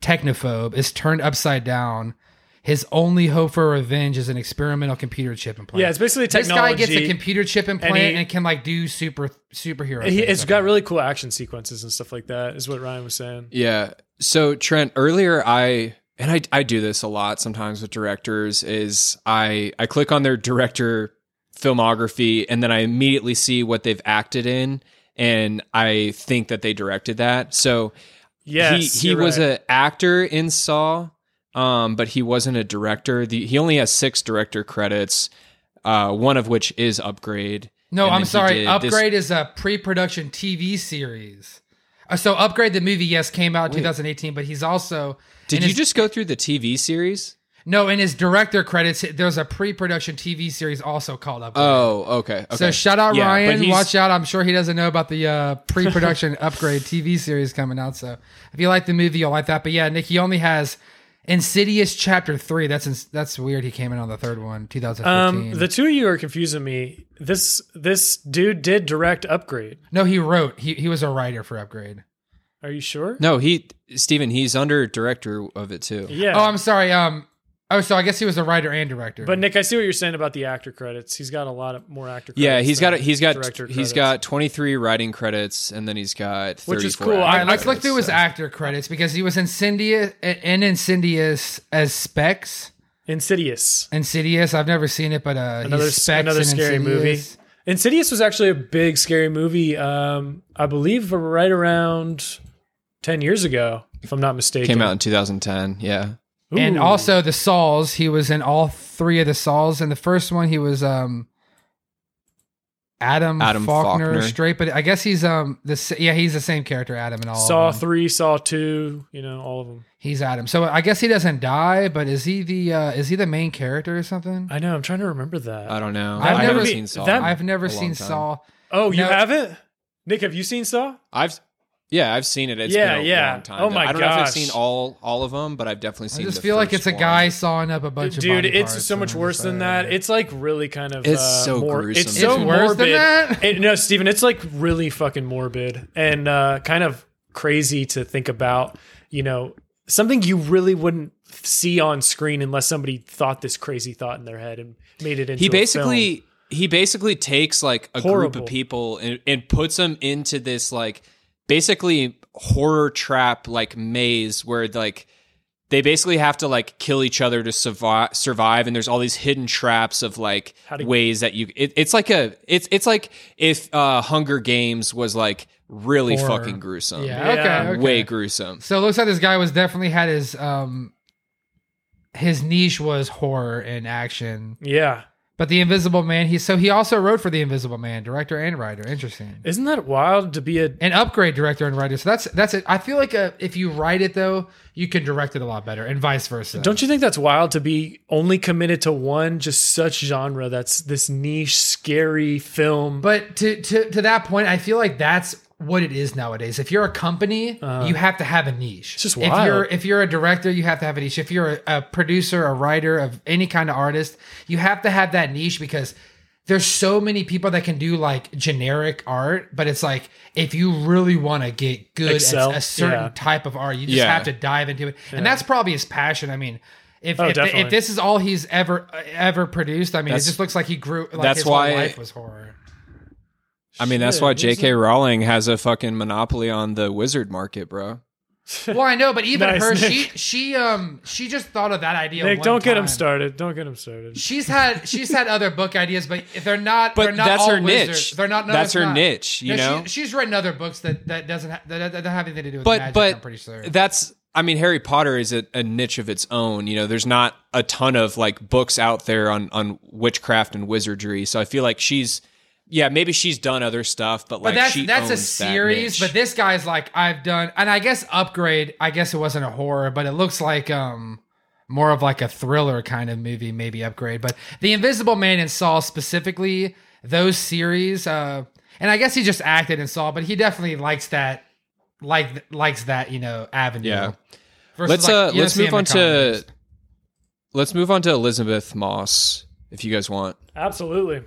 [SPEAKER 3] technophobe is turned upside down, his only hope for revenge is an experimental computer chip implant.
[SPEAKER 2] yeah, it's basically
[SPEAKER 3] this guy
[SPEAKER 2] technology.
[SPEAKER 3] gets a computer chip implant and,
[SPEAKER 2] he-
[SPEAKER 3] can like do super superhero.
[SPEAKER 2] He-
[SPEAKER 3] things
[SPEAKER 2] it's
[SPEAKER 3] with
[SPEAKER 2] got really cool action sequences and stuff like that. Is what Ryan was saying.
[SPEAKER 1] Yeah. So Trent, earlier I and I I do this a lot sometimes with directors is I I click on their director filmography and then I immediately see what they've acted in and I think that they directed that. So
[SPEAKER 2] Yes,
[SPEAKER 1] he he
[SPEAKER 2] you're
[SPEAKER 1] was
[SPEAKER 2] right.
[SPEAKER 1] an actor in Saw, um, but he wasn't a director. The, he only has six director credits, uh, one of which is Upgrade.
[SPEAKER 3] No,
[SPEAKER 1] And
[SPEAKER 3] I'm
[SPEAKER 1] then he
[SPEAKER 3] sorry.
[SPEAKER 1] did this-
[SPEAKER 3] Upgrade is a pre-production TV series. Uh, So Upgrade the movie, yes, came out in 2018, but he's also
[SPEAKER 1] Did
[SPEAKER 3] in
[SPEAKER 1] you
[SPEAKER 3] his-
[SPEAKER 1] just go through the TV series?
[SPEAKER 3] no in his director credits. There's a pre-production TV series also called Upgrade.
[SPEAKER 1] Oh, okay. okay.
[SPEAKER 3] So shout out
[SPEAKER 1] Yeah, but
[SPEAKER 3] Ryan.
[SPEAKER 1] he's-
[SPEAKER 3] Watch out. I'm sure he doesn't know about the uh, pre-production upgrade TV series coming out. So if you like the movie, you'll like that. But yeah, Nick, he only has Insidious Chapter Three. That's ins- that's weird. He came in on the third one, 2015.
[SPEAKER 2] Um, the two of you are confusing me. This this dude did direct Upgrade.
[SPEAKER 3] no, he wrote. He he was a writer for Upgrade.
[SPEAKER 2] Are you sure?
[SPEAKER 1] No, he Steven, he's under director of it too.
[SPEAKER 2] Yeah.
[SPEAKER 3] Oh, I'm sorry. Um. Oh, so I guess he was a writer and director.
[SPEAKER 2] but Nick, I see what you're saying about the actor credits. He's got a lot of more actor.
[SPEAKER 1] Yeah,
[SPEAKER 2] credits
[SPEAKER 1] he's got
[SPEAKER 2] than
[SPEAKER 1] he's got
[SPEAKER 2] director
[SPEAKER 1] he's
[SPEAKER 2] credits.
[SPEAKER 1] got 23 writing credits and then he's got 34
[SPEAKER 2] Which is cool.
[SPEAKER 3] All
[SPEAKER 1] acting
[SPEAKER 3] right, let's look
[SPEAKER 1] credits,
[SPEAKER 3] through his
[SPEAKER 1] so.
[SPEAKER 3] actor credits because he was Insidious and Insidious as Specs.
[SPEAKER 2] Insidious.
[SPEAKER 3] Insidious. I've never seen it, but uh,
[SPEAKER 2] Another
[SPEAKER 3] he's Specs
[SPEAKER 2] another
[SPEAKER 3] in
[SPEAKER 2] scary
[SPEAKER 3] Insidious.
[SPEAKER 2] movie. Insidious was actually a big scary movie. Um, I believe right around ten years ago, if I'm not mistaken.
[SPEAKER 1] Came out in 2010. Yeah.
[SPEAKER 3] and
[SPEAKER 2] Ooh.
[SPEAKER 3] also the Sauls. He was in all three of the Sauls. And the first one, he was um Adam,
[SPEAKER 1] Adam
[SPEAKER 3] Faulkner,
[SPEAKER 1] Faulkner.
[SPEAKER 3] straight. But I guess he's um the s- yeah he's the same character Adam in all. of
[SPEAKER 2] Saw
[SPEAKER 3] them.
[SPEAKER 2] three, Saw two. You know, all of them.
[SPEAKER 3] He's Adam. So I guess he doesn't die. But is he the uh is he the main character or something?
[SPEAKER 2] I know. I'm trying to remember that.
[SPEAKER 1] I don't know.
[SPEAKER 3] I've
[SPEAKER 1] I haven't
[SPEAKER 3] never-
[SPEAKER 1] seen Saw.
[SPEAKER 2] that-
[SPEAKER 1] in
[SPEAKER 3] I've never
[SPEAKER 1] a
[SPEAKER 3] seen
[SPEAKER 1] long time.
[SPEAKER 3] Saw.
[SPEAKER 2] oh, you
[SPEAKER 3] No.
[SPEAKER 2] haven't? Nick, have you seen Saw?
[SPEAKER 1] I've yeah, I've seen it. It's
[SPEAKER 2] Yeah,
[SPEAKER 1] been a
[SPEAKER 2] yeah.
[SPEAKER 1] long time.
[SPEAKER 2] Oh
[SPEAKER 1] though.
[SPEAKER 2] my
[SPEAKER 1] I don't know if I've
[SPEAKER 2] gosh.
[SPEAKER 1] seen all all of them, but I've definitely
[SPEAKER 3] I
[SPEAKER 1] seen.
[SPEAKER 3] just
[SPEAKER 1] the
[SPEAKER 3] feel like
[SPEAKER 1] first
[SPEAKER 3] it's a
[SPEAKER 1] one.
[SPEAKER 3] guy sawing up a bunch of
[SPEAKER 2] Dude,
[SPEAKER 3] body
[SPEAKER 2] it's
[SPEAKER 3] parts
[SPEAKER 2] so
[SPEAKER 3] and
[SPEAKER 2] much
[SPEAKER 3] I'm
[SPEAKER 2] worse
[SPEAKER 3] just
[SPEAKER 2] than
[SPEAKER 3] like,
[SPEAKER 2] that. It's like really kind of
[SPEAKER 1] It's
[SPEAKER 2] uh,
[SPEAKER 1] so
[SPEAKER 2] mor-
[SPEAKER 1] gruesome.
[SPEAKER 2] It's so
[SPEAKER 3] It's worse
[SPEAKER 2] morbid.
[SPEAKER 3] than that?
[SPEAKER 2] It- no, Steven, it's like really fucking morbid and uh, kind of crazy to think about. You know, something you really wouldn't see on screen unless somebody thought this crazy thought in their head and made it into.
[SPEAKER 1] He
[SPEAKER 2] a film.
[SPEAKER 1] basically he basically takes like a group
[SPEAKER 2] Horrible.
[SPEAKER 1] of people and, and puts them into this like basically horror trap like maze where like they basically have to like kill each other to survive survive and there's all these hidden traps of like
[SPEAKER 2] How to-
[SPEAKER 1] ways that you it, it's like a it's it's like if uh Hunger Games was like really
[SPEAKER 3] Horror.
[SPEAKER 1] fucking gruesome.
[SPEAKER 3] Yeah,
[SPEAKER 2] Yeah.
[SPEAKER 3] okay, okay.
[SPEAKER 1] Way gruesome.
[SPEAKER 3] So it looks like this guy was definitely had his um his niche was horror and action.
[SPEAKER 2] yeah.
[SPEAKER 3] But the Invisible Man, he so he also wrote for the Invisible Man, director and writer. Interesting.
[SPEAKER 2] Isn't that wild to be a?
[SPEAKER 3] An upgrade director and writer. So that's that's it. I feel like uh if you write it though, you can direct it a lot better, and vice versa.
[SPEAKER 2] Don't you think that's wild to be only committed to one just such genre? That's this niche, scary film.
[SPEAKER 3] But to to to that point, I feel like that's what it is nowadays. If you're a company, you have to have a
[SPEAKER 2] Uh-huh.
[SPEAKER 3] niche.
[SPEAKER 2] It's just
[SPEAKER 3] If you're
[SPEAKER 2] wild.
[SPEAKER 3] if you're a director, you have to have a niche. If you're a, a producer, a writer of any kind of artist, you have to have that niche because there's so many people that can do like generic art, but it's like if you really want to get good
[SPEAKER 2] Excel,
[SPEAKER 3] at a certain
[SPEAKER 2] yeah.
[SPEAKER 3] type of art, you just
[SPEAKER 1] Yeah.
[SPEAKER 3] have to dive into it. And that's probably his passion. I mean, if
[SPEAKER 2] Oh,
[SPEAKER 3] if,
[SPEAKER 2] definitely.
[SPEAKER 3] if this is all he's ever ever produced, I mean,
[SPEAKER 1] That's-
[SPEAKER 3] it just looks like he grew. Like
[SPEAKER 1] that's
[SPEAKER 3] his whole
[SPEAKER 1] why-
[SPEAKER 3] life was horror.
[SPEAKER 1] I mean, that's
[SPEAKER 2] Shit,
[SPEAKER 1] why
[SPEAKER 2] what is
[SPEAKER 1] J.K. Rowling has a fucking monopoly on the wizard market, bro.
[SPEAKER 3] Well, I know, but even
[SPEAKER 2] Nice,
[SPEAKER 3] her,
[SPEAKER 2] Nick.
[SPEAKER 3] she she um she just thought of that idea.
[SPEAKER 2] Nick,
[SPEAKER 3] one
[SPEAKER 2] don't get him
[SPEAKER 3] time.
[SPEAKER 2] started. Don't get him started.
[SPEAKER 3] She's had she's had other book ideas, but they're not. they're
[SPEAKER 1] But
[SPEAKER 3] not
[SPEAKER 1] that's
[SPEAKER 3] all
[SPEAKER 1] her niche.
[SPEAKER 3] wizards. They're not. No,
[SPEAKER 1] That's
[SPEAKER 3] it's
[SPEAKER 1] her
[SPEAKER 3] not.
[SPEAKER 1] niche, you
[SPEAKER 3] No,
[SPEAKER 1] know?
[SPEAKER 3] she, she's written other books that that doesn't ha- that, that, that have anything to do with
[SPEAKER 1] But
[SPEAKER 3] magic.
[SPEAKER 1] but
[SPEAKER 3] I'm pretty sure.
[SPEAKER 1] that's I mean, Harry Potter is a, a niche of its own. You know, there's not a ton of like books out there on on witchcraft and wizardry. So I feel like she's yeah, maybe she's done other stuff, but like
[SPEAKER 3] but that's
[SPEAKER 1] she
[SPEAKER 3] that's a
[SPEAKER 1] owns that
[SPEAKER 3] series.
[SPEAKER 1] niche.
[SPEAKER 3] but this guy's like I've done, and I guess upgrade. I guess it wasn't a horror, but it looks like um more of like a thriller kind of movie, maybe upgrade. But the Invisible Man and Saw specifically those series, uh, and I guess he just acted in Saw, but he definitely likes that like likes that you know avenue.
[SPEAKER 1] Yeah.
[SPEAKER 3] Versus,
[SPEAKER 1] Let's,
[SPEAKER 3] like,
[SPEAKER 1] uh,
[SPEAKER 3] you don't
[SPEAKER 1] let's
[SPEAKER 3] see him
[SPEAKER 1] move
[SPEAKER 3] in
[SPEAKER 1] on to-
[SPEAKER 3] comedies.
[SPEAKER 1] let's move on to Elizabeth Moss, if you guys want.
[SPEAKER 2] Absolutely.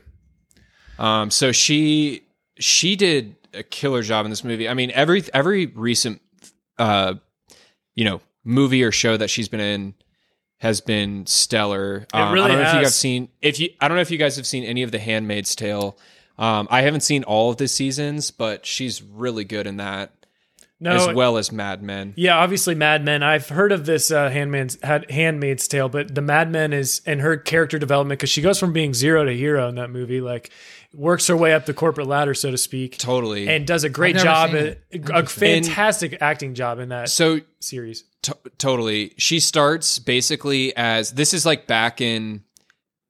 [SPEAKER 1] Um, so she she did a killer job in this movie. I mean, every every recent uh, you know movie or show that she's been in has been stellar. Um,
[SPEAKER 2] really
[SPEAKER 1] I don't know if you
[SPEAKER 2] has.
[SPEAKER 1] guys have seen if you I don't know if you guys have seen any of The Handmaid's Tale. Um, I haven't seen all of the seasons, but she's really good in that
[SPEAKER 2] No,
[SPEAKER 1] as well as Mad Men.
[SPEAKER 2] Yeah, obviously Mad Men. I've heard of this uh, Handmaid's had Handmaid's Tale, but the Mad Men is and her character development because she goes from being zero to hero in that movie, like works her way up the corporate ladder, so to speak,
[SPEAKER 1] Totally.
[SPEAKER 2] and does a great
[SPEAKER 3] I've never
[SPEAKER 2] job,
[SPEAKER 3] seen
[SPEAKER 2] at,
[SPEAKER 3] it.
[SPEAKER 2] a fantastic acting job in that
[SPEAKER 1] so
[SPEAKER 2] series.
[SPEAKER 1] T- totally. She starts basically as this is like back in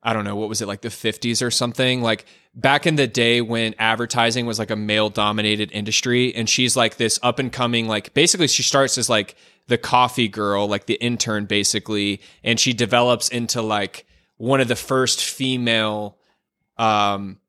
[SPEAKER 1] I don't know what was it like the 50s or something like back in the day when advertising was like a male dominated industry and she's like this up and coming like basically she starts as like the coffee girl like the intern basically and she develops into like one of the first female um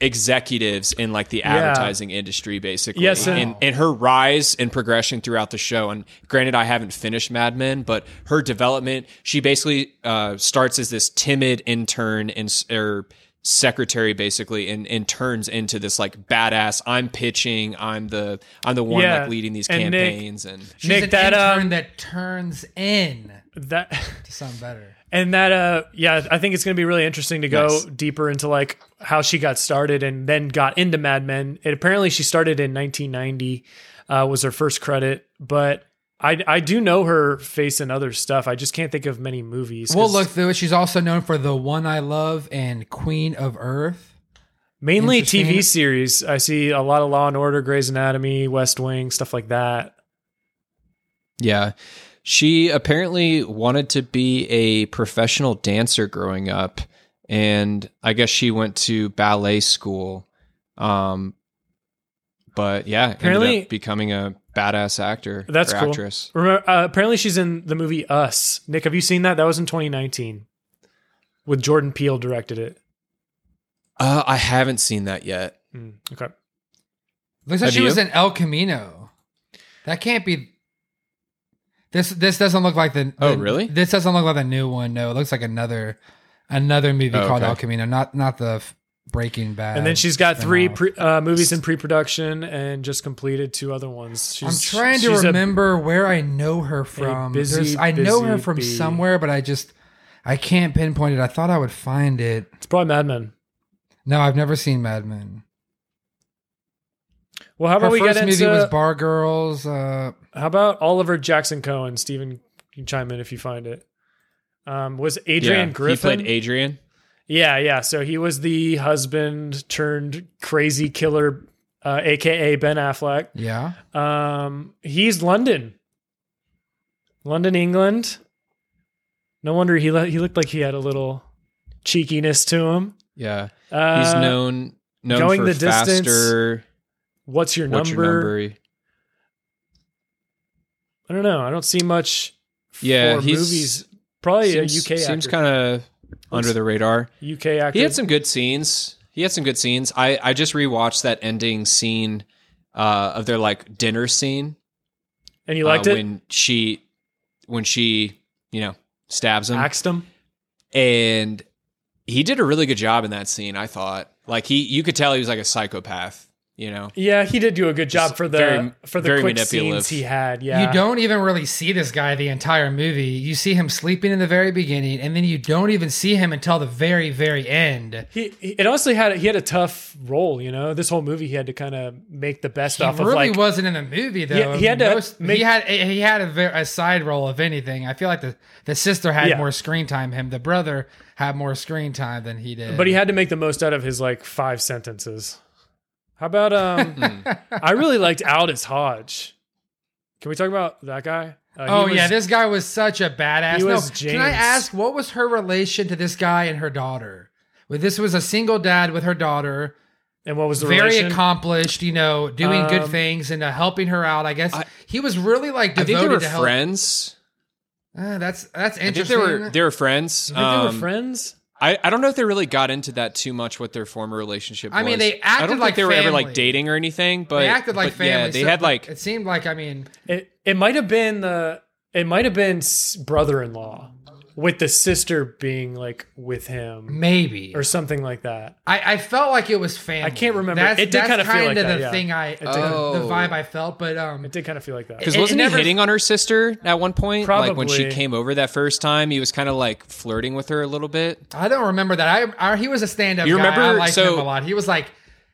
[SPEAKER 1] executives in like the advertising industry basically
[SPEAKER 2] Yes, and-
[SPEAKER 1] and, and her rise and progression throughout the show and granted i haven't finished mad men but her development she basically uh, starts as this timid intern and s- or secretary basically and, and turns into this like badass i'm pitching i'm the i'm the one
[SPEAKER 2] Yeah,
[SPEAKER 1] like leading these
[SPEAKER 2] and Nick-
[SPEAKER 1] campaigns and
[SPEAKER 3] She's
[SPEAKER 2] Nick,
[SPEAKER 3] an
[SPEAKER 2] that,
[SPEAKER 3] intern
[SPEAKER 2] um,
[SPEAKER 3] that turns in
[SPEAKER 2] That
[SPEAKER 3] to something better.
[SPEAKER 2] and that uh yeah, I think it's going to be really interesting to go
[SPEAKER 1] Nice.
[SPEAKER 2] deeper into like how she got started and then got into Mad Men. And apparently she started in 1990 uh was her first credit, but I, I do know her face in other stuff. I just can't think of many movies. 'cause
[SPEAKER 3] We'll look through it. She's also known for The One I Love and Queen of Earth.
[SPEAKER 2] mainly
[SPEAKER 3] Interesting.
[SPEAKER 2] TV series. I see a lot of Law and Order, Grey's Anatomy, West Wing, stuff like that.
[SPEAKER 1] Yeah. She apparently wanted to be a professional dancer growing up. And I guess she went to ballet school. Um, but yeah,
[SPEAKER 2] Apparently-
[SPEAKER 1] ended up becoming a badass actor
[SPEAKER 2] That's
[SPEAKER 1] or
[SPEAKER 2] cool.
[SPEAKER 1] actress.
[SPEAKER 2] Remember, uh, apparently she's in the movie Us. Nick, have you seen that? That was in 2019 with Jordan Peele directed it.
[SPEAKER 1] Uh, I haven't seen that yet.
[SPEAKER 2] Hmm, okay.
[SPEAKER 3] Looks like
[SPEAKER 1] Have
[SPEAKER 3] she was
[SPEAKER 1] you?
[SPEAKER 3] in El Camino. That can't be. This this doesn't look like the.
[SPEAKER 1] Oh,
[SPEAKER 3] the-
[SPEAKER 1] really?
[SPEAKER 3] This doesn't look like the new one. No, it looks like another another movie
[SPEAKER 1] Oh,
[SPEAKER 3] called
[SPEAKER 1] okay.
[SPEAKER 3] El Camino, not not the f- Breaking Bad.
[SPEAKER 2] and then she's got three
[SPEAKER 3] spin-off.
[SPEAKER 2] pre, uh, movies in pre-production and just completed two other ones. She's,
[SPEAKER 3] I'm trying to
[SPEAKER 2] she's a-
[SPEAKER 3] remember where I know her from.
[SPEAKER 2] busy,
[SPEAKER 3] There's- I know
[SPEAKER 2] busy
[SPEAKER 3] her from
[SPEAKER 2] bee.
[SPEAKER 3] somewhere, but I just I can't pinpoint it. I thought I would find it.
[SPEAKER 2] it's probably Mad Men.
[SPEAKER 3] No, I've never seen Mad Men.
[SPEAKER 2] Well, how
[SPEAKER 3] Her
[SPEAKER 2] about we get
[SPEAKER 3] first movie
[SPEAKER 2] into
[SPEAKER 3] was Bar Girls. Uh,
[SPEAKER 2] how about Oliver Jackson Cohen? Stephen, you chime in if you find it. Um, was Adrian
[SPEAKER 1] yeah.
[SPEAKER 2] Griffin?
[SPEAKER 1] He played Adrian.
[SPEAKER 2] Yeah, yeah. So he was the husband turned crazy killer, uh, aka Ben Affleck.
[SPEAKER 3] yeah,
[SPEAKER 2] Um, he's London, London, England. No wonder he le- he looked like he had a little cheekiness to him.
[SPEAKER 1] Yeah.
[SPEAKER 2] Uh,
[SPEAKER 1] He's known known
[SPEAKER 2] Going
[SPEAKER 1] for
[SPEAKER 2] the Distance,
[SPEAKER 1] faster.
[SPEAKER 2] What's your
[SPEAKER 1] What's
[SPEAKER 2] number?
[SPEAKER 1] your number?
[SPEAKER 2] I don't know. I don't see much.
[SPEAKER 1] Yeah,
[SPEAKER 2] for
[SPEAKER 1] he's-
[SPEAKER 2] movies. Oh, Probably
[SPEAKER 1] Seems,
[SPEAKER 2] a UK
[SPEAKER 1] seems
[SPEAKER 2] actor.
[SPEAKER 1] kind of under the radar.
[SPEAKER 2] UK actor.
[SPEAKER 1] He had some good scenes. He had some good scenes. I I just rewatched that ending scene uh, of their like dinner scene.
[SPEAKER 2] And you liked
[SPEAKER 1] uh,
[SPEAKER 2] it?
[SPEAKER 1] when she when she you know stabs him
[SPEAKER 2] Axed him?
[SPEAKER 1] and he did a really good job in that scene. I thought like he you could tell he was like a psychopath. You know,
[SPEAKER 2] Yeah, he did do a good job
[SPEAKER 1] Just
[SPEAKER 2] for the
[SPEAKER 1] very-
[SPEAKER 2] for the
[SPEAKER 1] very
[SPEAKER 2] quick
[SPEAKER 1] manipulative.
[SPEAKER 2] scenes he had. Yeah,
[SPEAKER 3] You don't even really see this guy the entire movie. You see him sleeping in the very beginning, and then you don't even see him until the very, very end.
[SPEAKER 2] He, he it honestly had he had a tough role. You know, this whole movie he had to kind of make the best
[SPEAKER 3] He
[SPEAKER 2] off
[SPEAKER 3] really
[SPEAKER 2] of like
[SPEAKER 3] wasn't in the movie though.
[SPEAKER 2] Yeah, he had to make-
[SPEAKER 3] he had he had a, ver- a side role if anything. I feel like the the sister had
[SPEAKER 2] Yeah.
[SPEAKER 3] more screen time. Him the brother had more screen time than he did.
[SPEAKER 2] but he had to make the most out of his like five sentences. How about
[SPEAKER 1] Hmm.
[SPEAKER 2] um? I really liked Aldous Hodge. Can we talk about that guy? Uh, he
[SPEAKER 3] Oh
[SPEAKER 2] was-
[SPEAKER 3] yeah, this guy was such a badass.
[SPEAKER 2] He
[SPEAKER 3] No,
[SPEAKER 2] was
[SPEAKER 3] Can I
[SPEAKER 2] James.
[SPEAKER 3] ask what was her relation to this guy and her daughter? Well, this was a single dad with her daughter,
[SPEAKER 2] and what was the
[SPEAKER 3] very
[SPEAKER 2] relation?
[SPEAKER 3] accomplished, you know, doing good
[SPEAKER 2] Um,
[SPEAKER 3] things and uh, helping her out. I guess
[SPEAKER 1] I-
[SPEAKER 3] he was really like
[SPEAKER 1] I
[SPEAKER 3] devoted
[SPEAKER 1] think they were
[SPEAKER 3] to
[SPEAKER 1] friends.
[SPEAKER 3] help. Uh, that's that's
[SPEAKER 1] I think
[SPEAKER 3] interesting.
[SPEAKER 1] they were they were friends.
[SPEAKER 2] I think they
[SPEAKER 1] Um,
[SPEAKER 2] were friends.
[SPEAKER 1] I, I don't know if they really got into that too much. What their former relationship.
[SPEAKER 3] I mean,
[SPEAKER 1] was.
[SPEAKER 3] they acted
[SPEAKER 1] I don't think
[SPEAKER 3] like
[SPEAKER 1] they were ever like
[SPEAKER 3] family.
[SPEAKER 1] dating or anything. But
[SPEAKER 3] They acted like
[SPEAKER 1] but
[SPEAKER 3] family.
[SPEAKER 1] Yeah, they
[SPEAKER 3] so
[SPEAKER 1] had like
[SPEAKER 3] it seemed like I mean,
[SPEAKER 2] It it might have been the it might have been s- brother-in-law with the sister being like with him
[SPEAKER 3] maybe
[SPEAKER 2] or something like that.
[SPEAKER 3] I, I felt like it was family.
[SPEAKER 2] can't remember.
[SPEAKER 3] That's,
[SPEAKER 2] It did
[SPEAKER 3] that's
[SPEAKER 2] kinda feel like
[SPEAKER 3] kinda
[SPEAKER 2] that,
[SPEAKER 3] the
[SPEAKER 2] yeah.
[SPEAKER 3] thing I
[SPEAKER 2] did.
[SPEAKER 3] the
[SPEAKER 1] Oh.
[SPEAKER 3] vibe I felt, but um,
[SPEAKER 2] It did kind of feel like that.
[SPEAKER 1] Because
[SPEAKER 3] It- it
[SPEAKER 1] wasn't
[SPEAKER 3] never-
[SPEAKER 1] he hitting on her sister at one point? Like when she
[SPEAKER 2] Probably.
[SPEAKER 1] came over that first time, he was kind of like flirting with her a little bit.
[SPEAKER 3] I don't remember that. I, I he was a stand-up.
[SPEAKER 1] You
[SPEAKER 3] guy. I
[SPEAKER 1] remember-
[SPEAKER 3] liked
[SPEAKER 1] so-
[SPEAKER 3] him a lot. He was like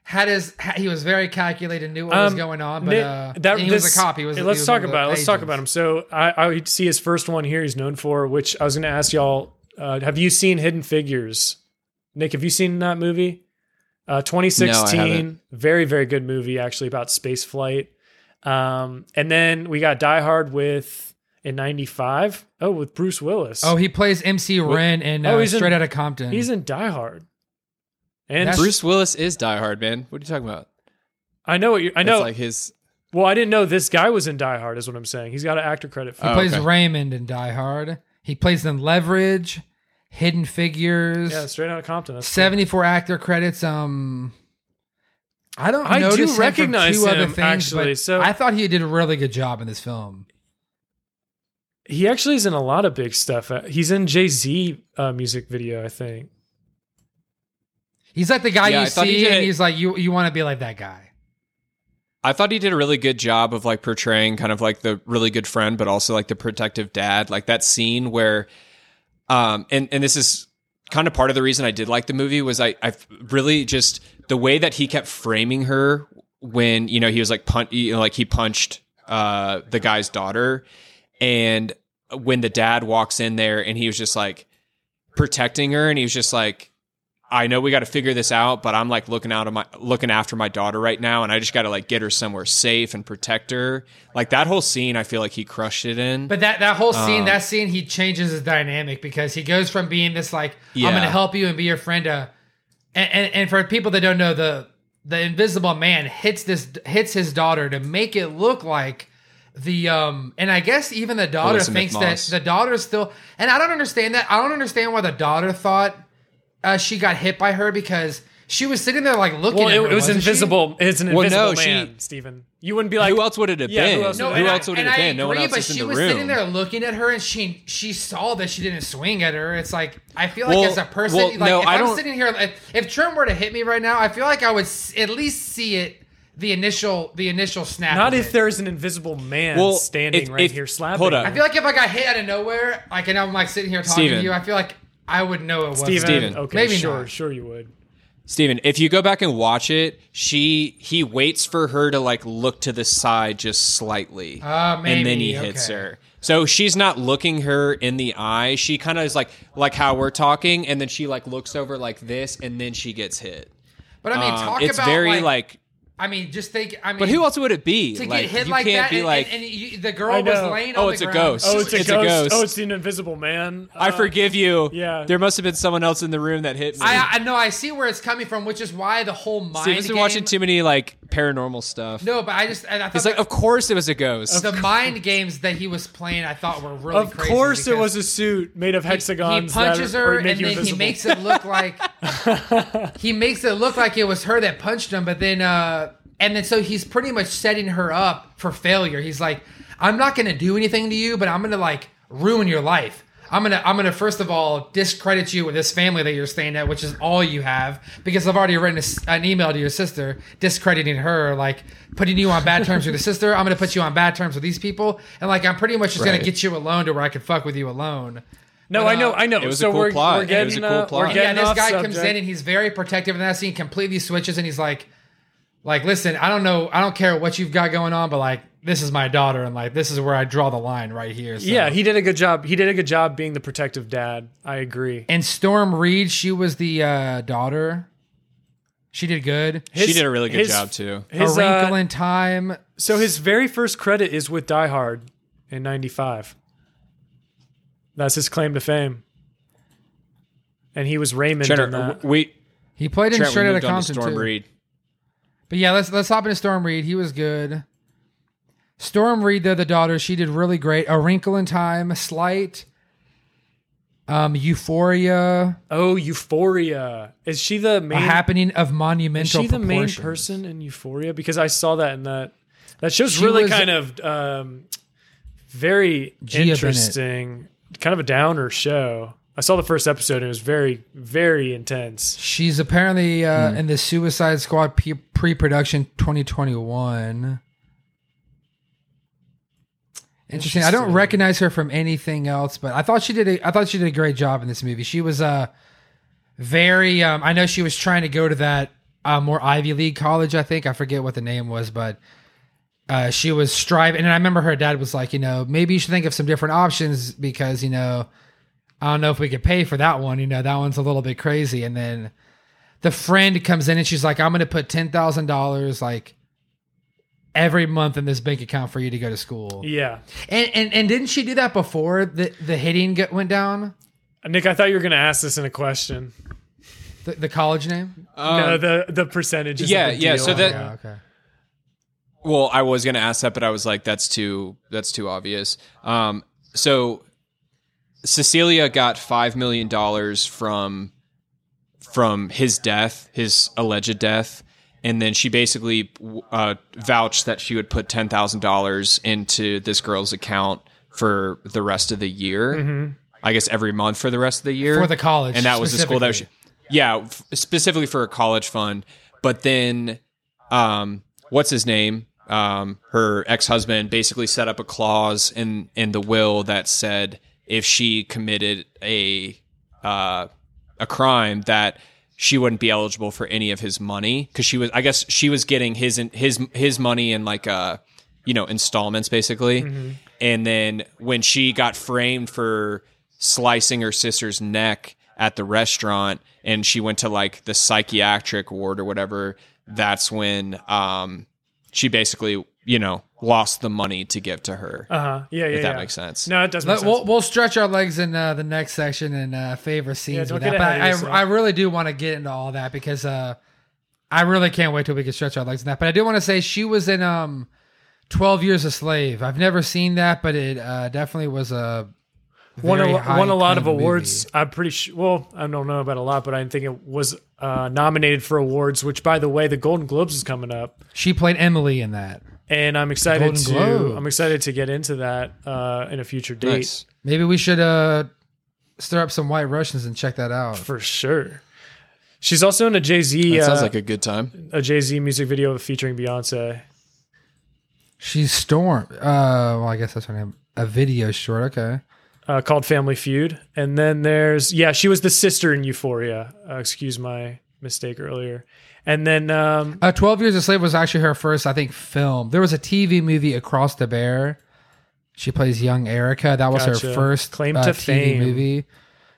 [SPEAKER 3] had his ha- he was very calculated, knew what was
[SPEAKER 2] Um,
[SPEAKER 3] going on. But
[SPEAKER 2] Nick-
[SPEAKER 3] uh,
[SPEAKER 2] that-
[SPEAKER 3] he was
[SPEAKER 2] this-
[SPEAKER 3] a cop. He was.
[SPEAKER 2] Hey,
[SPEAKER 3] he
[SPEAKER 2] let's
[SPEAKER 3] was
[SPEAKER 2] talk
[SPEAKER 3] one of the
[SPEAKER 2] about it. let's talk
[SPEAKER 3] agents.
[SPEAKER 2] about him. So I, I see his first one here. He's known for which I was going to ask y'all. Uh, have you seen Hidden Figures? Nick, have you seen that movie? Uh, 2016,
[SPEAKER 1] haven't.
[SPEAKER 2] very very good movie actually about space flight. Um, and then we got Die Hard with in '95. Oh, with Bruce Willis.
[SPEAKER 3] Oh, he plays MC Ren in uh,
[SPEAKER 2] Oh, he's in-
[SPEAKER 3] Straight Outta Compton.
[SPEAKER 2] he's in Die Hard. And
[SPEAKER 3] That's-
[SPEAKER 1] Bruce Willis is Die Hard, man. What are you talking about?
[SPEAKER 2] I know what you I
[SPEAKER 1] That's
[SPEAKER 2] know.
[SPEAKER 1] like his.
[SPEAKER 2] well, I didn't know this guy was in Die Hard. Is what I'm saying. He's got an actor credit for.
[SPEAKER 3] he
[SPEAKER 1] Oh,
[SPEAKER 3] plays
[SPEAKER 1] okay.
[SPEAKER 3] Raymond in Die Hard. He plays in Leverage, Hidden Figures.
[SPEAKER 2] yeah, straight out of Compton. That's
[SPEAKER 3] 74 actor credits. Um, I don't.
[SPEAKER 2] I do
[SPEAKER 3] notice him from
[SPEAKER 2] recognize
[SPEAKER 3] two other
[SPEAKER 2] him,
[SPEAKER 3] things,
[SPEAKER 2] actually,
[SPEAKER 3] but
[SPEAKER 2] so-
[SPEAKER 3] I thought he did a really good job in this film.
[SPEAKER 2] he actually is in a lot of big stuff. Uh, He's in Jay Z uh, music video, I think.
[SPEAKER 3] He's like the guy
[SPEAKER 1] Yeah,
[SPEAKER 3] you
[SPEAKER 1] I thought he
[SPEAKER 3] see,
[SPEAKER 1] did
[SPEAKER 3] and
[SPEAKER 1] it-
[SPEAKER 3] he's like, you you want to be like that guy.
[SPEAKER 1] I thought he did a really good job of like portraying kind of like the really good friend, but also like the protective dad. Like that scene where, um, and and this is kind of part of the reason I did like the movie was I I really just the way that he kept framing her when you know he was like punch you know, like he punched uh the guy's daughter, and when the dad walks in there and he was just like protecting her and he was just like I know we got to figure this out, but I'm like looking out of my looking after my daughter right now, and I just got to like get her somewhere safe and protect her. Like that whole scene, I feel like he crushed it in.
[SPEAKER 3] But that that whole scene,
[SPEAKER 1] Um,
[SPEAKER 3] that scene, he changes his dynamic because he goes from being this like I'm going
[SPEAKER 1] Yeah.
[SPEAKER 3] to help you and be your friend to, and, and and for people that don't know the the Invisible Man hits this hits his daughter to make it look like the um and I guess even the daughter
[SPEAKER 1] Melissa
[SPEAKER 3] thinks
[SPEAKER 1] McMoss.
[SPEAKER 3] that the daughter's still and I don't understand that I don't understand why the daughter thought uh, she got hit by her because she was sitting there like looking.
[SPEAKER 2] Well,
[SPEAKER 3] at her,
[SPEAKER 2] it, it was
[SPEAKER 3] wasn't she?
[SPEAKER 2] invisible. It's an
[SPEAKER 1] Well,
[SPEAKER 2] invisible
[SPEAKER 1] no, she-
[SPEAKER 2] man, Stephen. You wouldn't be like.
[SPEAKER 1] who else would it have
[SPEAKER 2] Yeah, who
[SPEAKER 1] been?
[SPEAKER 2] else would
[SPEAKER 1] who
[SPEAKER 2] it have been?
[SPEAKER 1] else would it
[SPEAKER 3] and
[SPEAKER 1] have
[SPEAKER 3] I
[SPEAKER 1] been? No one
[SPEAKER 3] agree,
[SPEAKER 1] else
[SPEAKER 3] but
[SPEAKER 1] is in
[SPEAKER 3] she
[SPEAKER 1] the
[SPEAKER 3] was sitting
[SPEAKER 1] room.
[SPEAKER 3] there looking at her, and she she saw that she didn't swing at her. It's like I feel like
[SPEAKER 1] Well-
[SPEAKER 3] as a person,
[SPEAKER 1] well,
[SPEAKER 3] like
[SPEAKER 1] no,
[SPEAKER 3] if
[SPEAKER 1] I
[SPEAKER 3] I'm
[SPEAKER 1] don't-
[SPEAKER 3] sitting here, if, if Trim were to hit me right now, I feel like I would s- at least see it. The initial, the initial snap.
[SPEAKER 2] Not
[SPEAKER 3] of
[SPEAKER 2] if
[SPEAKER 3] it.
[SPEAKER 2] there's an invisible man
[SPEAKER 1] Well,
[SPEAKER 2] standing
[SPEAKER 1] if-
[SPEAKER 2] right
[SPEAKER 1] if-
[SPEAKER 2] here slapping.
[SPEAKER 1] hold up.
[SPEAKER 3] I feel like if I got hit out of nowhere, like and I'm like sitting here talking to
[SPEAKER 1] Steven.
[SPEAKER 3] you, I feel like I would know it was
[SPEAKER 2] Stephen.
[SPEAKER 1] Stephen.
[SPEAKER 2] Okay,
[SPEAKER 3] Maybe
[SPEAKER 2] sure,
[SPEAKER 3] not.
[SPEAKER 2] sure you would.
[SPEAKER 1] Steven, if you go back and watch it, she he waits for her to like look to the side just slightly.
[SPEAKER 3] Ah,
[SPEAKER 1] and then
[SPEAKER 3] maybe,
[SPEAKER 1] he hits
[SPEAKER 3] okay.
[SPEAKER 1] her. So she's not looking her in the eye. She kind of is like like how we're talking and then she like looks over like this and then she gets hit.
[SPEAKER 3] But I mean,
[SPEAKER 1] Um,
[SPEAKER 3] talk
[SPEAKER 1] it's
[SPEAKER 3] about
[SPEAKER 1] very
[SPEAKER 3] like,
[SPEAKER 1] like
[SPEAKER 3] I mean, just think. I mean,
[SPEAKER 1] But who else would it be?
[SPEAKER 3] to get hit
[SPEAKER 1] you
[SPEAKER 3] like
[SPEAKER 1] can't
[SPEAKER 3] that?
[SPEAKER 1] be
[SPEAKER 3] and,
[SPEAKER 1] like,
[SPEAKER 3] and, and you, the girl
[SPEAKER 2] I
[SPEAKER 3] was
[SPEAKER 2] know.
[SPEAKER 3] laying
[SPEAKER 1] Oh,
[SPEAKER 3] on
[SPEAKER 1] it's
[SPEAKER 3] the
[SPEAKER 1] a
[SPEAKER 3] ground.
[SPEAKER 1] ghost.
[SPEAKER 2] Oh, it's,
[SPEAKER 1] It's
[SPEAKER 2] a,
[SPEAKER 1] a ghost.
[SPEAKER 2] ghost. Oh, it's an invisible man.
[SPEAKER 1] I
[SPEAKER 2] Uh,
[SPEAKER 1] forgive you.
[SPEAKER 2] yeah.
[SPEAKER 1] There must have been someone else in the room that hit me.
[SPEAKER 3] I, I know. I see where it's coming from, which is why the whole mind.
[SPEAKER 1] Steven's been
[SPEAKER 3] game-
[SPEAKER 1] watching too many like paranormal stuff.
[SPEAKER 3] No, but I just I, I thought
[SPEAKER 1] He's like,
[SPEAKER 3] the,
[SPEAKER 1] of course it was a ghost.
[SPEAKER 3] the mind games that he was playing. I thought were really
[SPEAKER 2] Of
[SPEAKER 3] crazy
[SPEAKER 2] course, it
[SPEAKER 3] because
[SPEAKER 2] was a suit made of
[SPEAKER 3] He
[SPEAKER 2] hexagons.
[SPEAKER 3] punches
[SPEAKER 2] that,
[SPEAKER 3] her
[SPEAKER 2] or make
[SPEAKER 3] and
[SPEAKER 2] you
[SPEAKER 3] then he
[SPEAKER 2] invisible.
[SPEAKER 3] makes it look like he makes it look like it was her that punched him, but then uh And then so he's pretty much setting her up for failure. He's like, I'm not gonna do anything to you, but I'm gonna like ruin your life. I'm gonna I'm gonna first of all discredit you with this family that you're staying at, which is all you have, because I've already written a s an email to your sister discrediting her, like putting you on bad terms with your sister. I'm gonna put you on bad terms with these people, and like I'm pretty much just
[SPEAKER 1] Right.
[SPEAKER 3] gonna get you alone to where I can fuck with you alone.
[SPEAKER 2] No, I know, I know.
[SPEAKER 1] it was a
[SPEAKER 2] so
[SPEAKER 1] cool
[SPEAKER 2] we're,
[SPEAKER 1] plot.
[SPEAKER 2] we're
[SPEAKER 1] It
[SPEAKER 2] getting,
[SPEAKER 1] was a
[SPEAKER 2] uh,
[SPEAKER 1] cool plot.
[SPEAKER 2] we're
[SPEAKER 1] Yeah,
[SPEAKER 2] getting
[SPEAKER 3] yeah, this
[SPEAKER 2] off
[SPEAKER 3] guy
[SPEAKER 2] subject.
[SPEAKER 3] comes in and he's very protective in that scene, completely switches, and he's like, like, listen, I don't know, I don't care what you've got going on, but like, this is my daughter, and like, this is where I draw the line right here. So.
[SPEAKER 2] Yeah, he did a good job. He did a good job being the protective dad. I agree.
[SPEAKER 3] and Storm Reed, she was the uh, daughter. She did good.
[SPEAKER 1] she
[SPEAKER 2] His-
[SPEAKER 1] did a really good
[SPEAKER 2] his-
[SPEAKER 1] job too.
[SPEAKER 2] His,
[SPEAKER 3] a Wrinkle
[SPEAKER 2] uh,
[SPEAKER 3] in Time.
[SPEAKER 2] so his very first credit is with Die Hard in '95. That's his claim to fame. And he was Raymond. in
[SPEAKER 1] Jenner,
[SPEAKER 2] that.
[SPEAKER 1] we
[SPEAKER 3] He played in
[SPEAKER 1] Trent, we
[SPEAKER 3] Straight Outta
[SPEAKER 1] moved on to
[SPEAKER 3] Compton
[SPEAKER 1] Storm
[SPEAKER 3] too.
[SPEAKER 1] Reed.
[SPEAKER 3] But yeah, let's let's hop into Storm Reed. He was good. Storm Reed, though, the daughter, she did really great. A Wrinkle in Time, Slight, um, Euphoria,
[SPEAKER 2] oh, Euphoria. Is she the main?
[SPEAKER 3] A Happening of Monumental.
[SPEAKER 2] is she the main
[SPEAKER 3] proportions.
[SPEAKER 2] person in Euphoria? Because I saw that in that. That show's
[SPEAKER 3] She
[SPEAKER 2] really
[SPEAKER 3] was-
[SPEAKER 2] kind of um, very
[SPEAKER 3] Gia Bennett.
[SPEAKER 2] interesting. Kind of a downer show. I saw the first episode and it was very, very intense.
[SPEAKER 3] She's apparently
[SPEAKER 2] Hmm.
[SPEAKER 3] uh, in the Suicide Squad pe- pre-production 2021. Interesting. I don't
[SPEAKER 2] Interesting.
[SPEAKER 3] recognize her from anything else, but I thought she did. A, I thought she did a great job in this movie. She was uh, very. Um, I know she was trying to go to that uh, more Ivy League college. I think I forget what the name was, but uh, she was striving. And I remember her dad was like, you know, maybe you should think of some different options because you know, I don't know if we could pay for that one. You know, that one's a little bit crazy. And then the friend comes in and she's like, I'm going to put ten thousand dollars like every month in this bank account for you to go to school.
[SPEAKER 2] Yeah.
[SPEAKER 3] And and, and didn't she do that before the the hitting get, went down?
[SPEAKER 2] Nick, I thought you were going to ask this in a question.
[SPEAKER 3] The, the college name? Oh,
[SPEAKER 2] no, the the percentages. of
[SPEAKER 1] Um, yeah,
[SPEAKER 2] the
[SPEAKER 1] yeah,
[SPEAKER 2] deal.
[SPEAKER 1] so that-
[SPEAKER 3] Yeah, okay.
[SPEAKER 1] Well, I was going to ask that, but I was like, that's too that's too obvious. Um, so Cecilia got five million dollars from from his death, his alleged death, and then she basically uh, vouched that she would put ten thousand dollars into this girl's account for the rest of the year. I guess every month for the rest of the year
[SPEAKER 3] Mm-hmm. For the college
[SPEAKER 1] and that was the school that she,
[SPEAKER 3] specifically.
[SPEAKER 1] yeah, f- specifically for a college fund. But then, um, what's his name? Um, her ex husband basically set up a clause in in the will that said if she committed a uh, a crime that she wouldn't be eligible for any of his money because she was I guess she was getting his his his money in like uh you know installments basically
[SPEAKER 2] Mm-hmm.
[SPEAKER 1] and then when she got framed for slicing her sister's neck at the restaurant and she went to like the psychiatric ward or whatever that's when um she basically you know lost the money to give to her
[SPEAKER 2] Uh-huh. Yeah, yeah,
[SPEAKER 1] if that
[SPEAKER 2] yeah.
[SPEAKER 1] makes sense
[SPEAKER 2] No, it does make
[SPEAKER 3] Let-
[SPEAKER 2] sense.
[SPEAKER 3] we'll, we'll stretch our legs in uh, the next section and uh, favor scenes
[SPEAKER 2] don't
[SPEAKER 3] with
[SPEAKER 2] get
[SPEAKER 3] that.
[SPEAKER 2] ahead of
[SPEAKER 3] But
[SPEAKER 2] yourself.
[SPEAKER 3] I, I really do want to get into all that because uh, I really can't wait till we can stretch our legs in that. But I do want to say she was in um, 12 Years a Slave. I've never seen that, but it uh, definitely was a.
[SPEAKER 2] won a,
[SPEAKER 3] very
[SPEAKER 2] lo- won a lot of
[SPEAKER 3] high-acclaimed
[SPEAKER 2] awards.
[SPEAKER 3] movie.
[SPEAKER 2] I'm pretty sure. Well, I don't know about a lot, but I think it was uh, nominated for awards. Which, by the way, the Golden Globes is coming up,
[SPEAKER 3] She played Emily in that.
[SPEAKER 2] and I'm excited
[SPEAKER 3] Golden
[SPEAKER 2] to.
[SPEAKER 3] Globes.
[SPEAKER 2] I'm excited to get into that uh, in a future date
[SPEAKER 1] Nice.
[SPEAKER 3] Maybe we should uh, stir up some white Russians and check that out.
[SPEAKER 2] for sure. She's also in a Jay Z
[SPEAKER 1] That sounds
[SPEAKER 2] uh,
[SPEAKER 1] like a good time
[SPEAKER 2] a Jay Z music video featuring Beyonce.
[SPEAKER 3] She's Storm. Uh, well, I guess that's her name. A video short. Okay.
[SPEAKER 2] uh, called Family Feud. And then there's yeah, she was the sister in Euphoria. Uh, excuse my mistake earlier. And then um,
[SPEAKER 3] Uh, 12 Years a Slave was actually her first, I think, film. There was a TV movie, Across the Bear. She plays young Erica. That was
[SPEAKER 2] Gotcha.
[SPEAKER 3] her first
[SPEAKER 2] Claim
[SPEAKER 3] uh,
[SPEAKER 2] to
[SPEAKER 3] TV
[SPEAKER 2] fame.
[SPEAKER 3] movie.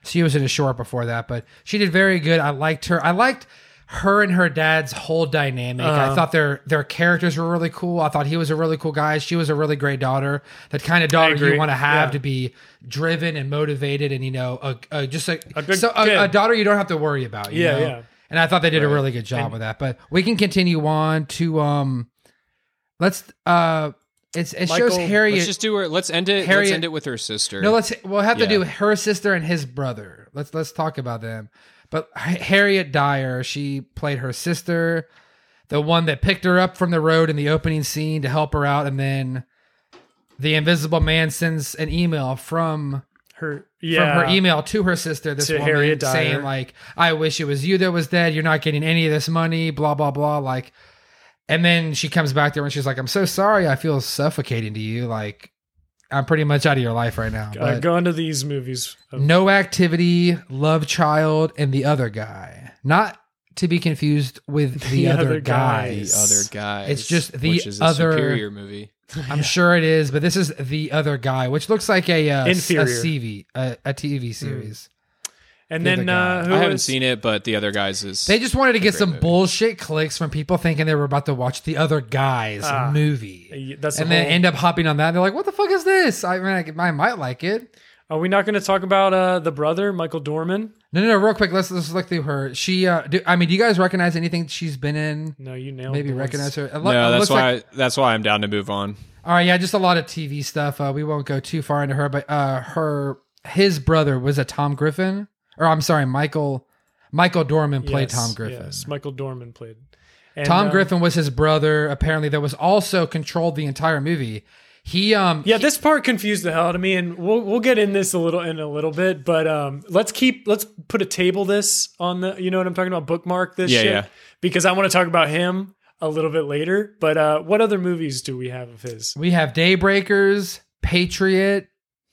[SPEAKER 3] She was in a short before that, but she did very good. I liked her. I liked her and her dad's whole dynamic.
[SPEAKER 2] Uh-huh.
[SPEAKER 3] I thought their their characters were really cool. I thought he was a really cool guy. She was a really great daughter. That kind of daughter
[SPEAKER 2] agree.
[SPEAKER 3] you want to have
[SPEAKER 2] Yeah.
[SPEAKER 3] to be driven and motivated, and you know, a, a, just a so- a,
[SPEAKER 2] good kid.
[SPEAKER 3] a, daughter you don't have to worry about. you
[SPEAKER 2] Yeah,
[SPEAKER 3] know?
[SPEAKER 2] yeah.
[SPEAKER 3] And I thought they did a really good job with that. But we can continue on to um let's uh it's it
[SPEAKER 2] Michael-
[SPEAKER 3] shows
[SPEAKER 2] let's
[SPEAKER 3] Harriet.
[SPEAKER 1] let's just do her let's end it let's
[SPEAKER 3] Harriet-
[SPEAKER 1] end it with her sister
[SPEAKER 3] no, let's we'll have to
[SPEAKER 1] Yeah.
[SPEAKER 3] do her sister and his brother. Let's let's talk about them. But H- Harriet Dyer, she played her sister. the one that picked her up from the road in the opening scene to help her out, and then the Invisible Man sends an email from
[SPEAKER 2] Her yeah.
[SPEAKER 3] from her email to her sister, this
[SPEAKER 2] To
[SPEAKER 3] woman
[SPEAKER 2] Harriet Dyer.
[SPEAKER 3] saying like, "I wish it was you that was dead. You're not getting any of this money." Blah blah blah. Like, and then she comes back there and she's like, "I'm so sorry. I feel suffocating to you. Like, I'm pretty much out of your life right now."
[SPEAKER 2] Uh,
[SPEAKER 3] But
[SPEAKER 2] going to these movies. of-
[SPEAKER 3] no activity, love child, and the other guy. Not to be confused with the,
[SPEAKER 2] The
[SPEAKER 3] other,
[SPEAKER 2] Other
[SPEAKER 3] guy.
[SPEAKER 2] Guy.
[SPEAKER 1] The other guy.
[SPEAKER 3] It's just the
[SPEAKER 1] which is a
[SPEAKER 3] other-
[SPEAKER 1] superior movie.
[SPEAKER 3] I'm sure it is, but this is the other guy, which looks like a uh, s- a
[SPEAKER 2] Inferior.
[SPEAKER 3] CV, a, a TV series.
[SPEAKER 2] and
[SPEAKER 3] the
[SPEAKER 2] then
[SPEAKER 3] other
[SPEAKER 2] uh,
[SPEAKER 3] guy.
[SPEAKER 2] who
[SPEAKER 1] I haven't
[SPEAKER 2] was-
[SPEAKER 1] seen it, but the other guys is
[SPEAKER 3] They just wanted to get
[SPEAKER 1] great
[SPEAKER 3] some
[SPEAKER 1] movie.
[SPEAKER 3] bullshit clicks from people thinking they were about to watch the other guy's
[SPEAKER 2] Ah.
[SPEAKER 3] movie.
[SPEAKER 2] Uh, That's
[SPEAKER 3] And
[SPEAKER 2] the
[SPEAKER 3] then
[SPEAKER 2] whole,
[SPEAKER 3] end up hopping on that. They're like, what the fuck is this? I mean, I, I might like it.
[SPEAKER 2] Are we not going to talk about uh, the brother, Michael Dorman?
[SPEAKER 3] No, no, no, real quick. Let's, let's look through her. She, uh, do, I mean, do you guys recognize anything she's been in?
[SPEAKER 2] No, you nailed.
[SPEAKER 3] Maybe
[SPEAKER 2] the ones-
[SPEAKER 3] recognize her. It lo-
[SPEAKER 1] no.
[SPEAKER 3] it
[SPEAKER 1] That's
[SPEAKER 3] looks like-
[SPEAKER 1] why. that's why I'm down to move on.
[SPEAKER 3] All right, yeah, just a lot of TV stuff. Uh, we won't go too far into her, but uh, her his brother was a Tom Griffin, or I'm sorry, Michael Michael Dorman played
[SPEAKER 2] Yes,
[SPEAKER 3] Tom Griffin.
[SPEAKER 2] Yes, Michael Dorman played. And,
[SPEAKER 3] Tom
[SPEAKER 2] um,
[SPEAKER 3] Griffin was his brother, apparently that was also controlled the entire movie. He um
[SPEAKER 2] Yeah, this part confused the hell out of me, and we'll we'll get in this a little in a little bit, but um, let's keep let's put a table this on the you know what I'm talking about bookmark this
[SPEAKER 1] Yeah,
[SPEAKER 2] shit
[SPEAKER 1] yeah.
[SPEAKER 2] because I want to talk about him a little bit later. But uh, what other movies do we have of his?
[SPEAKER 3] we have Daybreakers, Patriot,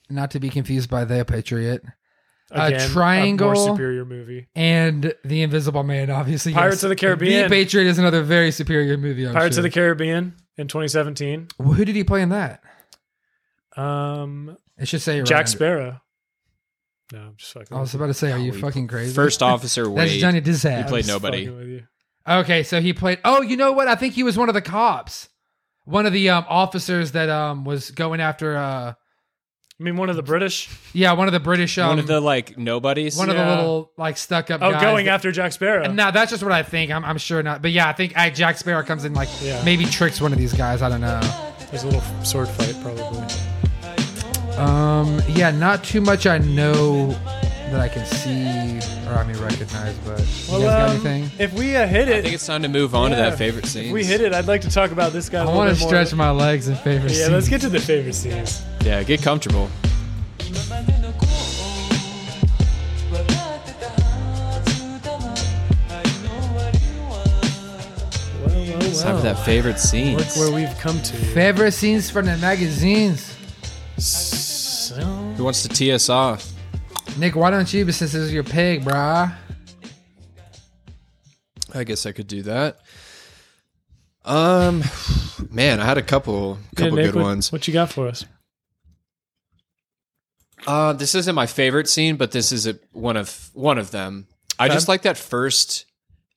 [SPEAKER 3] not to be confused by the Patriot, A
[SPEAKER 2] a
[SPEAKER 3] Triangle.
[SPEAKER 2] more superior movie.
[SPEAKER 3] and The Invisible Man, obviously.
[SPEAKER 2] Pirates of the Caribbean.
[SPEAKER 3] The Patriot is another very superior movie. I'm
[SPEAKER 2] Pirates
[SPEAKER 3] sure.
[SPEAKER 2] of the Caribbean in 2017.
[SPEAKER 3] Caribbean. Who did he play in that?
[SPEAKER 2] Um,
[SPEAKER 3] It should say
[SPEAKER 2] Jack
[SPEAKER 3] Ryan-
[SPEAKER 2] Sparrow. No, I'm just fucking.
[SPEAKER 3] I was about to say, are you fucking crazy?
[SPEAKER 1] First Officer
[SPEAKER 3] That's
[SPEAKER 1] Wade.
[SPEAKER 3] Johnny Dizab.
[SPEAKER 1] He played nobody.
[SPEAKER 3] Okay, so he played. Oh, you know what? I think he was one of the cops, one of the um, officers that um was going after. Uh,
[SPEAKER 2] I mean, one of the British.
[SPEAKER 3] yeah, one of the British. Um,
[SPEAKER 1] one of the like nobodies.
[SPEAKER 3] one of the
[SPEAKER 2] yeah.
[SPEAKER 3] little like stuck up.
[SPEAKER 2] Oh,
[SPEAKER 3] guys
[SPEAKER 2] going
[SPEAKER 3] that-
[SPEAKER 2] after Jack Sparrow.
[SPEAKER 3] No, that's just what I think. I'm, I'm sure not. But yeah, I think I, Jack Sparrow comes in like
[SPEAKER 2] Yeah.
[SPEAKER 3] maybe tricks one of these guys. I don't know.
[SPEAKER 2] There's a little sword fight, probably.
[SPEAKER 3] Um, yeah, not too much I know that I can see or I mean recognize. But you guys got
[SPEAKER 2] um,
[SPEAKER 3] anything?
[SPEAKER 2] if we uh, hit it,
[SPEAKER 1] I think it's time to move on to
[SPEAKER 2] yeah,
[SPEAKER 1] that favorite scene.
[SPEAKER 2] If we hit it, I'd like to talk about this guy.
[SPEAKER 3] I want to stretch
[SPEAKER 2] More.
[SPEAKER 3] my legs in favor.
[SPEAKER 2] Yeah, let's get to the favorite scenes.
[SPEAKER 1] Yeah, get comfortable.
[SPEAKER 2] Well, well, well.
[SPEAKER 1] It's time for
[SPEAKER 3] Oh.
[SPEAKER 1] that favorite scene.
[SPEAKER 2] Look where we've come to.
[SPEAKER 3] favorite scenes from the magazines.
[SPEAKER 2] So,
[SPEAKER 1] Who wants to tee us off?
[SPEAKER 3] Nick, why don't you? But since this is your pig, brah.
[SPEAKER 1] I guess I could do that. Um, man, I had a couple, couple
[SPEAKER 2] Yeah, Nick,
[SPEAKER 1] good
[SPEAKER 2] what,
[SPEAKER 1] ones.
[SPEAKER 2] What you got for us?
[SPEAKER 1] Uh, this isn't my favorite scene, but this is a, one of one of them. I just like that first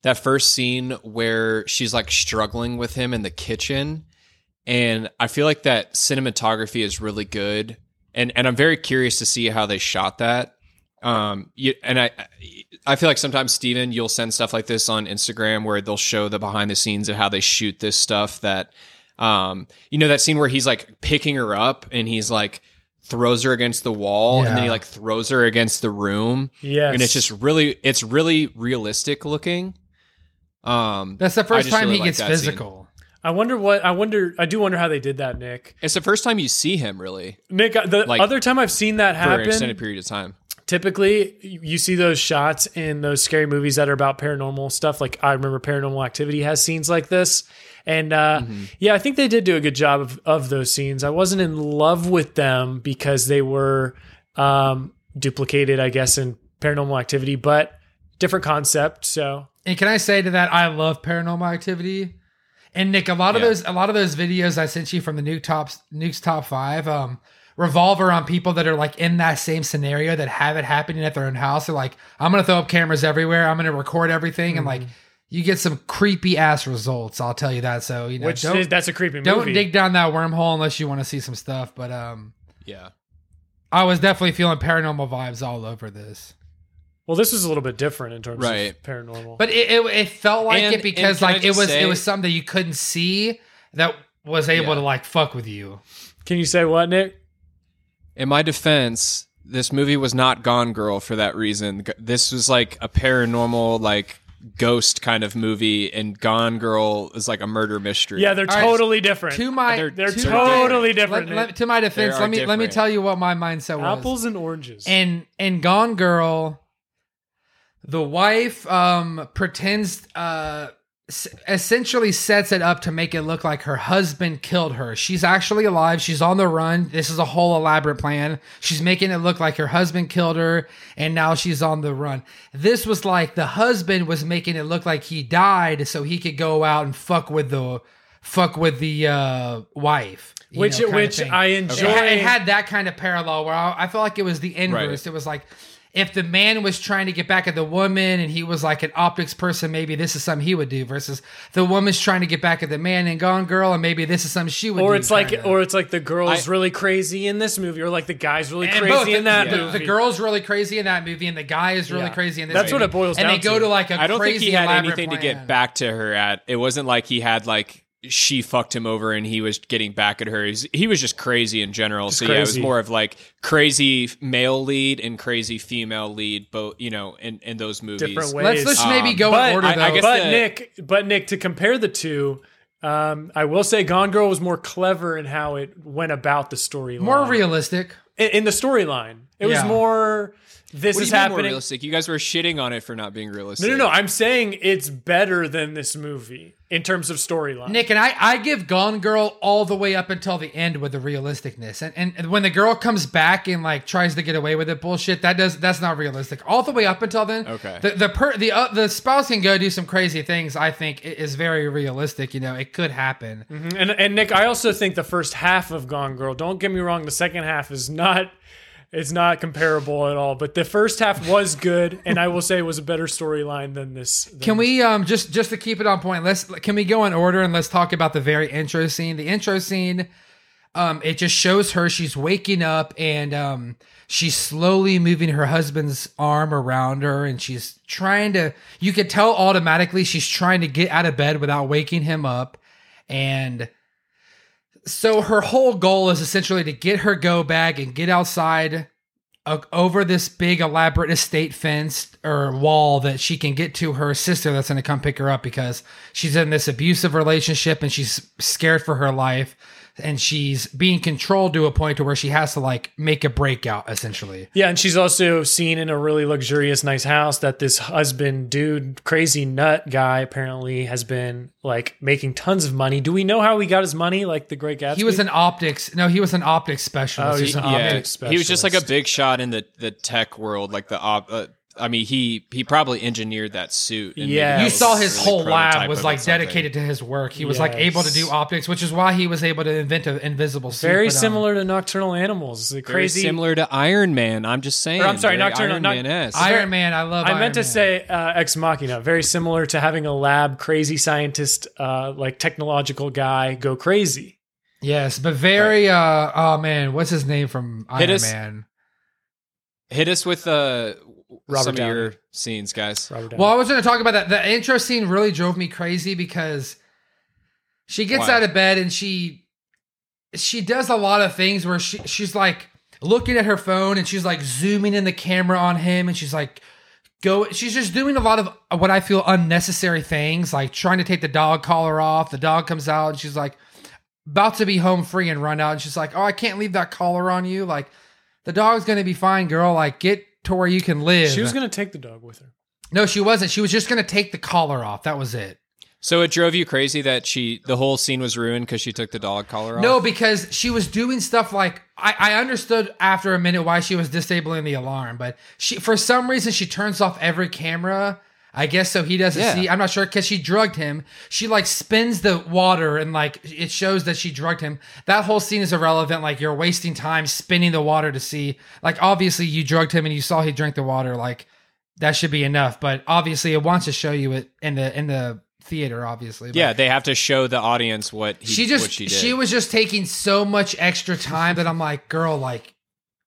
[SPEAKER 1] that first scene where she's like struggling with him in the kitchen, and I feel like that cinematography is really good, and and I'm very curious to see how they shot that. Um, you, and I I feel like sometimes Steven, you'll send stuff like this on Instagram where they'll show the behind the scenes of how they shoot this stuff that um you know that scene where he's like picking her up and he's like throws her against the wall and then he
[SPEAKER 3] Yeah.
[SPEAKER 1] like throws her against the room
[SPEAKER 2] Yes.
[SPEAKER 1] and it's just really it's really realistic looking um
[SPEAKER 3] That's the
[SPEAKER 1] I
[SPEAKER 3] first
[SPEAKER 1] just
[SPEAKER 3] time
[SPEAKER 1] really
[SPEAKER 3] he
[SPEAKER 1] like
[SPEAKER 3] gets
[SPEAKER 1] that
[SPEAKER 3] physical.
[SPEAKER 2] I wonder what. I wonder. I do wonder how they did that, Nick.
[SPEAKER 1] it's the first time you see him really
[SPEAKER 2] Nick, uh, the
[SPEAKER 1] Like,
[SPEAKER 2] other time I've seen that
[SPEAKER 1] for an
[SPEAKER 2] happen,
[SPEAKER 1] extended period of time
[SPEAKER 2] typically you you see those shots in those scary movies that are about paranormal stuff like i remember paranormal activity has scenes like this and uh,
[SPEAKER 3] Mm-hmm.
[SPEAKER 2] yeah i think they did do a good job of, of those scenes i wasn't in love with them because they were um, duplicated i guess in paranormal activity but different concept so
[SPEAKER 3] And can I say to that, I love paranormal activity. And Nick, a lot of
[SPEAKER 1] Yeah.
[SPEAKER 3] those, a lot of those videos I sent you from the Nuke Tops, Nuke's top five, um, revolve around people that are like in that same scenario that have it happening at their own house. They're like, I'm gonna throw up cameras everywhere. I'm gonna record everything, and like,
[SPEAKER 2] Mm-hmm.
[SPEAKER 3] you get some creepy ass results. I'll tell you that. So you know,
[SPEAKER 2] which
[SPEAKER 3] don't
[SPEAKER 2] is, that's a creepy
[SPEAKER 3] don't
[SPEAKER 2] movie
[SPEAKER 3] dig down that wormhole unless you want to see some stuff. But um,
[SPEAKER 1] yeah
[SPEAKER 3] I was definitely feeling paranormal vibes all over this.
[SPEAKER 2] well this was a little bit different in terms of
[SPEAKER 1] Right.
[SPEAKER 2] paranormal
[SPEAKER 3] But it, it, it felt like
[SPEAKER 1] And-
[SPEAKER 3] it because
[SPEAKER 1] and can I
[SPEAKER 3] like it
[SPEAKER 1] just
[SPEAKER 3] was
[SPEAKER 1] say-
[SPEAKER 3] it was something that you couldn't see that was able
[SPEAKER 1] Yeah.
[SPEAKER 3] to like fuck with you.
[SPEAKER 2] can you say what nick
[SPEAKER 1] in my defense this movie was not gone girl for that reason this was like a paranormal like ghost kind of movie, and Gone Girl is like a murder mystery.
[SPEAKER 2] Yeah, they're
[SPEAKER 3] All right,
[SPEAKER 2] totally different.
[SPEAKER 3] To my,
[SPEAKER 1] They're-
[SPEAKER 2] they're
[SPEAKER 3] to
[SPEAKER 2] totally
[SPEAKER 3] my-
[SPEAKER 2] different,
[SPEAKER 3] let-
[SPEAKER 2] Nate.
[SPEAKER 3] let- to my defense,
[SPEAKER 1] They are
[SPEAKER 3] let me let me
[SPEAKER 1] different.
[SPEAKER 3] tell you what my mindset was.
[SPEAKER 2] Apples and oranges.
[SPEAKER 3] and and Gone Girl, the wife um pretends uh s- essentially sets it up to make it look like her husband killed her. She's actually alive. She's on the run. This is a whole elaborate plan. She's making it look like her husband killed her and now she's on the run. This was like the husband was making it look like he died so he could go out and fuck with the fuck with the uh wife. you
[SPEAKER 2] which
[SPEAKER 3] know, kinda
[SPEAKER 2] which
[SPEAKER 3] thing.
[SPEAKER 2] I enjoy.
[SPEAKER 3] It had, it had that kind of parallel where I, I felt like it was the inverse.
[SPEAKER 1] Right.
[SPEAKER 3] It was like if the man was trying to get back at the woman and he was like an optics person, maybe this is something he would do. Versus the woman's trying to get back at the man and Gone Girl, and maybe this is something she would.
[SPEAKER 2] or
[SPEAKER 3] do,
[SPEAKER 2] it's like
[SPEAKER 3] kinda.
[SPEAKER 2] or it's like the girl's
[SPEAKER 1] I-
[SPEAKER 2] really crazy in this movie, or like the guy's really
[SPEAKER 3] And
[SPEAKER 2] crazy
[SPEAKER 3] both,
[SPEAKER 2] in that
[SPEAKER 3] the,
[SPEAKER 2] movie.
[SPEAKER 3] the girl's really crazy in that movie, and the guy is really
[SPEAKER 2] Yeah.
[SPEAKER 3] crazy in this.
[SPEAKER 2] That's what
[SPEAKER 3] movie.
[SPEAKER 2] it boils
[SPEAKER 3] and
[SPEAKER 2] down
[SPEAKER 3] they go
[SPEAKER 2] to.
[SPEAKER 3] to like a
[SPEAKER 1] I don't think
[SPEAKER 3] crazy
[SPEAKER 1] he had
[SPEAKER 3] elaborate
[SPEAKER 1] anything to
[SPEAKER 3] plan.
[SPEAKER 1] get back to her at. It wasn't like he had like she fucked him over and he was getting back at her. He's, he was just crazy in general. so yeah, it was
[SPEAKER 2] crazy.
[SPEAKER 1] more of like crazy male lead and crazy female lead, both you know, in in those movies.
[SPEAKER 2] Different ways.
[SPEAKER 3] Let's let's
[SPEAKER 1] Um,
[SPEAKER 3] maybe go
[SPEAKER 2] but
[SPEAKER 3] in order
[SPEAKER 1] I- I
[SPEAKER 3] though.
[SPEAKER 1] guess
[SPEAKER 2] but
[SPEAKER 1] the-
[SPEAKER 2] Nick, but Nick, to compare the two, um, I will say Gone Girl was more clever in how it went about the storyline.
[SPEAKER 3] more realistic.
[SPEAKER 2] in, in the storyline. It was
[SPEAKER 3] Yeah.
[SPEAKER 2] more. This
[SPEAKER 1] What
[SPEAKER 2] is
[SPEAKER 1] do you mean more
[SPEAKER 2] happening.
[SPEAKER 1] realistic? You guys were shitting on it for not being realistic.
[SPEAKER 2] No, no, no. I'm saying it's better than this movie in terms of storyline.
[SPEAKER 3] Nick and I, I give Gone Girl all the way up until the end with the realisticness, and, and and when the girl comes back and like tries to get away with it, bullshit. That does that's not realistic. All the way up until then,
[SPEAKER 1] Okay.
[SPEAKER 3] The the per, the uh, the spouse can go do some crazy things. I think i- is very realistic. You know, it could happen.
[SPEAKER 2] And and Nick, I also think the first half of Gone Girl. Don't get me wrong. The second half is not. It's not comparable at all. But the first half was good, and I will say it was a better storyline than this. than
[SPEAKER 3] Can we um just just to keep it on point? Let's can we go in order and let's talk about the very intro scene. The intro scene, um, it just shows her she's waking up and um she's slowly moving her husband's arm around her and she's trying to. You could tell automatically she's trying to get out of bed without waking him up, and so her whole goal is essentially to get her go bag and get outside o- over this big elaborate estate fence or wall that she can get to her sister that's going to come pick her up because she's in this abusive relationship and she's scared for her life and she's being controlled to a point to where she has to like make a breakout essentially
[SPEAKER 2] Yeah, and she's also seen in a really luxurious, nice house that this husband, dude, crazy nut guy, apparently has been like making tons of money. Do we know how he got his money? Like the Great Gatsby.
[SPEAKER 3] he was an optics no he was an optics specialist
[SPEAKER 2] Oh,
[SPEAKER 3] He's
[SPEAKER 2] he-
[SPEAKER 3] an
[SPEAKER 2] yeah.
[SPEAKER 3] optic-
[SPEAKER 2] object
[SPEAKER 1] he was just like a
[SPEAKER 2] specialist.
[SPEAKER 1] big shot in the the tech world, like the op. Uh, I mean, he he probably engineered that suit. and maybe
[SPEAKER 2] Yeah.
[SPEAKER 1] that
[SPEAKER 3] you
[SPEAKER 1] was
[SPEAKER 3] saw
[SPEAKER 1] a
[SPEAKER 3] his
[SPEAKER 1] really
[SPEAKER 3] whole lab
[SPEAKER 1] prototype
[SPEAKER 3] was
[SPEAKER 1] of
[SPEAKER 3] like
[SPEAKER 1] something.
[SPEAKER 3] dedicated to his work he was like able to do
[SPEAKER 2] Yes.
[SPEAKER 3] optics which is why he was able to invent an invisible suit
[SPEAKER 2] very
[SPEAKER 3] but, um,
[SPEAKER 2] similar to Nocturnal Animals. The
[SPEAKER 1] Very
[SPEAKER 2] crazy.
[SPEAKER 1] similar to Iron Man. I'm just saying.
[SPEAKER 2] Or, I'm sorry,
[SPEAKER 1] very
[SPEAKER 2] Nocturnal-
[SPEAKER 1] Iron
[SPEAKER 2] not-
[SPEAKER 1] Man-esque.
[SPEAKER 3] iron man i love
[SPEAKER 2] I
[SPEAKER 3] Iron
[SPEAKER 2] meant to
[SPEAKER 3] Man.
[SPEAKER 2] say uh, Ex Machina. Very similar to having a lab crazy scientist, uh, like technological guy, go crazy.
[SPEAKER 3] Yes, but very uh oh man, what's his name from Iron
[SPEAKER 1] Hit us-
[SPEAKER 3] Man?
[SPEAKER 1] Hit us with uh,
[SPEAKER 2] Robert
[SPEAKER 1] some
[SPEAKER 2] Downey.
[SPEAKER 1] of your scenes, guys.
[SPEAKER 2] Robert Downey.
[SPEAKER 3] Well, I was gonna talk about that. The intro scene really drove me crazy because she gets
[SPEAKER 1] Why?
[SPEAKER 3] out of bed and she she does a lot of things where she she's like looking at her phone and she's like zooming in the camera on him and she's like go she's just doing a lot of what I feel unnecessary things, like trying to take the dog collar off. The dog comes out and she's like about to be home free and run out and she's like, Oh, I can't leave that collar on you. Like the dog's gonna be fine, girl. Like get to where you can live.
[SPEAKER 2] she was going to take the dog with her.
[SPEAKER 3] No, she wasn't. She was just gonna take the collar off. That was it.
[SPEAKER 1] So it drove you crazy that she the whole scene was ruined because she took the dog collar off.
[SPEAKER 3] No, because she was doing stuff like I, I understood after a minute why she was disabling the alarm, but she for some reason she turns off every camera. I guess so he doesn't
[SPEAKER 1] Yeah.
[SPEAKER 3] see. I'm not sure because she drugged him. She like spins the water and like it shows that she drugged him. That whole scene is irrelevant. Like you're wasting time spinning the water to see. Like obviously you drugged him and you saw he drank the water. Like that should be enough. But obviously it wants to show you it in the in the theater. Obviously, but-
[SPEAKER 1] Yeah, they have to show the audience what he,
[SPEAKER 3] she just
[SPEAKER 1] what she
[SPEAKER 3] she,
[SPEAKER 1] did.
[SPEAKER 3] was just taking so much extra time that I'm like, girl, like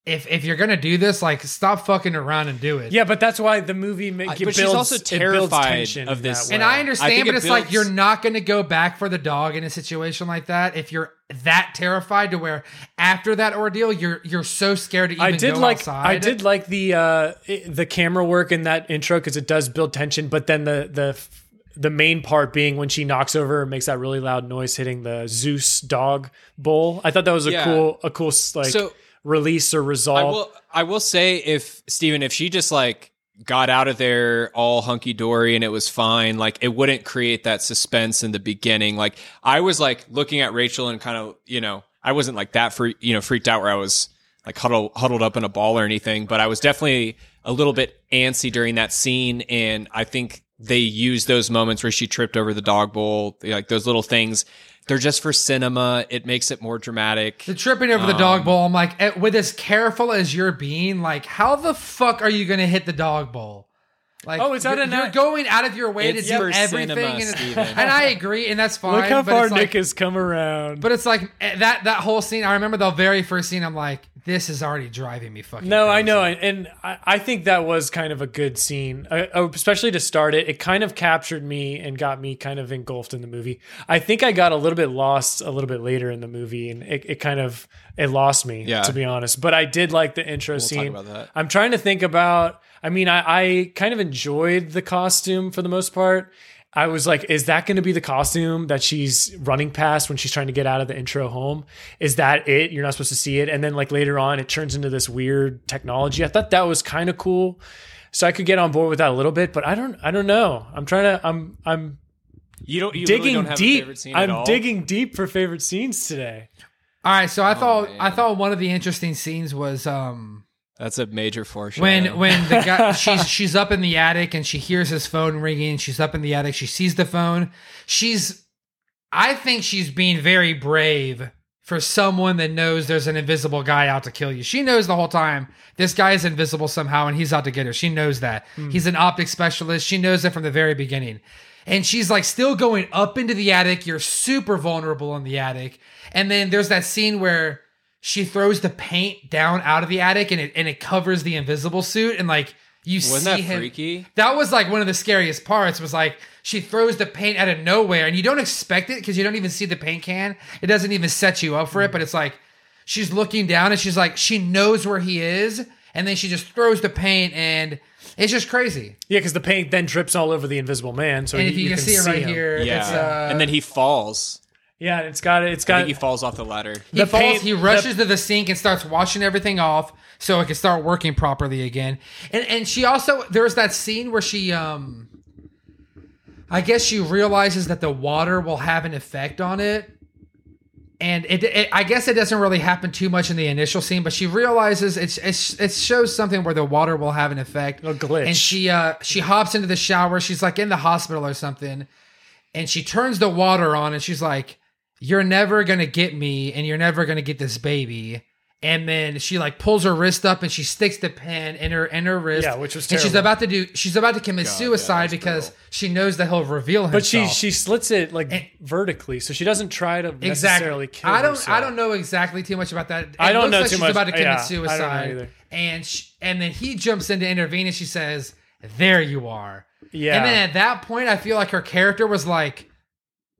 [SPEAKER 3] if if you're gonna do this, like stop fucking around and do it.
[SPEAKER 2] Yeah, but that's why the movie make, it
[SPEAKER 1] but she's
[SPEAKER 2] builds,
[SPEAKER 1] also
[SPEAKER 2] it builds
[SPEAKER 1] terrified
[SPEAKER 2] tension
[SPEAKER 1] of
[SPEAKER 2] in
[SPEAKER 1] this.
[SPEAKER 2] that way.
[SPEAKER 3] And I
[SPEAKER 1] I
[SPEAKER 3] understand,
[SPEAKER 1] think
[SPEAKER 3] but
[SPEAKER 1] it
[SPEAKER 3] it's like
[SPEAKER 1] builds-
[SPEAKER 3] you're not going to go back for the dog in a situation like that if you're that terrified to where after that ordeal you're you're so scared to even
[SPEAKER 2] I did
[SPEAKER 3] go
[SPEAKER 2] like
[SPEAKER 3] outside.
[SPEAKER 2] I did like the uh, i- the camera work in that intro because it does build tension. But then the the f- the main part being when she knocks over and makes that really loud noise hitting the Zeus dog bowl. I thought that was a
[SPEAKER 1] Yeah.
[SPEAKER 2] cool a cool s- like
[SPEAKER 1] So-
[SPEAKER 2] release or
[SPEAKER 1] I
[SPEAKER 2] resolve.
[SPEAKER 1] will. I will say, if Steven, if she just like got out of there all hunky dory and it was fine, like it wouldn't create that suspense in the beginning. Like I was like looking at Rachel and kind of, you know, I wasn't like that for you know freaked out where I was like huddle, huddled up in a ball or anything, but I was definitely a little bit antsy during that scene, and I think they used those moments where she tripped over the dog bowl, like those little things. They're just for cinema. It makes it more dramatic.
[SPEAKER 3] the tripping over the
[SPEAKER 1] Um,
[SPEAKER 3] dog bowl. I'm like, eh, with as careful as you're being, like, how the fuck are you going to hit the dog bowl? Like,
[SPEAKER 2] Oh, is that
[SPEAKER 3] you're,
[SPEAKER 2] an
[SPEAKER 3] you're
[SPEAKER 2] act-
[SPEAKER 3] going out of your way
[SPEAKER 1] It's
[SPEAKER 3] to do
[SPEAKER 1] for
[SPEAKER 3] everything,
[SPEAKER 1] cinema,
[SPEAKER 3] and,
[SPEAKER 1] Steven.
[SPEAKER 3] and I agree, and that's fine.
[SPEAKER 2] Look how
[SPEAKER 3] but
[SPEAKER 2] far
[SPEAKER 3] it's like-
[SPEAKER 2] Nick has come around.
[SPEAKER 3] But it's like eh, that that whole scene. I remember the very first scene. I'm like, this is already driving me fucking.
[SPEAKER 2] No, I
[SPEAKER 3] crazy.
[SPEAKER 2] know, and, and I, I think that was kind of a good scene, uh, uh, especially to start it. It kind of captured me and got me kind of engulfed in the movie. I think I got a little bit lost a little bit later in the movie, and it, it kind of it lost me,
[SPEAKER 1] Yeah.
[SPEAKER 2] to be honest. But I did like the intro
[SPEAKER 1] talk
[SPEAKER 2] scene.
[SPEAKER 1] about that.
[SPEAKER 2] I'm trying to think about. I mean, I, I kind of enjoyed the costume for the most part. I was like, is that going to be the costume that she's running past when she's trying to get out of the intro home? Is that it? You're not supposed to see it. And then, like, later on, it turns into this weird technology. I thought that was kind of cool. So I could get on board with that a little bit, but I don't, I don't know. I'm trying to, I'm, I'm
[SPEAKER 1] You don't. You
[SPEAKER 2] digging
[SPEAKER 1] really don't have A
[SPEAKER 2] deep.
[SPEAKER 1] favorite scene at
[SPEAKER 2] I'm
[SPEAKER 1] all.
[SPEAKER 2] digging deep for favorite scenes today.
[SPEAKER 3] All right, so I thought I
[SPEAKER 1] Oh, man.
[SPEAKER 3] thought one of the interesting scenes was um
[SPEAKER 1] That's a major foreshadowing.
[SPEAKER 3] when when the guy she's she's up in the attic and she hears his phone ringing. She's up in the attic. She sees the phone. She's I think she's being very brave for someone that knows there's an invisible guy out to kill you. She knows the whole time this guy is invisible somehow and he's out to get her. She knows that.
[SPEAKER 1] Hmm.
[SPEAKER 3] He's an optic specialist. She knows that from the very beginning. And she's like still going up into the attic. You're super vulnerable in the attic. And then there's that scene where she throws the paint down out of the attic and it and it covers the invisible suit and like you
[SPEAKER 1] Wasn't
[SPEAKER 3] see
[SPEAKER 1] that
[SPEAKER 3] him
[SPEAKER 1] freaky?
[SPEAKER 3] that was like one of the scariest parts was like she throws the paint out of nowhere and you don't expect it because you don't even see the paint can it doesn't even set you up for it but it's like she's looking down and she's like she knows where he is and then she just throws the paint and it's just crazy
[SPEAKER 2] Yeah, because the paint then drips all over the Invisible Man, so
[SPEAKER 3] and
[SPEAKER 2] you,
[SPEAKER 3] if you,
[SPEAKER 2] you
[SPEAKER 3] can, see it right
[SPEAKER 2] him.
[SPEAKER 3] here
[SPEAKER 1] Yeah,
[SPEAKER 3] it's uh
[SPEAKER 1] and then he falls.
[SPEAKER 2] Yeah, it's got it's
[SPEAKER 1] I
[SPEAKER 2] got
[SPEAKER 1] think he falls off the ladder.
[SPEAKER 3] he
[SPEAKER 2] the
[SPEAKER 3] falls
[SPEAKER 2] paint-
[SPEAKER 3] he rushes to the sink and starts washing everything off so it can start working properly again and and she also there's that scene where she um I guess she realizes that the water will have an effect on it. And it, it, I guess it doesn't really happen too much in the initial scene, but she realizes it's, it's it shows something where the water will have an effect.
[SPEAKER 2] A glitch.
[SPEAKER 3] And she uh she hops into the shower. She's like in the hospital or something, and she turns the water on, and she's like, "You're never gonna get me, and you're never gonna get this baby." And then she like pulls her wrist up, and she sticks the pin in her in her wrist.
[SPEAKER 2] Yeah, which was
[SPEAKER 3] And she's
[SPEAKER 2] terrible.
[SPEAKER 3] about to do. She's about to commit suicide because she knows that he'll reveal himself.
[SPEAKER 2] But she she slits it like vertically, so she doesn't try to necessarily kill.
[SPEAKER 3] I don't.
[SPEAKER 2] herself.
[SPEAKER 3] I don't know exactly too much about that. It
[SPEAKER 2] I don't
[SPEAKER 3] looks
[SPEAKER 2] know
[SPEAKER 3] like
[SPEAKER 2] too
[SPEAKER 3] she's
[SPEAKER 2] much.
[SPEAKER 3] About to commit
[SPEAKER 2] Yeah, I don't know
[SPEAKER 3] suicide,
[SPEAKER 2] either.
[SPEAKER 3] and sh and then he jumps in to intervene, and she says, "There you are."
[SPEAKER 2] Yeah.
[SPEAKER 3] And then at that point, I feel like her character was like,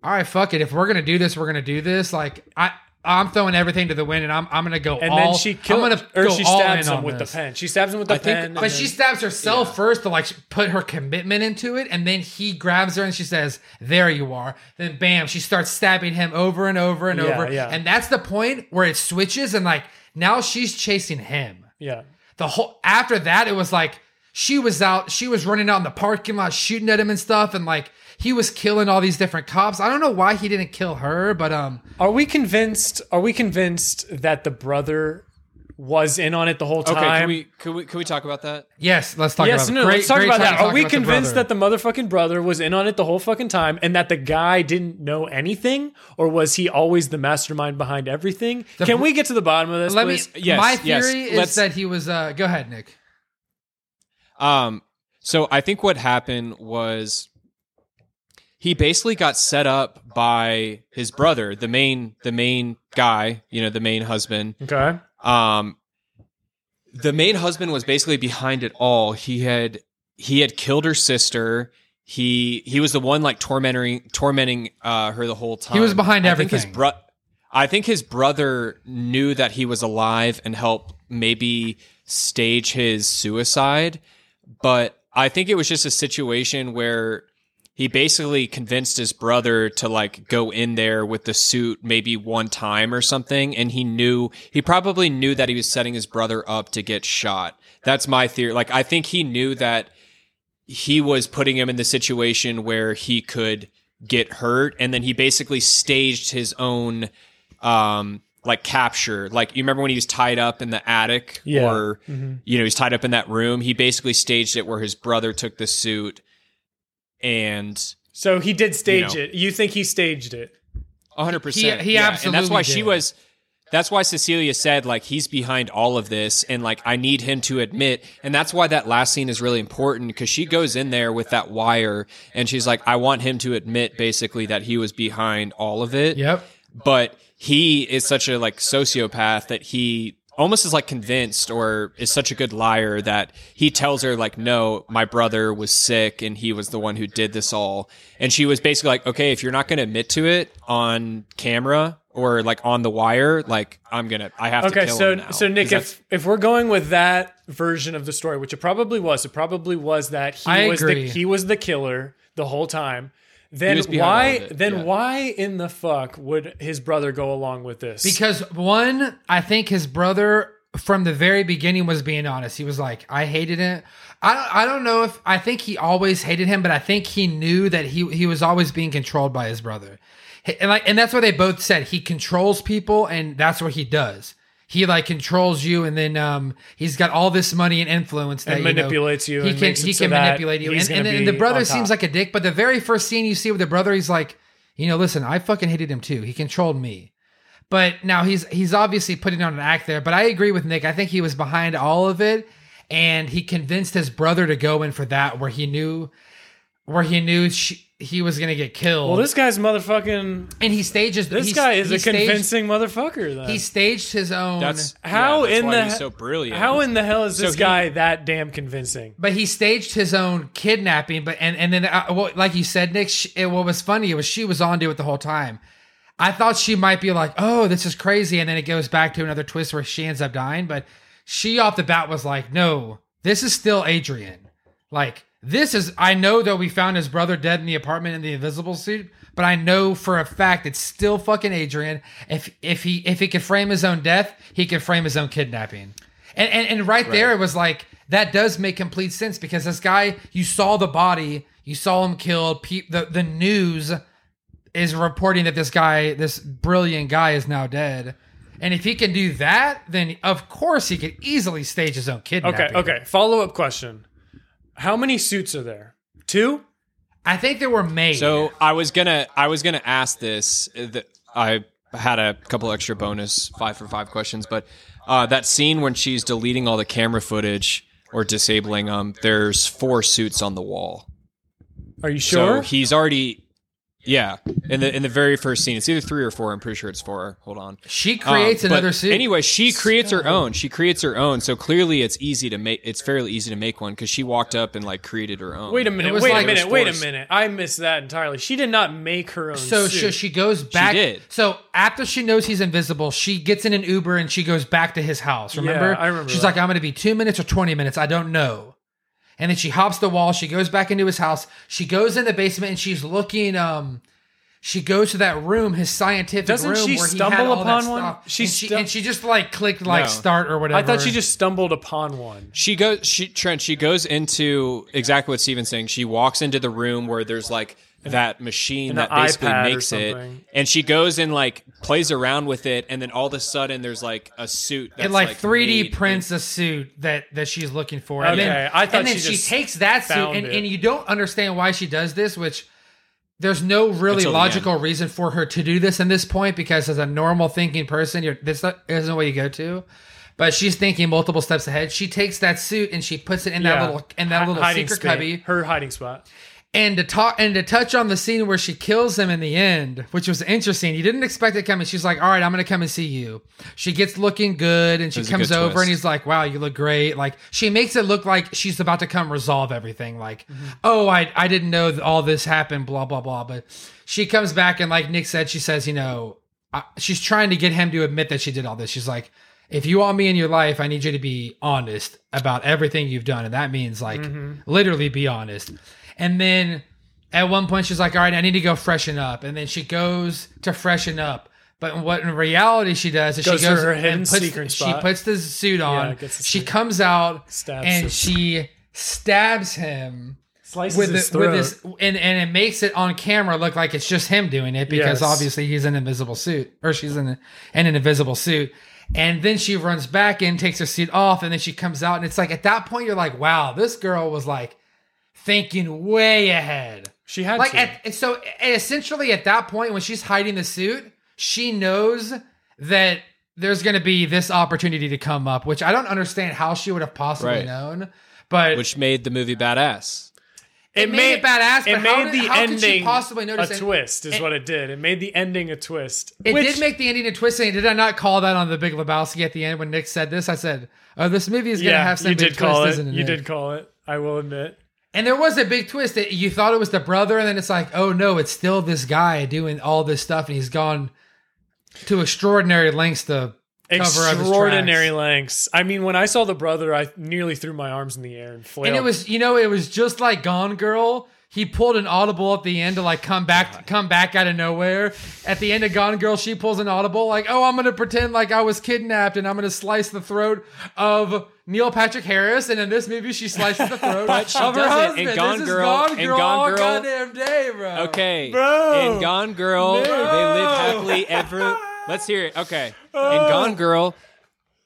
[SPEAKER 3] "All right, fuck it. If we're gonna do this, we're gonna do this." Like I. I'm throwing everything to the wind, and I'm I'm gonna go
[SPEAKER 2] And
[SPEAKER 3] all.
[SPEAKER 2] then she kills
[SPEAKER 3] I'm gonna
[SPEAKER 2] or
[SPEAKER 3] go
[SPEAKER 2] she
[SPEAKER 3] all
[SPEAKER 2] stabs
[SPEAKER 3] in
[SPEAKER 2] him
[SPEAKER 3] on
[SPEAKER 2] with
[SPEAKER 3] this.
[SPEAKER 2] the pen. She stabs him with the
[SPEAKER 1] I think-
[SPEAKER 2] pen.
[SPEAKER 1] but
[SPEAKER 2] and
[SPEAKER 3] But she
[SPEAKER 2] then-
[SPEAKER 3] stabs herself first to like put her commitment into it, and then he grabs her and she says, "There you are." Then bam, she starts stabbing him over and over and
[SPEAKER 2] Yeah,
[SPEAKER 3] over,
[SPEAKER 2] yeah.
[SPEAKER 3] and that's the point where it switches and like now she's chasing him.
[SPEAKER 2] yeah.
[SPEAKER 3] The whole after that, it was like she was out, she was running out in the parking lot, shooting at him and stuff, and like he was killing all these different cops. I don't know why he didn't kill her, but um,
[SPEAKER 2] Are we convinced? Are we convinced that the brother was in on it the whole time?
[SPEAKER 1] Okay, can we can we can we talk about that?
[SPEAKER 3] yes, let's talk
[SPEAKER 2] Yes,
[SPEAKER 3] about
[SPEAKER 2] no,
[SPEAKER 3] it.
[SPEAKER 2] no, let's talk
[SPEAKER 3] great
[SPEAKER 2] about
[SPEAKER 3] time to
[SPEAKER 2] that. Are we
[SPEAKER 3] about the
[SPEAKER 2] convinced that
[SPEAKER 3] brother.
[SPEAKER 2] the motherfucking brother was in on it the whole fucking time and that the guy didn't know anything? Or was he always the mastermind behind everything? Can we get to the bottom of this,
[SPEAKER 3] Let me.
[SPEAKER 2] please?
[SPEAKER 1] Yes,
[SPEAKER 3] my
[SPEAKER 1] yes,
[SPEAKER 3] theory
[SPEAKER 1] let's-
[SPEAKER 3] is that he was. Uh, go ahead, Nick.
[SPEAKER 1] Um, so I think what happened was he basically got set up by his brother, the main the main guy, you know, the main husband.
[SPEAKER 2] okay.
[SPEAKER 1] Um, the main husband was basically behind it all. He had he had killed her sister. He he was the one like tormenting tormenting uh, her the whole time.
[SPEAKER 3] He was behind
[SPEAKER 1] I think his
[SPEAKER 3] everything.
[SPEAKER 1] bro- I think his brother knew that he was alive and helped maybe stage his suicide. But I think it was just a situation where he basically convinced his brother to like go in there with the suit maybe one time or something and he knew he probably knew that he was setting his brother up to get shot that's my theory like i think he knew that he was putting him in the situation where he could get hurt and then he basically staged his own um like capture like you remember when he was tied up in the attic
[SPEAKER 2] Yeah.
[SPEAKER 1] or you know he's tied up in that room he basically staged it where his brother took the suit and
[SPEAKER 2] So he did stage
[SPEAKER 1] You know.
[SPEAKER 2] it. You think he staged it?
[SPEAKER 1] 100%.
[SPEAKER 3] He- he
[SPEAKER 1] And that's why
[SPEAKER 3] absolutely
[SPEAKER 1] she
[SPEAKER 3] did.
[SPEAKER 1] was that's why Cecilia said like he's behind all of this and like I need him to admit and that's why that last scene is really important cuz she goes in there with that wire and she's like I want him to admit basically that he was behind all of it.
[SPEAKER 3] Yep.
[SPEAKER 1] But he is such a like sociopath that he almost is like convinced or is such a good liar that he tells her like no my brother was sick and he was the one who did this all and she was basically like okay if you're not going to admit to it on camera or like on the wire like i'm going to i have to
[SPEAKER 2] Okay,
[SPEAKER 1] kill
[SPEAKER 2] so
[SPEAKER 1] him now.
[SPEAKER 2] so Nick,
[SPEAKER 1] 'Cause that's-
[SPEAKER 2] if if we're going with that version of the story, which it probably was, it probably was that he
[SPEAKER 3] I
[SPEAKER 2] was
[SPEAKER 3] agree.
[SPEAKER 2] the he was the killer the whole time. Then
[SPEAKER 1] was behind all
[SPEAKER 2] why
[SPEAKER 1] of it,
[SPEAKER 2] then
[SPEAKER 1] yeah.
[SPEAKER 2] why in the fuck would his brother go along with this?
[SPEAKER 3] Because one, I think his brother from the very beginning was being honest. He was like, I hated it. I don't, I don't know if I think he always hated him, but I think he knew that he he was always being controlled by his brother. He- And like and that's what they both said. He controls people and that's what he does. He like controls you and then um he's got all this money and influence that
[SPEAKER 2] And
[SPEAKER 3] you know,
[SPEAKER 2] manipulates you
[SPEAKER 3] He
[SPEAKER 2] and
[SPEAKER 3] can
[SPEAKER 2] makes it
[SPEAKER 3] he
[SPEAKER 2] so
[SPEAKER 3] can
[SPEAKER 2] that
[SPEAKER 3] manipulate you.
[SPEAKER 2] he's
[SPEAKER 3] And, and,
[SPEAKER 2] gonna
[SPEAKER 3] and
[SPEAKER 2] be
[SPEAKER 3] the
[SPEAKER 2] on
[SPEAKER 3] brother
[SPEAKER 2] top.
[SPEAKER 3] seems like a dick, but the very first scene you see with the brother, he's like, you know, listen, I fucking hated him too. He controlled me. But now he's he's obviously putting on an act there. But I agree with Nick. I think he was behind all of it, and he convinced his brother to go in for that, where he knew, where he knew she, he was gonna get killed.
[SPEAKER 2] well, this guy's motherfucking.
[SPEAKER 3] and he stages.
[SPEAKER 2] This
[SPEAKER 3] he-
[SPEAKER 2] guy is
[SPEAKER 3] he
[SPEAKER 2] a
[SPEAKER 3] staged-
[SPEAKER 2] convincing motherfucker. Then
[SPEAKER 3] He staged his own.
[SPEAKER 1] that's
[SPEAKER 2] How
[SPEAKER 1] yeah, that's
[SPEAKER 2] in
[SPEAKER 1] why
[SPEAKER 2] the
[SPEAKER 1] he's
[SPEAKER 2] he-
[SPEAKER 1] so brilliant
[SPEAKER 2] how in the hell is this
[SPEAKER 1] he-
[SPEAKER 2] guy that damn convincing?
[SPEAKER 3] but he staged his own kidnapping. But and and then uh, well, like you said, Nick, she, and what was funny was she was onto it the whole time. I thought she might be like, "Oh, this is crazy," and then it goes back to another twist where she ends up dying. But she off the bat was like, "No, this is still Adrian. Like this is I know that we found his brother dead in the apartment in the invisible suit, but I know for a fact it's still fucking Adrian. If if he if he could frame his own death, he could frame his own kidnapping. And and, and right, there it was like that does make complete sense because this guy you saw the body, you saw him killed. Pe- the the news is reporting that this guy, this brilliant guy, is now dead. And if he can do that, then of course he could easily stage his own kidnapping.
[SPEAKER 2] Okay, okay. Follow up question: How many suits are there? Two.
[SPEAKER 3] I think they were made.
[SPEAKER 1] So I was gonna I was gonna ask this. uh, th- I had a couple extra bonus five for five questions, but uh, that scene when she's deleting all the camera footage or disabling them, there's four suits on the wall.
[SPEAKER 2] Are you sure?
[SPEAKER 1] So he's already yeah. In the in the very first scene, it's either three or four. I'm pretty sure it's four. Hold on.
[SPEAKER 3] she creates
[SPEAKER 1] Um, but
[SPEAKER 3] another suit.
[SPEAKER 1] Anyway, she creates her own. She creates her own. So clearly, it's easy to make. It's fairly easy to make one because she walked up and like created her own.
[SPEAKER 2] wait a minute.
[SPEAKER 3] was
[SPEAKER 2] Wait
[SPEAKER 3] like-
[SPEAKER 2] a minute. Wait a
[SPEAKER 1] Forced.
[SPEAKER 2] minute. I missed that entirely. She did not make her own.
[SPEAKER 3] so
[SPEAKER 2] suit.
[SPEAKER 3] she, she goes back.
[SPEAKER 1] did.
[SPEAKER 3] So after she knows he's invisible, she gets in an Uber and she goes back to his house. Remember?
[SPEAKER 2] I remember
[SPEAKER 3] She's
[SPEAKER 2] that.
[SPEAKER 3] like, I'm going to be two minutes or 20 minutes. I don't know. And then she hops the wall. She goes back into his house. She goes in the basement and she's looking. Um, she goes to that room, his scientific
[SPEAKER 2] Doesn't
[SPEAKER 3] room.
[SPEAKER 2] she
[SPEAKER 3] where he
[SPEAKER 2] stumble
[SPEAKER 3] had all that
[SPEAKER 2] upon one?
[SPEAKER 3] stuff.
[SPEAKER 2] She
[SPEAKER 3] and she,
[SPEAKER 2] stum-
[SPEAKER 3] and she just like clicked like
[SPEAKER 1] No.
[SPEAKER 3] start or whatever.
[SPEAKER 2] I thought she just stumbled upon one.
[SPEAKER 1] She goes. She Trent. She goes into exactly what Steven's saying. She walks into the room where there's like that machine
[SPEAKER 2] an
[SPEAKER 1] that basically
[SPEAKER 2] iPad or
[SPEAKER 1] makes it,
[SPEAKER 2] something.
[SPEAKER 1] and she goes and like plays around with it, and then all of a sudden there's like a suit. That's,
[SPEAKER 3] it like, 3D
[SPEAKER 1] made-
[SPEAKER 3] prints a suit that that she's looking for. And
[SPEAKER 2] Okay,
[SPEAKER 3] then,
[SPEAKER 2] I thought
[SPEAKER 3] and then
[SPEAKER 2] she
[SPEAKER 3] she,
[SPEAKER 2] just
[SPEAKER 3] takes that suit,
[SPEAKER 2] found
[SPEAKER 3] and,
[SPEAKER 2] it.
[SPEAKER 3] and you don't understand why she does this, which there's no really
[SPEAKER 1] Until the
[SPEAKER 3] logical reason for her to do this in this point because as a normal thinking person, you're this isn't what you go to. But she's thinking multiple steps ahead. She takes that suit and she puts it in that
[SPEAKER 2] Yeah.
[SPEAKER 3] little in that
[SPEAKER 2] Hi-
[SPEAKER 3] little
[SPEAKER 2] hiding
[SPEAKER 3] secret
[SPEAKER 2] spot.
[SPEAKER 3] cubby.
[SPEAKER 2] Her hiding spot.
[SPEAKER 3] and to talk and to touch on the scene where she kills him in the end, which was interesting. You didn't expect it coming. She's like, "All right, I'm gonna come and see you." She gets looking good, and she
[SPEAKER 1] was a
[SPEAKER 3] comes
[SPEAKER 1] good
[SPEAKER 3] over,
[SPEAKER 1] twist.
[SPEAKER 3] and he's like, "Wow, you look great." Like she makes it look like she's about to come resolve everything. Like,
[SPEAKER 2] Mm-hmm.
[SPEAKER 3] "Oh, I I didn't know that all this happened." Blah blah blah. But she comes back, and like Nick said, she says, "You know, I, she's trying to get him to admit that she did all this." She's like. If you want me in your life, I need you to be honest about everything you've done. And that means like
[SPEAKER 2] Mm-hmm.
[SPEAKER 3] literally be honest. And then at one point she's like, "All right, I need to go freshen up." And then she goes to freshen up. But what in reality she does is
[SPEAKER 2] Goes
[SPEAKER 3] she
[SPEAKER 2] to
[SPEAKER 3] goes
[SPEAKER 2] her hidden
[SPEAKER 3] and puts
[SPEAKER 2] secret
[SPEAKER 3] she
[SPEAKER 2] spot.
[SPEAKER 3] puts the suit on.
[SPEAKER 2] gets the
[SPEAKER 3] she
[SPEAKER 2] suit.
[SPEAKER 3] comes out
[SPEAKER 2] Stabs
[SPEAKER 3] and
[SPEAKER 2] him.
[SPEAKER 3] she stabs him
[SPEAKER 2] Slices
[SPEAKER 3] with
[SPEAKER 2] his
[SPEAKER 3] the,
[SPEAKER 2] throat.
[SPEAKER 3] with his and and it makes it on camera look like it's just him doing it because
[SPEAKER 2] Yes.
[SPEAKER 3] obviously he's in an invisible suit or she's in, a, in an invisible suit. And then she runs back in, takes her suit off, and then she comes out. And it's like at that point you're like, wow, this girl was like thinking way ahead
[SPEAKER 2] she had
[SPEAKER 3] like
[SPEAKER 2] to.
[SPEAKER 3] at, and so and essentially at that point when she's hiding the suit she knows that there's going to be this opportunity to come up which i don't understand how she would have possibly
[SPEAKER 1] Right.
[SPEAKER 3] known but
[SPEAKER 1] which made the movie badass.
[SPEAKER 3] it, made, it badass
[SPEAKER 2] It
[SPEAKER 3] but
[SPEAKER 2] made
[SPEAKER 3] how, did,
[SPEAKER 2] the
[SPEAKER 3] how
[SPEAKER 2] ending
[SPEAKER 3] could she possibly notice
[SPEAKER 2] a
[SPEAKER 3] it?
[SPEAKER 2] twist, is what it did. It made the ending a twist.
[SPEAKER 3] it
[SPEAKER 2] which,
[SPEAKER 3] did make the ending a twist and did i not call that on the big lebowski at the end when nick said this i said oh this movie is going to
[SPEAKER 2] yeah,
[SPEAKER 3] have some
[SPEAKER 2] you
[SPEAKER 3] big
[SPEAKER 2] did call
[SPEAKER 3] twist
[SPEAKER 2] it.
[SPEAKER 3] isn't it
[SPEAKER 2] You
[SPEAKER 3] Nick?"
[SPEAKER 2] did call it. I will admit.
[SPEAKER 3] And there was a big twist that you thought it was the brother, and then it's like, oh no, it's still this guy doing all this stuff, and he's gone to extraordinary lengths to cover up his
[SPEAKER 2] Extraordinary
[SPEAKER 3] tracks.
[SPEAKER 2] lengths. I mean, when I saw the brother, I nearly threw my arms in the air and flailed.
[SPEAKER 3] And it was, you know, it was just like Gone Girl. He pulled an audible at the end to like come back, come back out of nowhere. At the end of Gone Girl, she pulls an audible like, "Oh, I'm gonna pretend like I was kidnapped and I'm gonna slice the throat of Neil Patrick Harris." And in this movie, she slices the throat
[SPEAKER 1] But she
[SPEAKER 3] of her
[SPEAKER 1] doesn't in
[SPEAKER 3] husband.
[SPEAKER 1] Gone
[SPEAKER 3] this
[SPEAKER 1] Girl-
[SPEAKER 3] is Gone
[SPEAKER 1] in
[SPEAKER 3] Girl,
[SPEAKER 1] Gone
[SPEAKER 3] all
[SPEAKER 1] Girl-
[SPEAKER 3] goddamn day, bro.
[SPEAKER 1] Okay.
[SPEAKER 2] Bro.
[SPEAKER 1] In Gone Girl, they live happily ever. Let's hear it. Okay.
[SPEAKER 2] Oh!
[SPEAKER 1] In Gone Girl,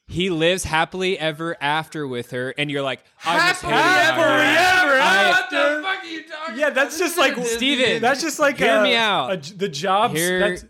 [SPEAKER 1] he lives happily ever after with her, and you're like, I just
[SPEAKER 3] Happily
[SPEAKER 1] hated that guy.
[SPEAKER 3] ever
[SPEAKER 2] ever
[SPEAKER 3] What
[SPEAKER 2] after.
[SPEAKER 3] the fuck are you talking
[SPEAKER 2] Yeah,
[SPEAKER 3] about?
[SPEAKER 2] that's
[SPEAKER 3] This
[SPEAKER 2] just
[SPEAKER 3] is a
[SPEAKER 2] like
[SPEAKER 3] Disney
[SPEAKER 1] Steven,
[SPEAKER 3] movie.
[SPEAKER 2] That's just like
[SPEAKER 1] Hear
[SPEAKER 2] a-
[SPEAKER 1] me out.
[SPEAKER 2] a j- the jobs.
[SPEAKER 1] Hear-
[SPEAKER 2] that's,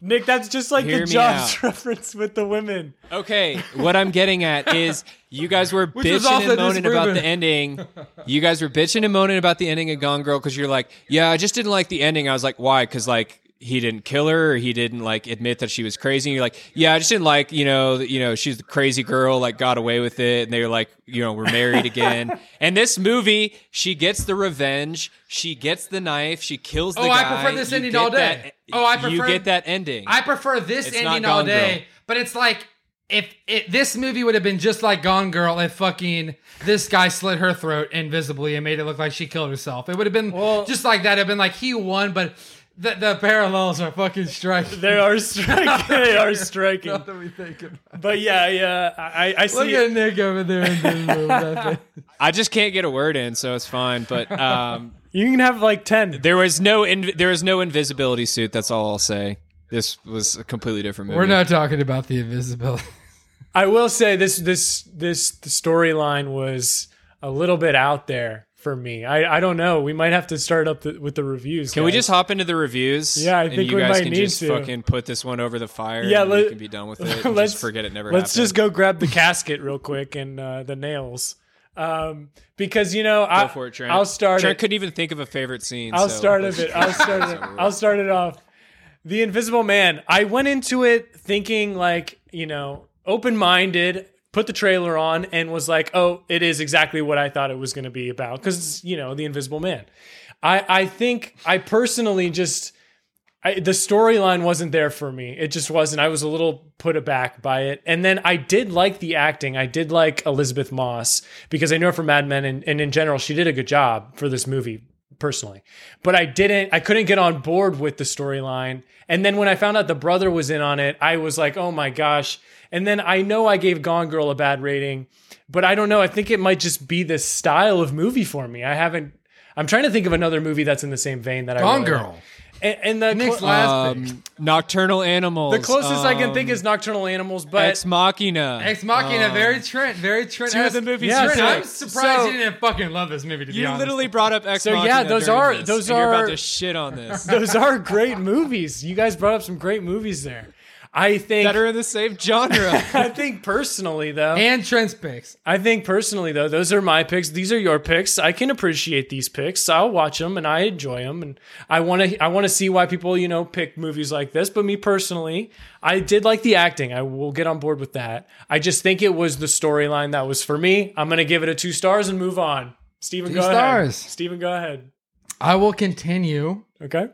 [SPEAKER 2] Nick, that's just like
[SPEAKER 1] Hear
[SPEAKER 2] the
[SPEAKER 1] me
[SPEAKER 2] jobs
[SPEAKER 1] out.
[SPEAKER 2] reference with the women.
[SPEAKER 1] Okay, what I'm getting at is you guys were
[SPEAKER 3] was
[SPEAKER 1] bitching
[SPEAKER 3] also
[SPEAKER 1] and moaning about
[SPEAKER 3] disproven.
[SPEAKER 1] the ending. You guys were bitching and moaning about the ending of Gone Girl because you're like, yeah, I just didn't like the ending. I was like, why? Because like he didn't kill her, or he didn't like admit that she was crazy. And you're like, yeah, I just didn't like you know that, you know she's the crazy girl like got away with it, and they were like you know we're married again. and this movie, she gets the revenge, she gets the knife, she kills the
[SPEAKER 3] Oh,
[SPEAKER 1] guy.
[SPEAKER 3] I prefer this
[SPEAKER 1] You
[SPEAKER 3] ending
[SPEAKER 1] get
[SPEAKER 3] all day.
[SPEAKER 1] that-
[SPEAKER 3] Oh, I
[SPEAKER 1] you
[SPEAKER 3] prefer-
[SPEAKER 1] get that ending.
[SPEAKER 3] I prefer this
[SPEAKER 1] It's
[SPEAKER 3] ending
[SPEAKER 1] not
[SPEAKER 3] all
[SPEAKER 1] Gone
[SPEAKER 3] day,
[SPEAKER 1] Girl.
[SPEAKER 3] but it's like if it, this movie would have been just like Gone Girl if fucking this guy slit her throat invisibly and made it look like she killed herself. It would have been
[SPEAKER 2] Well-
[SPEAKER 3] just like that. It'd been like he won, but the, the parallels are fucking striking.
[SPEAKER 2] They are striking. they are striking.
[SPEAKER 3] What do we think about?
[SPEAKER 2] But yeah, yeah, I, I see.
[SPEAKER 3] Look at Nick over there in the room. I think.
[SPEAKER 1] I just can't get a word in, so it's fine. But um,
[SPEAKER 2] You can have like ten.
[SPEAKER 1] There was no inv- there was no invisibility suit. That's all I'll say. This was a completely different movie.
[SPEAKER 3] We're not talking about the invisibility.
[SPEAKER 2] I will say this this this the storyline was a little bit out there for me. I, I don't know. We might have to start up the, with the reviews.
[SPEAKER 1] Can we
[SPEAKER 2] guys.
[SPEAKER 1] just hop into the reviews?
[SPEAKER 2] Yeah, I
[SPEAKER 1] and
[SPEAKER 2] think
[SPEAKER 1] you
[SPEAKER 2] we
[SPEAKER 1] guys
[SPEAKER 2] might
[SPEAKER 1] can
[SPEAKER 2] need
[SPEAKER 1] just
[SPEAKER 2] to.
[SPEAKER 1] fucking put this one over the fire.
[SPEAKER 2] Yeah,
[SPEAKER 1] and
[SPEAKER 2] let-
[SPEAKER 1] we can be done with it. And
[SPEAKER 2] let's-
[SPEAKER 1] just forget it never.
[SPEAKER 2] Let's
[SPEAKER 1] happened.
[SPEAKER 2] just go grab the casket real quick and uh, the nails, um, because you know
[SPEAKER 1] go
[SPEAKER 2] I,
[SPEAKER 1] for it, Trent.
[SPEAKER 2] I'll start.
[SPEAKER 1] Trent
[SPEAKER 2] it.
[SPEAKER 1] couldn't even think of a favorite scene.
[SPEAKER 2] I'll
[SPEAKER 1] so
[SPEAKER 2] start
[SPEAKER 1] let's
[SPEAKER 2] of it.
[SPEAKER 1] just-
[SPEAKER 2] I'll start it.
[SPEAKER 1] over with.
[SPEAKER 2] I'll start it off. The Invisible Man. I went into it thinking like, you know, open-minded, put the trailer on and was like, "Oh, it is exactly what I thought it was going to be about cuz, you know, The Invisible Man." I I think I personally just I, the storyline wasn't there for me. It just wasn't. I was a little put aback by it. And then I did like the acting. I did like Elizabeth Moss because I know her from Mad Men and, and in general, she did a good job for this movie personally. But I didn't, I couldn't get on board with the storyline. And then when I found out the brother was in on it, I was like, oh my gosh. And then I know I gave Gone Girl a bad rating, but I don't know. I think it might just be this style of movie for me. I haven't, I'm trying to think of another movie that's in the same vein that I
[SPEAKER 3] Gone
[SPEAKER 2] really like.
[SPEAKER 3] Girl.
[SPEAKER 2] And, and the
[SPEAKER 3] Nick's
[SPEAKER 2] clo-
[SPEAKER 3] last pick.
[SPEAKER 1] Um, Nocturnal animals. um,
[SPEAKER 2] the closest I can think is Nocturnal Animals, but
[SPEAKER 1] Ex Machina.
[SPEAKER 3] Ex Machina, very Trent, very Trent.
[SPEAKER 1] two of the movies
[SPEAKER 2] Yeah,
[SPEAKER 3] Trent,
[SPEAKER 2] so-
[SPEAKER 3] I'm surprised
[SPEAKER 1] so-
[SPEAKER 3] you didn't fucking love this movie. To be
[SPEAKER 1] you
[SPEAKER 3] honest,
[SPEAKER 1] literally brought up Ex
[SPEAKER 2] So, yeah,
[SPEAKER 1] Machina.
[SPEAKER 2] those
[SPEAKER 1] during
[SPEAKER 2] are-
[SPEAKER 1] this,
[SPEAKER 2] those
[SPEAKER 1] and You're about
[SPEAKER 2] are-
[SPEAKER 1] to shit on this.
[SPEAKER 2] those are great movies. You guys brought up some great movies there. I think
[SPEAKER 1] that are in the same genre.
[SPEAKER 2] I think personally though.
[SPEAKER 3] and Trent's picks.
[SPEAKER 2] I think personally though, those are my picks. These are your picks. I can appreciate these picks. I'll watch them and I enjoy them and I want to I want to see why people, you know, pick movies like this, but me personally, I did like the acting. I will get on board with that. I just think it was the storyline that was for me. I'm going to give it a 2 stars and move on. Steven
[SPEAKER 3] Two
[SPEAKER 2] go
[SPEAKER 3] stars.
[SPEAKER 2] ahead. Steven go ahead.
[SPEAKER 3] I will continue.
[SPEAKER 2] Okay?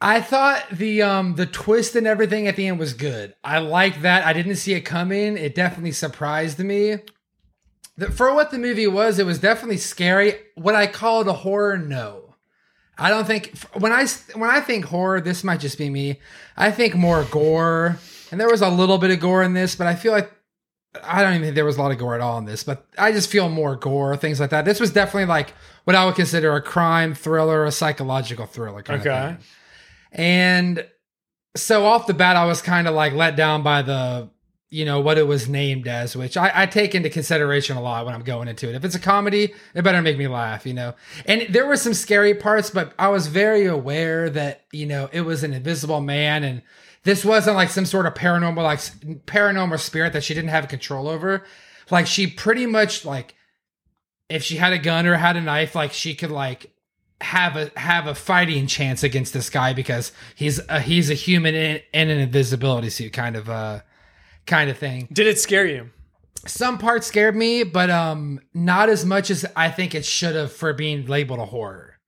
[SPEAKER 3] I thought the um the twist and everything at the end was good. I like that. I didn't see it coming. It definitely surprised me. The- for what the movie was, it was definitely scary. What I called a horror, no. I don't think f- when I s- when I think horror, this might just be me. I think more gore, and there was a little bit of gore in this, but I feel like I don't even think there was a lot of gore at all in this. But I just feel more gore, things like that. This was definitely like what I would consider a crime thriller, a psychological thriller. Kind Of
[SPEAKER 2] Okay.
[SPEAKER 3] thing. And so off the bat, I was kind of like let down by the, you know, what it was named as, which I, I take into consideration a lot when I'm going into it. If it's a comedy, it better make me laugh, you know. And there were some scary parts, but I was very aware that, you know, it was an invisible man and this wasn't like some sort of paranormal, like s- paranormal spirit that she didn't have control over. Like she pretty much like, if she had a gun or had a knife, like she could like have a have a fighting chance against this guy because he's a, he's a human in, in an invisibility suit kind of uh kind of thing.
[SPEAKER 2] Did it scare you?
[SPEAKER 3] Some parts scared me, but um not as much as I think it should have for being labeled a horror.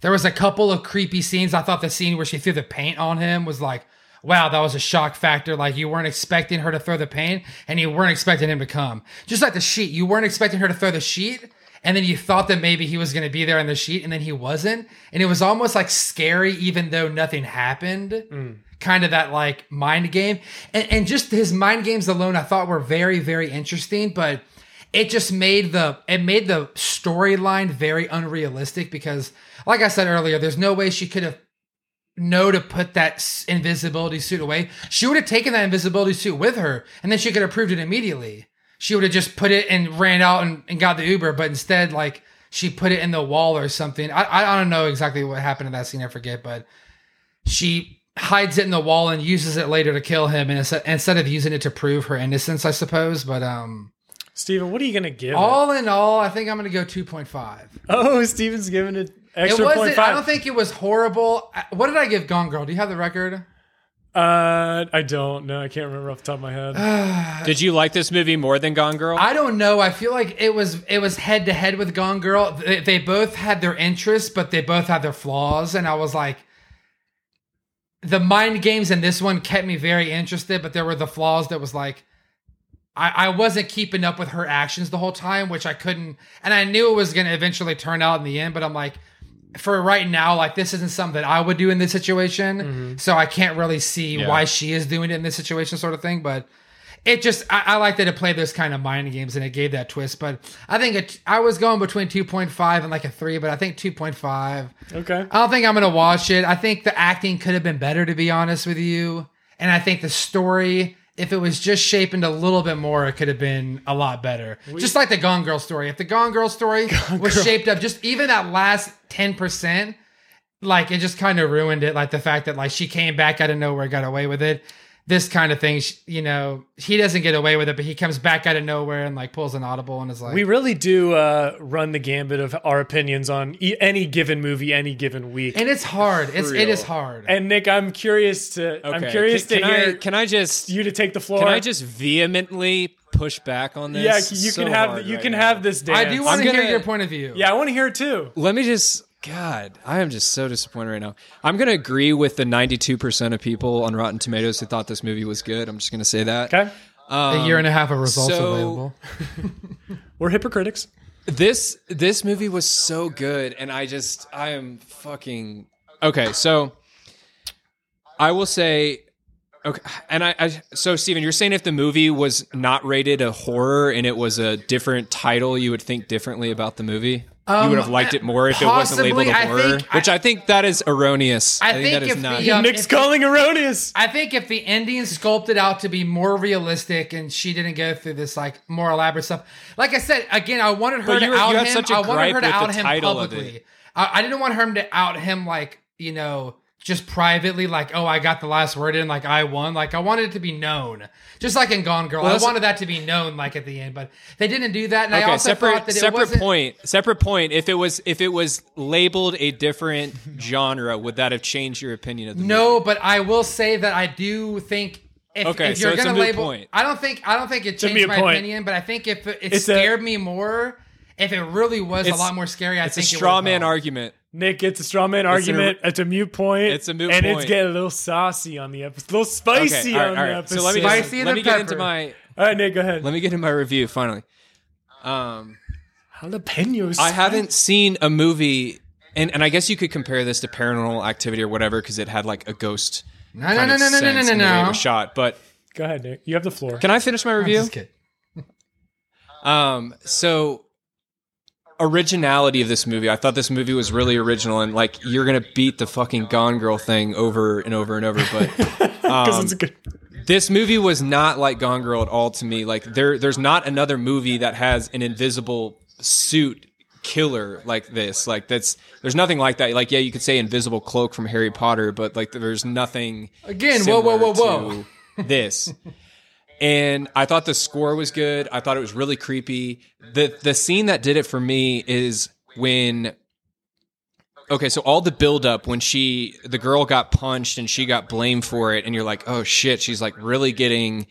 [SPEAKER 3] There was a couple of creepy scenes. I thought the scene where she threw the paint on him was like, wow, that was a shock factor. Like you weren't expecting her to throw the paint and you weren't expecting him to come. Just like the sheet, you weren't expecting her to throw the sheet and then you thought that maybe he was going to be there on the sheet and then he wasn't and it was almost like scary even though nothing happened kind of that like mind game and, and just his mind games alone i thought were very very interesting but it just made the it made the storyline very unrealistic because like i said earlier there's no way she could have know to put that s- invisibility suit away, she would have taken that invisibility suit with her and then she could have proved it immediately. She would have just put it and ran out and, and got the Uber, but instead, like, she put it in the wall or something. I, I I don't know exactly what happened in that scene. I forget, but she hides it in the wall and uses it later to kill him and instead- instead of using it to prove her innocence, I suppose. But um,
[SPEAKER 2] Steven, what are you going to give? it?
[SPEAKER 3] all in all, I think I'm going to go 2.5.
[SPEAKER 2] Oh, Steven's giving it extra
[SPEAKER 3] it
[SPEAKER 2] point
[SPEAKER 3] wasn't,
[SPEAKER 2] five.
[SPEAKER 3] I don't think it was horrible. I- What did I give Gone Girl? Do you have the record?
[SPEAKER 2] uh, I don't know. I can't remember off the top of my head.
[SPEAKER 1] Did you like this movie more than Gone Girl?
[SPEAKER 3] I don't know. I feel like it was it was head to head with Gone Girl. They, they both had their interests, but they both had their flaws, and I was like, the mind games in this one kept me very interested, but there were the flaws that was like. I, I wasn't keeping up with her actions the whole time, which I couldn't, and I knew it was going to eventually turn out in the end. But I'm like, for right now, like this isn't something that I would do in this situation, so I can't really see
[SPEAKER 1] Yeah.
[SPEAKER 3] why she is doing it in this situation, sort of thing. But it just I, I like that it played those kind of mind games and it gave that twist. But I think it, I was going between 2.5 and like a three, but I think 2.5.
[SPEAKER 2] okay.
[SPEAKER 3] I don't think I'm gonna watch it. I think the acting could have been better, to be honest with you. And I think the story, if it was just shaped into a little bit more, it could have been a lot better. just like the Gone Girl story. If the Gone Girl story was shaped up, just even that last ten percent, like it just kind of ruined it. Like the fact that like she came back out of nowhere, got away with it. This kind of thing, sh- you know, he doesn't get away with it, but he comes back out of nowhere and like pulls an audible and is like,
[SPEAKER 2] We really do uh, run the gambit of our opinions on e- any given movie, any given week. And,
[SPEAKER 3] and it's hard. It's it
[SPEAKER 1] real.
[SPEAKER 3] is hard.
[SPEAKER 2] Nick, I'm curious to I'm
[SPEAKER 1] Okay,
[SPEAKER 2] curious
[SPEAKER 1] can,
[SPEAKER 2] to
[SPEAKER 1] can
[SPEAKER 2] hear
[SPEAKER 1] I, can I just
[SPEAKER 2] you to take the floor.
[SPEAKER 1] can I just vehemently push back on this?
[SPEAKER 2] yeah, you
[SPEAKER 1] so
[SPEAKER 2] can have
[SPEAKER 1] hard
[SPEAKER 2] you
[SPEAKER 1] right
[SPEAKER 2] can
[SPEAKER 1] now?
[SPEAKER 2] have this day.
[SPEAKER 3] I do want to
[SPEAKER 1] gonna-
[SPEAKER 3] hear your point of view.
[SPEAKER 2] Yeah, I want to hear it too.
[SPEAKER 1] Let me just. God, I am just so disappointed right now. I'm going to agree with the 92% of people on Rotten Tomatoes who thought this movie was good. I'm just going to say that.
[SPEAKER 2] Okay,
[SPEAKER 3] a year and a half of results
[SPEAKER 1] so-
[SPEAKER 3] available.
[SPEAKER 2] we're hypocritics.
[SPEAKER 1] This this movie was so good and I just I am fucking Okay, so I will say okay and I, I so Steven, you're saying if the movie was not rated a horror and it was a different title, you would think differently about the movie? you would have liked it more if
[SPEAKER 3] Um, possibly,
[SPEAKER 1] it wasn't labeled a
[SPEAKER 3] I
[SPEAKER 1] horror,
[SPEAKER 3] think-
[SPEAKER 1] which I, think that is erroneous.
[SPEAKER 3] I
[SPEAKER 1] I, think,
[SPEAKER 3] think
[SPEAKER 1] that
[SPEAKER 3] if
[SPEAKER 1] is not.
[SPEAKER 3] the, um,
[SPEAKER 2] Nick's
[SPEAKER 3] if-
[SPEAKER 2] calling erroneous.
[SPEAKER 3] I think if the ending sculpted out to be more realistic and she didn't go through this like more elaborate stuff, like I said again, I wanted her
[SPEAKER 1] But
[SPEAKER 3] to
[SPEAKER 1] you were- you
[SPEAKER 3] out
[SPEAKER 1] had
[SPEAKER 3] him.
[SPEAKER 1] such a
[SPEAKER 3] I wanted
[SPEAKER 1] gripe
[SPEAKER 3] her to
[SPEAKER 1] with the
[SPEAKER 3] out him
[SPEAKER 1] title of
[SPEAKER 3] publicly. I, I didn't want him to out him like you know just privately like, oh, I got the last word in, like I won. Like I wanted it to be known, just like in Gone Girl.
[SPEAKER 1] Well,
[SPEAKER 3] I
[SPEAKER 1] that's-
[SPEAKER 3] wanted that to be known, like at the end, but they didn't do that. And I
[SPEAKER 1] Okay,
[SPEAKER 3] also thought
[SPEAKER 1] separate
[SPEAKER 3] that it
[SPEAKER 1] separate
[SPEAKER 3] wasn't.
[SPEAKER 1] point. Separate point. If it was if it was labeled a different genre, would that have changed your opinion of the movie?
[SPEAKER 3] No, but I will say that I do think. If,
[SPEAKER 1] Okay,
[SPEAKER 3] if you're
[SPEAKER 1] so it's a
[SPEAKER 3] gonna
[SPEAKER 1] moot
[SPEAKER 3] label,
[SPEAKER 1] point.
[SPEAKER 3] I don't think I don't think it
[SPEAKER 2] a
[SPEAKER 3] changed
[SPEAKER 2] moot
[SPEAKER 3] my
[SPEAKER 2] point.
[SPEAKER 3] opinion, but I think if it, it
[SPEAKER 2] It's a-
[SPEAKER 3] scared me more, if it really was a
[SPEAKER 1] It's-
[SPEAKER 3] lot more scary, I
[SPEAKER 1] It's a
[SPEAKER 3] think it
[SPEAKER 1] straw
[SPEAKER 3] would've
[SPEAKER 1] man
[SPEAKER 3] gone.
[SPEAKER 1] argument.
[SPEAKER 2] Nick, it's a straw man
[SPEAKER 1] It's an-
[SPEAKER 2] argument. it's a mute point.
[SPEAKER 1] It's a moot
[SPEAKER 2] and
[SPEAKER 1] point.
[SPEAKER 2] it's getting a little saucy on the episode, a little spicy
[SPEAKER 1] okay, all right,
[SPEAKER 2] on
[SPEAKER 1] all
[SPEAKER 2] the
[SPEAKER 1] right.
[SPEAKER 2] episode.
[SPEAKER 1] So let me
[SPEAKER 3] Spicy
[SPEAKER 1] just,
[SPEAKER 3] and
[SPEAKER 1] let
[SPEAKER 3] a
[SPEAKER 1] me get
[SPEAKER 3] pepper.
[SPEAKER 1] into my
[SPEAKER 2] all right, Nick, go ahead.
[SPEAKER 1] let me get into my review finally. Um,
[SPEAKER 2] Jalapenos.
[SPEAKER 1] I haven't seen a movie, and and I guess you could compare this to Paranormal Activity or whatever because it had like a ghost.
[SPEAKER 3] No, no,
[SPEAKER 1] kind
[SPEAKER 3] no,
[SPEAKER 1] of
[SPEAKER 3] no, no, no,
[SPEAKER 1] sense
[SPEAKER 3] no,
[SPEAKER 1] in the way it
[SPEAKER 3] no, no.
[SPEAKER 1] was Shot, but
[SPEAKER 2] Go ahead, Nick. You have the floor.
[SPEAKER 1] can I finish my review?
[SPEAKER 3] Just kidding.
[SPEAKER 1] Um, so originality of this movie. I thought this movie was really original and like you're going to beat the fucking Gone Girl thing over and over and over, but
[SPEAKER 2] Because it's a good.
[SPEAKER 1] this movie was not like Gone Girl at all to me. Like there there's not another movie that has an invisible suit killer like this. Like that's there's nothing like that. Like yeah, you could say invisible cloak from Harry Potter, but like there's nothing
[SPEAKER 3] Again, whoa, whoa, whoa,
[SPEAKER 1] similar
[SPEAKER 3] whoa.
[SPEAKER 1] to This. And I thought the score was good. I thought it was really creepy. The the scene that did it for me is when Okay, so all the buildup when she, the girl got punched and she got blamed for it, and you're like, oh shit, she's like really getting,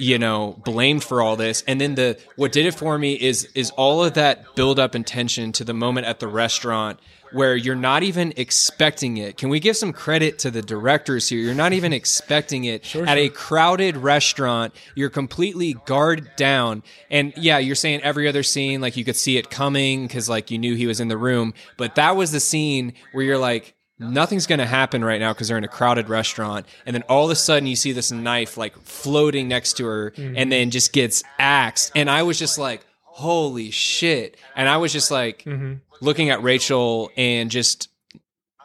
[SPEAKER 1] you know, blamed for all this. And then the what did it for me is is all of that buildup and tension to the moment at the restaurant where you're not even expecting it. Can we give some credit to the directors here? You're not even expecting it at a crowded restaurant. You're completely guard down, and yeah, you're saying every other scene like you could see it coming because like you knew he was in the room, but that was the scene where you're like. Nothing's going to happen right now because they're in a crowded restaurant. And then all of a sudden, you see this knife like floating next to her and then just gets axed. And I was just like, holy shit. And I was just like looking at Rachel and just,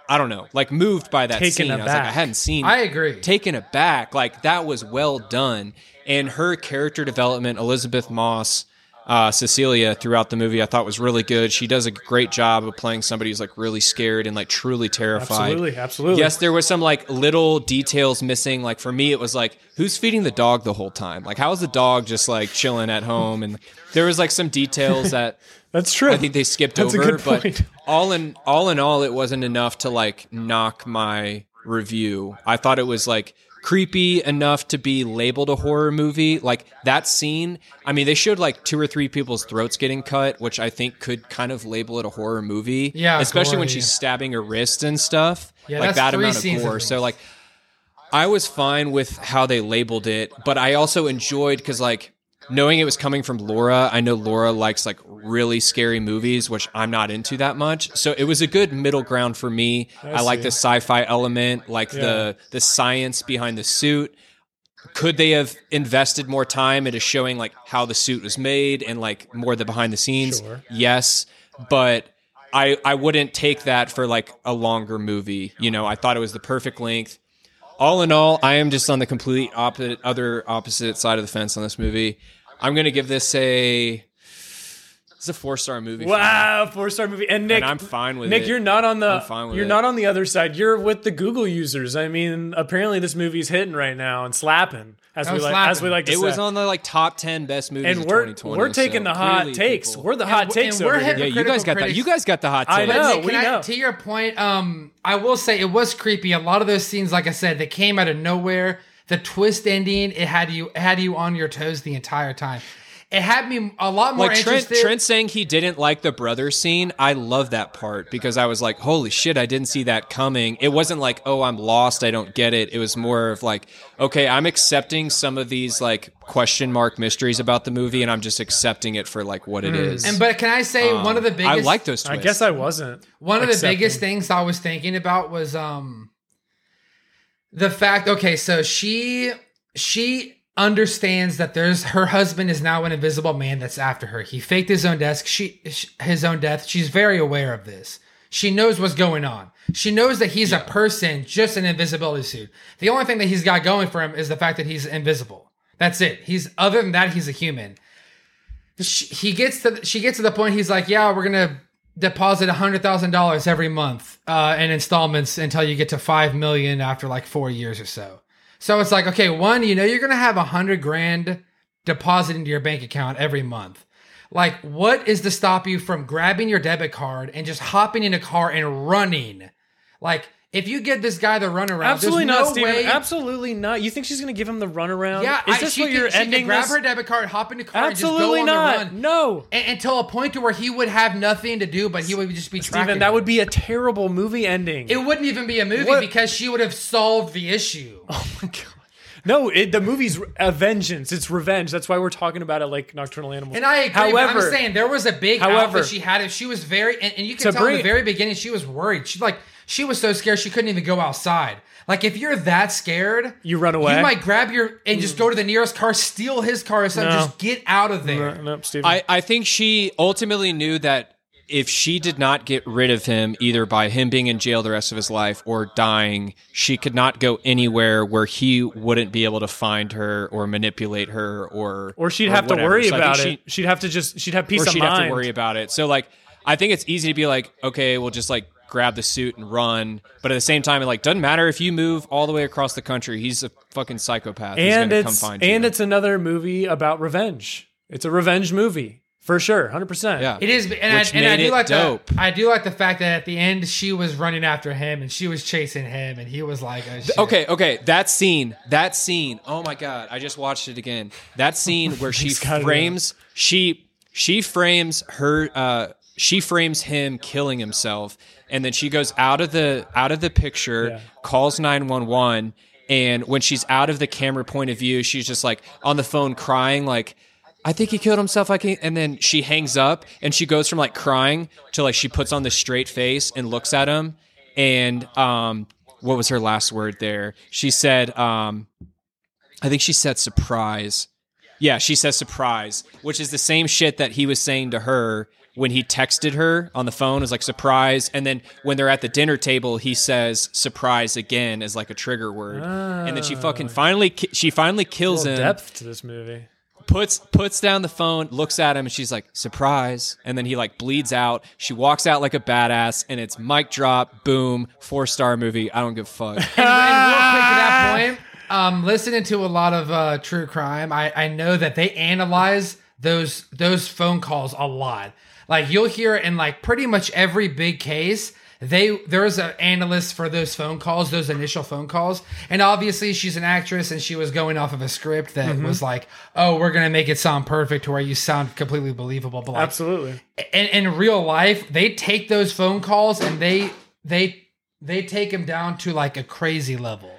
[SPEAKER 1] I don't know, like moved by that
[SPEAKER 2] Taken
[SPEAKER 1] scene. I was like,
[SPEAKER 2] aback.
[SPEAKER 1] I hadn't seen
[SPEAKER 3] I agree.
[SPEAKER 1] taken aback. Like that was well done. And her character development, Elizabeth Moss, uh, Cecilia, throughout the movie, I thought was really good. She does a great job of playing somebody who's like really scared and like truly terrified.
[SPEAKER 2] Absolutely, absolutely.
[SPEAKER 1] Yes, there was some like little details missing. Like for me, it was like, who's feeding the dog the whole time? Like, how is the dog just like chilling at home? And there was like some details that
[SPEAKER 2] that's true.
[SPEAKER 1] I think they skipped
[SPEAKER 2] That's a
[SPEAKER 1] over,
[SPEAKER 2] good
[SPEAKER 1] but
[SPEAKER 2] point.
[SPEAKER 1] all in all in all, it wasn't enough to like knock my review. I thought it was like creepy enough to be labeled a horror movie. Like that scene, I mean, they showed like two or three people's throats getting cut, which I think could kind of label it a horror movie.
[SPEAKER 3] Yeah,
[SPEAKER 1] especially when
[SPEAKER 3] gory.
[SPEAKER 1] she's stabbing her wrist and stuff.
[SPEAKER 3] Yeah,
[SPEAKER 1] like
[SPEAKER 3] that's
[SPEAKER 1] that
[SPEAKER 3] three
[SPEAKER 1] amount of
[SPEAKER 3] scenes at
[SPEAKER 1] gore. So
[SPEAKER 3] least.
[SPEAKER 1] like. I was fine with how they labeled it, but I also enjoyed because like knowing it was coming from Laura, I know Laura likes like really scary movies, which I'm not into that much. So it was a good middle ground for me. I, like
[SPEAKER 2] see.
[SPEAKER 1] the sci-fi element, like the the science behind the suit. Could they have invested more time into showing like how the suit was made and like more the behind the scenes?
[SPEAKER 2] Sure.
[SPEAKER 1] Yes, but I I wouldn't take that for like a longer movie. You know, I thought it was the perfect length all in all, I am just on the complete opposite, other opposite side of the fence on this movie. I'm gonna give this a. It's a four star movie. for me.
[SPEAKER 2] Wow, four star movie. And Nick,
[SPEAKER 1] And I'm fine with
[SPEAKER 2] Nick,
[SPEAKER 1] it.
[SPEAKER 2] you're not on the
[SPEAKER 1] I'm fine with
[SPEAKER 2] you're
[SPEAKER 1] it.
[SPEAKER 2] not on the other side. You're with the Google users. I mean, apparently this movie's hitting right now and slapping as
[SPEAKER 3] Oh,
[SPEAKER 2] we like
[SPEAKER 3] slapping.
[SPEAKER 2] as we like to
[SPEAKER 1] It
[SPEAKER 2] say.
[SPEAKER 1] was on the like top ten best movies
[SPEAKER 2] and
[SPEAKER 1] of
[SPEAKER 2] we're
[SPEAKER 1] 2020.
[SPEAKER 2] we're taking
[SPEAKER 1] so
[SPEAKER 2] the hot
[SPEAKER 1] clearly
[SPEAKER 2] takes.
[SPEAKER 1] people-
[SPEAKER 2] We're the
[SPEAKER 3] And
[SPEAKER 2] hot
[SPEAKER 3] w-
[SPEAKER 2] takes
[SPEAKER 3] and we're
[SPEAKER 2] over here.
[SPEAKER 1] yeah, you
[SPEAKER 3] critical
[SPEAKER 1] guys got that.
[SPEAKER 3] critics.
[SPEAKER 1] You guys got the hot
[SPEAKER 2] I
[SPEAKER 1] take.
[SPEAKER 2] know.
[SPEAKER 3] Nick, can
[SPEAKER 2] we
[SPEAKER 3] I-
[SPEAKER 2] know.
[SPEAKER 3] to your point, um, I will say it was creepy. A lot of those scenes, like I said, they came out of nowhere. The twist ending, it had you it had you on your toes the entire time. It had me a lot more
[SPEAKER 1] Like Trent,
[SPEAKER 3] interested.
[SPEAKER 1] Trent saying he didn't like the brother scene. I love that part because I was like, "Holy shit, I didn't see that coming." It wasn't like, "Oh, I'm lost, I don't get it." It was more of like, "Okay, I'm accepting some of these like question mark mysteries about the movie, and I'm just accepting it for like what it is."
[SPEAKER 3] Hmm. and but can I say one of the biggest?
[SPEAKER 1] Um, I like those.
[SPEAKER 2] I
[SPEAKER 1] Twists.
[SPEAKER 2] guess I wasn't.
[SPEAKER 3] One of
[SPEAKER 2] accepting.
[SPEAKER 3] the biggest things I was thinking about was um the fact okay, so she she understands that there's her husband is now an invisible man that's after her. He faked his own death. She sh- his own death. She's very aware of this. She knows what's going on. She knows that he's a person, just an invisibility suit. The only thing that he's got going for him is the fact that he's invisible. That's it. He's other than that, he's a human. She, he gets to the, she gets to the point. He's like, "Yeah, we're gonna deposit $100,000 every month uh, in installments until you get to 5 million after like 4 years or so. So it's like, okay, one, you know you're going to have a 100 grand deposit into your bank account every month. Like what is to stop you from grabbing your debit card and just hopping in a car and running? Like if you give this guy the runaround,
[SPEAKER 2] Absolutely
[SPEAKER 3] there's
[SPEAKER 2] not,
[SPEAKER 3] no
[SPEAKER 2] Steven.
[SPEAKER 3] Way,
[SPEAKER 2] Absolutely not. You think she's going to give him the runaround?
[SPEAKER 3] Yeah,
[SPEAKER 2] is
[SPEAKER 3] I-
[SPEAKER 2] this
[SPEAKER 3] she
[SPEAKER 2] what
[SPEAKER 3] could-
[SPEAKER 2] you're
[SPEAKER 3] she could
[SPEAKER 2] ending
[SPEAKER 3] grab
[SPEAKER 2] this?
[SPEAKER 3] her debit card, hop in the car,
[SPEAKER 2] Absolutely
[SPEAKER 3] and just go on the
[SPEAKER 2] not.
[SPEAKER 3] run.
[SPEAKER 2] No,
[SPEAKER 3] A- until a point to where he would have nothing to do, but he would just be tracking.
[SPEAKER 2] Steven,
[SPEAKER 3] her.
[SPEAKER 2] that would be a terrible movie ending.
[SPEAKER 3] it wouldn't even be a movie
[SPEAKER 2] What-
[SPEAKER 3] because she would have solved the issue.
[SPEAKER 2] oh my god. No, it, the movie's a vengeance. It's revenge. That's why we're talking about it like nocturnal animals.
[SPEAKER 3] And I agree.
[SPEAKER 2] However,
[SPEAKER 3] but I'm saying there was a big
[SPEAKER 2] however-
[SPEAKER 3] outfit she had. If she was very, and, and you
[SPEAKER 2] To
[SPEAKER 3] can tell in
[SPEAKER 2] bring-
[SPEAKER 3] the very beginning she was worried. She like she was so scared she couldn't even go outside. Like if you're that scared,
[SPEAKER 2] You run away.
[SPEAKER 3] You might grab your and just go to the nearest car, steal his car, or something.
[SPEAKER 2] No.
[SPEAKER 3] Just get out of there.
[SPEAKER 2] Uh, no, no, Steven.
[SPEAKER 1] I, I think she ultimately knew that if she did not get rid of him, either by him being in jail the rest of his life or dying, she could not go anywhere where he wouldn't be able to find her or manipulate her or
[SPEAKER 2] or she'd have to
[SPEAKER 1] whatever.
[SPEAKER 2] worry
[SPEAKER 1] So I think
[SPEAKER 2] about
[SPEAKER 1] she-
[SPEAKER 2] it. She'd have to just she'd have peace
[SPEAKER 1] or
[SPEAKER 2] of
[SPEAKER 1] she'd
[SPEAKER 2] mind.
[SPEAKER 1] have to worry about it. So like, I think it's easy to be like, okay, we'll just like grab the suit and run. But at the same time, it like doesn't matter if you move all the way across the country. He's a fucking psychopath. He's
[SPEAKER 2] and
[SPEAKER 1] gonna
[SPEAKER 2] it's
[SPEAKER 1] come find
[SPEAKER 2] and
[SPEAKER 1] you.
[SPEAKER 2] it's another movie about revenge. It's a revenge movie for sure, hundred percent.
[SPEAKER 1] yeah.
[SPEAKER 3] It is, and
[SPEAKER 1] Which
[SPEAKER 3] I, and I
[SPEAKER 1] made
[SPEAKER 3] do
[SPEAKER 1] it
[SPEAKER 3] like
[SPEAKER 1] dope.
[SPEAKER 3] the I do like the fact that at the end she was running after him and she was chasing him and he was like, oh, shit.
[SPEAKER 1] Okay, okay. That scene, that scene. Oh my god, I just watched it again. That scene where she
[SPEAKER 2] God,
[SPEAKER 1] frames she she frames her uh she frames him killing himself and then she goes out of the out of the picture,
[SPEAKER 2] Yeah.
[SPEAKER 1] calls 911 and when she's out of the camera point of view, she's just like on the phone crying like I think he killed himself. I can and then she hangs up and she goes from like crying to like she puts on this straight face and looks at him and um what was her last word there? She said um I think she said surprise. Yeah, she says surprise, which is the same shit that he was saying to her when he texted her on the phone. It was like surprise, and then when they're at the dinner table, he says surprise again as like a trigger word, and then she fucking finally ki- she finally kills
[SPEAKER 2] Ah. Little
[SPEAKER 1] him,
[SPEAKER 2] depth to this movie.
[SPEAKER 1] puts puts down the phone, looks at him, and she's like surprise, and then he like bleeds out. She walks out like a badass, and it's mic drop, boom, four star movie. I don't give a fuck.
[SPEAKER 3] And, and real quick to that point, um, listening to a lot of uh, true crime, I, I know that they analyze those those phone calls a lot. Like you'll hear in like pretty much every big case, they there's an analyst for those phone calls, those initial phone calls, and obviously she's an actress and she was going off of a script that was like, oh, we're gonna make it sound perfect to where you sound completely believable. But like,
[SPEAKER 2] Absolutely.
[SPEAKER 3] in, in real life, they take those phone calls and they they they take them down to like a crazy level.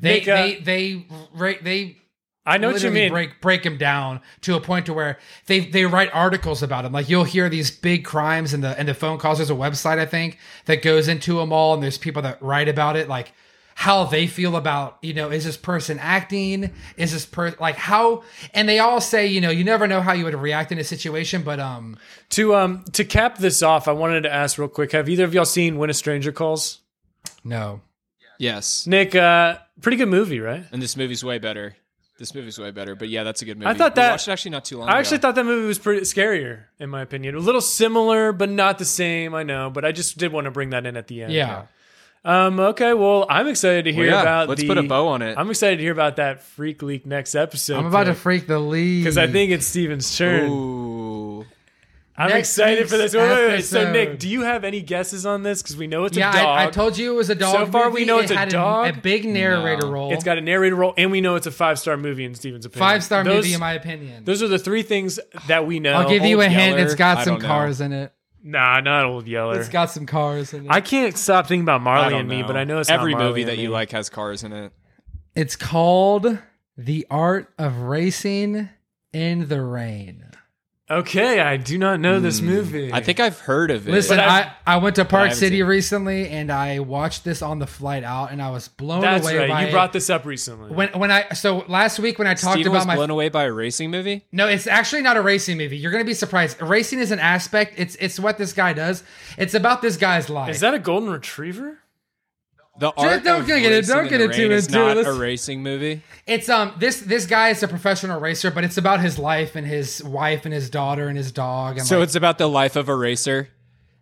[SPEAKER 3] They
[SPEAKER 2] Nick, uh,
[SPEAKER 3] they they ra- they
[SPEAKER 2] I know what you
[SPEAKER 3] literally
[SPEAKER 2] mean.
[SPEAKER 3] break break them down to a point to where they they write articles about them. Like you'll hear these big crimes and the and the phone calls. There's a website I think that goes into them all, and there's people that write about it, like how they feel about you know is this person acting is this person like how and they all say you know you never know how you would react in a situation but um
[SPEAKER 2] To um to cap this off, I wanted to ask real quick: Have either of y'all seen When a Stranger Calls?
[SPEAKER 3] no
[SPEAKER 1] yes,
[SPEAKER 2] Nick, uh, pretty good movie, right?
[SPEAKER 1] and this movie's way better. This movie's way better, but yeah, that's a good movie.
[SPEAKER 2] thought
[SPEAKER 1] We
[SPEAKER 2] that-
[SPEAKER 1] watched it actually not too long.
[SPEAKER 2] I
[SPEAKER 1] ago.
[SPEAKER 2] actually thought that movie was pretty scarier, in my opinion. A little similar, but not the same. I know, but I just did want to bring that in at the end.
[SPEAKER 3] yeah.
[SPEAKER 2] Um. Okay. Well, I'm excited to hear
[SPEAKER 1] Well, yeah,
[SPEAKER 2] about.
[SPEAKER 1] let's
[SPEAKER 2] the-
[SPEAKER 1] put a bow on it.
[SPEAKER 2] I'm excited to hear about that freak leak next episode.
[SPEAKER 3] I'm about to freak the lead
[SPEAKER 2] because I think it's Steven's turn.
[SPEAKER 1] Ooh.
[SPEAKER 2] I'm
[SPEAKER 3] Next
[SPEAKER 2] excited for this. Wait, wait, wait. So,
[SPEAKER 3] episode.
[SPEAKER 2] Nick, do you have any guesses on this? Because we know it's
[SPEAKER 3] yeah,
[SPEAKER 2] a dog.
[SPEAKER 3] I, I told you it was a dog.
[SPEAKER 2] So far we
[SPEAKER 3] movie.
[SPEAKER 2] know
[SPEAKER 3] It
[SPEAKER 2] it's a
[SPEAKER 3] had
[SPEAKER 2] dog.
[SPEAKER 3] A, big narrator
[SPEAKER 1] No.
[SPEAKER 3] role.
[SPEAKER 2] it's got a narrator role, and we know it's a five star movie in Steven's opinion.
[SPEAKER 3] five star
[SPEAKER 2] Those-
[SPEAKER 3] movie in my opinion.
[SPEAKER 2] Those are the three things that we know.
[SPEAKER 3] I'll give you
[SPEAKER 1] Old
[SPEAKER 3] a hint.
[SPEAKER 1] Yeller,
[SPEAKER 3] It's got
[SPEAKER 1] I
[SPEAKER 3] some
[SPEAKER 1] don't know.
[SPEAKER 3] cars in it.
[SPEAKER 2] Nah, not Old Yeller.
[SPEAKER 3] It's got some cars in it.
[SPEAKER 2] I can't stop thinking about
[SPEAKER 1] I
[SPEAKER 2] Marley
[SPEAKER 1] don't
[SPEAKER 2] and me,
[SPEAKER 1] know.
[SPEAKER 2] but I know it's not
[SPEAKER 1] every
[SPEAKER 2] Marley
[SPEAKER 1] movie
[SPEAKER 2] and
[SPEAKER 1] that
[SPEAKER 2] Me.
[SPEAKER 1] you like has cars in it.
[SPEAKER 3] it's called The Art of Racing in the Rain.
[SPEAKER 2] Okay, I do not know this movie.
[SPEAKER 1] Hmm. I think I've heard of it.
[SPEAKER 3] Listen,
[SPEAKER 2] But
[SPEAKER 3] I, I went to
[SPEAKER 1] I
[SPEAKER 3] Park
[SPEAKER 1] haven't
[SPEAKER 3] City
[SPEAKER 1] seen it.
[SPEAKER 3] recently and I watched this on the flight out and I was blown
[SPEAKER 2] that's
[SPEAKER 3] away by
[SPEAKER 2] right. You
[SPEAKER 3] it.
[SPEAKER 2] brought this up recently.
[SPEAKER 3] when when I so last week when I talked
[SPEAKER 1] Steven
[SPEAKER 3] about
[SPEAKER 1] was
[SPEAKER 3] my
[SPEAKER 1] blown away by a racing movie.
[SPEAKER 3] No, it's actually not a racing movie. You're gonna be surprised. Racing is an aspect. It's it's what this guy does. It's about this guy's life.
[SPEAKER 2] Is that a golden retriever?
[SPEAKER 1] The art
[SPEAKER 3] don't
[SPEAKER 1] of
[SPEAKER 3] get it-
[SPEAKER 1] Racing
[SPEAKER 3] don't
[SPEAKER 1] in
[SPEAKER 3] get
[SPEAKER 1] the
[SPEAKER 3] it too
[SPEAKER 1] Rain is
[SPEAKER 3] into
[SPEAKER 1] not
[SPEAKER 3] this.
[SPEAKER 1] a racing movie.
[SPEAKER 2] Oh
[SPEAKER 3] it's um this this guy is a professional racer, but it's about his life and his wife and his daughter and his dog. And
[SPEAKER 1] So
[SPEAKER 3] like,
[SPEAKER 1] it's about the life of a racer.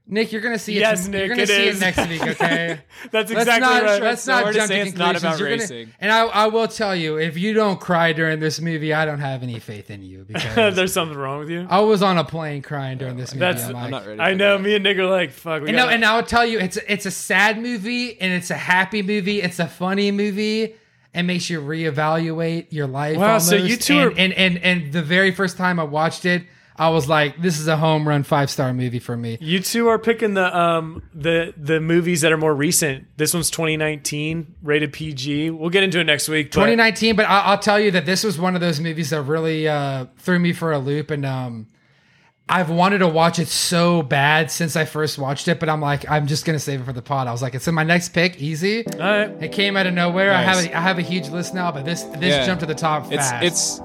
[SPEAKER 3] Nick, you're gonna see it.
[SPEAKER 2] Yes,
[SPEAKER 3] tom-
[SPEAKER 2] Nick,
[SPEAKER 3] you're gonna
[SPEAKER 2] it
[SPEAKER 3] see
[SPEAKER 2] is.
[SPEAKER 3] it next week. Okay.
[SPEAKER 2] That's
[SPEAKER 3] Let's
[SPEAKER 2] exactly
[SPEAKER 3] not,
[SPEAKER 2] right.
[SPEAKER 3] Let's
[SPEAKER 1] So
[SPEAKER 3] not
[SPEAKER 1] hard to
[SPEAKER 3] jump to
[SPEAKER 1] say
[SPEAKER 3] conclusions.
[SPEAKER 1] it's not about
[SPEAKER 3] You're gonna-
[SPEAKER 1] racing.
[SPEAKER 3] and I, I will tell you, if you don't cry during this movie, I don't have any faith in you because
[SPEAKER 2] There's something wrong with you.
[SPEAKER 3] I was on a plane crying
[SPEAKER 2] Oh
[SPEAKER 3] during this movie.
[SPEAKER 2] That's-
[SPEAKER 3] I'm
[SPEAKER 1] I'm
[SPEAKER 3] like-
[SPEAKER 1] not ready.
[SPEAKER 2] I
[SPEAKER 1] for
[SPEAKER 2] know.
[SPEAKER 1] that.
[SPEAKER 2] Me and Nick are like, fuck. We
[SPEAKER 3] And no,
[SPEAKER 2] gotta-
[SPEAKER 3] and I'll tell you, it's it's a sad movie, and it's a happy movie, it's a funny movie, and makes you reevaluate your life.
[SPEAKER 2] Wow, so
[SPEAKER 3] almost.
[SPEAKER 2] you two
[SPEAKER 3] and,
[SPEAKER 2] are-
[SPEAKER 3] and, and and the very first time I watched it, I was like, "This is a home run five star movie for me."
[SPEAKER 2] you two are picking the um the the movies that are more recent. This one's 2019, rated PG. We'll get into it next week. but-
[SPEAKER 3] 2019, but I, I'll tell you that this was one of those movies that really uh, threw me for a loop, and um, I've wanted to watch it so bad since I first watched it, but I'm like, I'm just gonna save it for the pod. I was like, it's in my next pick, easy.
[SPEAKER 2] All right.
[SPEAKER 3] It came out of nowhere. I
[SPEAKER 1] Nice.
[SPEAKER 3] have a, I have a huge list now, but this this
[SPEAKER 1] Yeah.
[SPEAKER 3] jumped to the top
[SPEAKER 1] It's
[SPEAKER 3] fast.
[SPEAKER 1] it's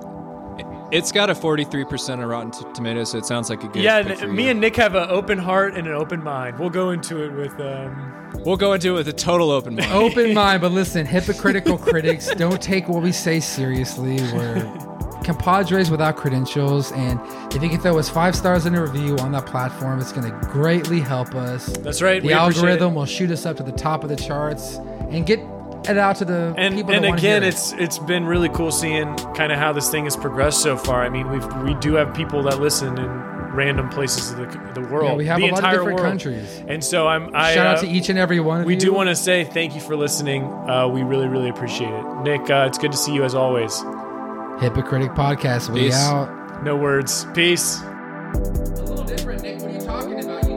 [SPEAKER 1] it's got a 43% on Rotten T- Tomatoes, so it sounds like a good.
[SPEAKER 2] Yeah,
[SPEAKER 1] pick for
[SPEAKER 2] and me
[SPEAKER 1] you.
[SPEAKER 2] and Nick have an open heart and an open mind. We'll go into it with um
[SPEAKER 1] we'll go into it with a total open mind.
[SPEAKER 2] Oh,
[SPEAKER 3] open mind, but listen, hypocritical critics don't take what we say seriously. We're compadres without credentials, and if you can throw us five stars in a review on that platform, it's gonna greatly help us.
[SPEAKER 2] That's right.
[SPEAKER 3] The
[SPEAKER 2] we appreciate it.
[SPEAKER 3] algorithm will shoot us up to the top of the charts and get it out to the
[SPEAKER 2] and
[SPEAKER 3] people.
[SPEAKER 2] and
[SPEAKER 3] that wanna
[SPEAKER 2] again,
[SPEAKER 3] hear it.
[SPEAKER 2] it's it's been really cool seeing kind of how this thing has progressed so far. I mean, we have we do have people that listen in random places of the, the world.
[SPEAKER 3] Yeah, we have
[SPEAKER 2] the
[SPEAKER 3] a lot of
[SPEAKER 2] entire
[SPEAKER 3] different
[SPEAKER 2] world.
[SPEAKER 3] countries.
[SPEAKER 2] And so I'm I
[SPEAKER 3] shout out
[SPEAKER 2] uh,
[SPEAKER 3] to each and every one of
[SPEAKER 2] We
[SPEAKER 3] you.
[SPEAKER 2] do want to say thank you for listening. Uh, we really really appreciate it. Nick, uh, it's good to see you as always.
[SPEAKER 3] hypocritic podcast. We
[SPEAKER 1] Peace.
[SPEAKER 3] out.
[SPEAKER 2] No words. Peace.
[SPEAKER 3] a little different, Nick. What are you talking about? You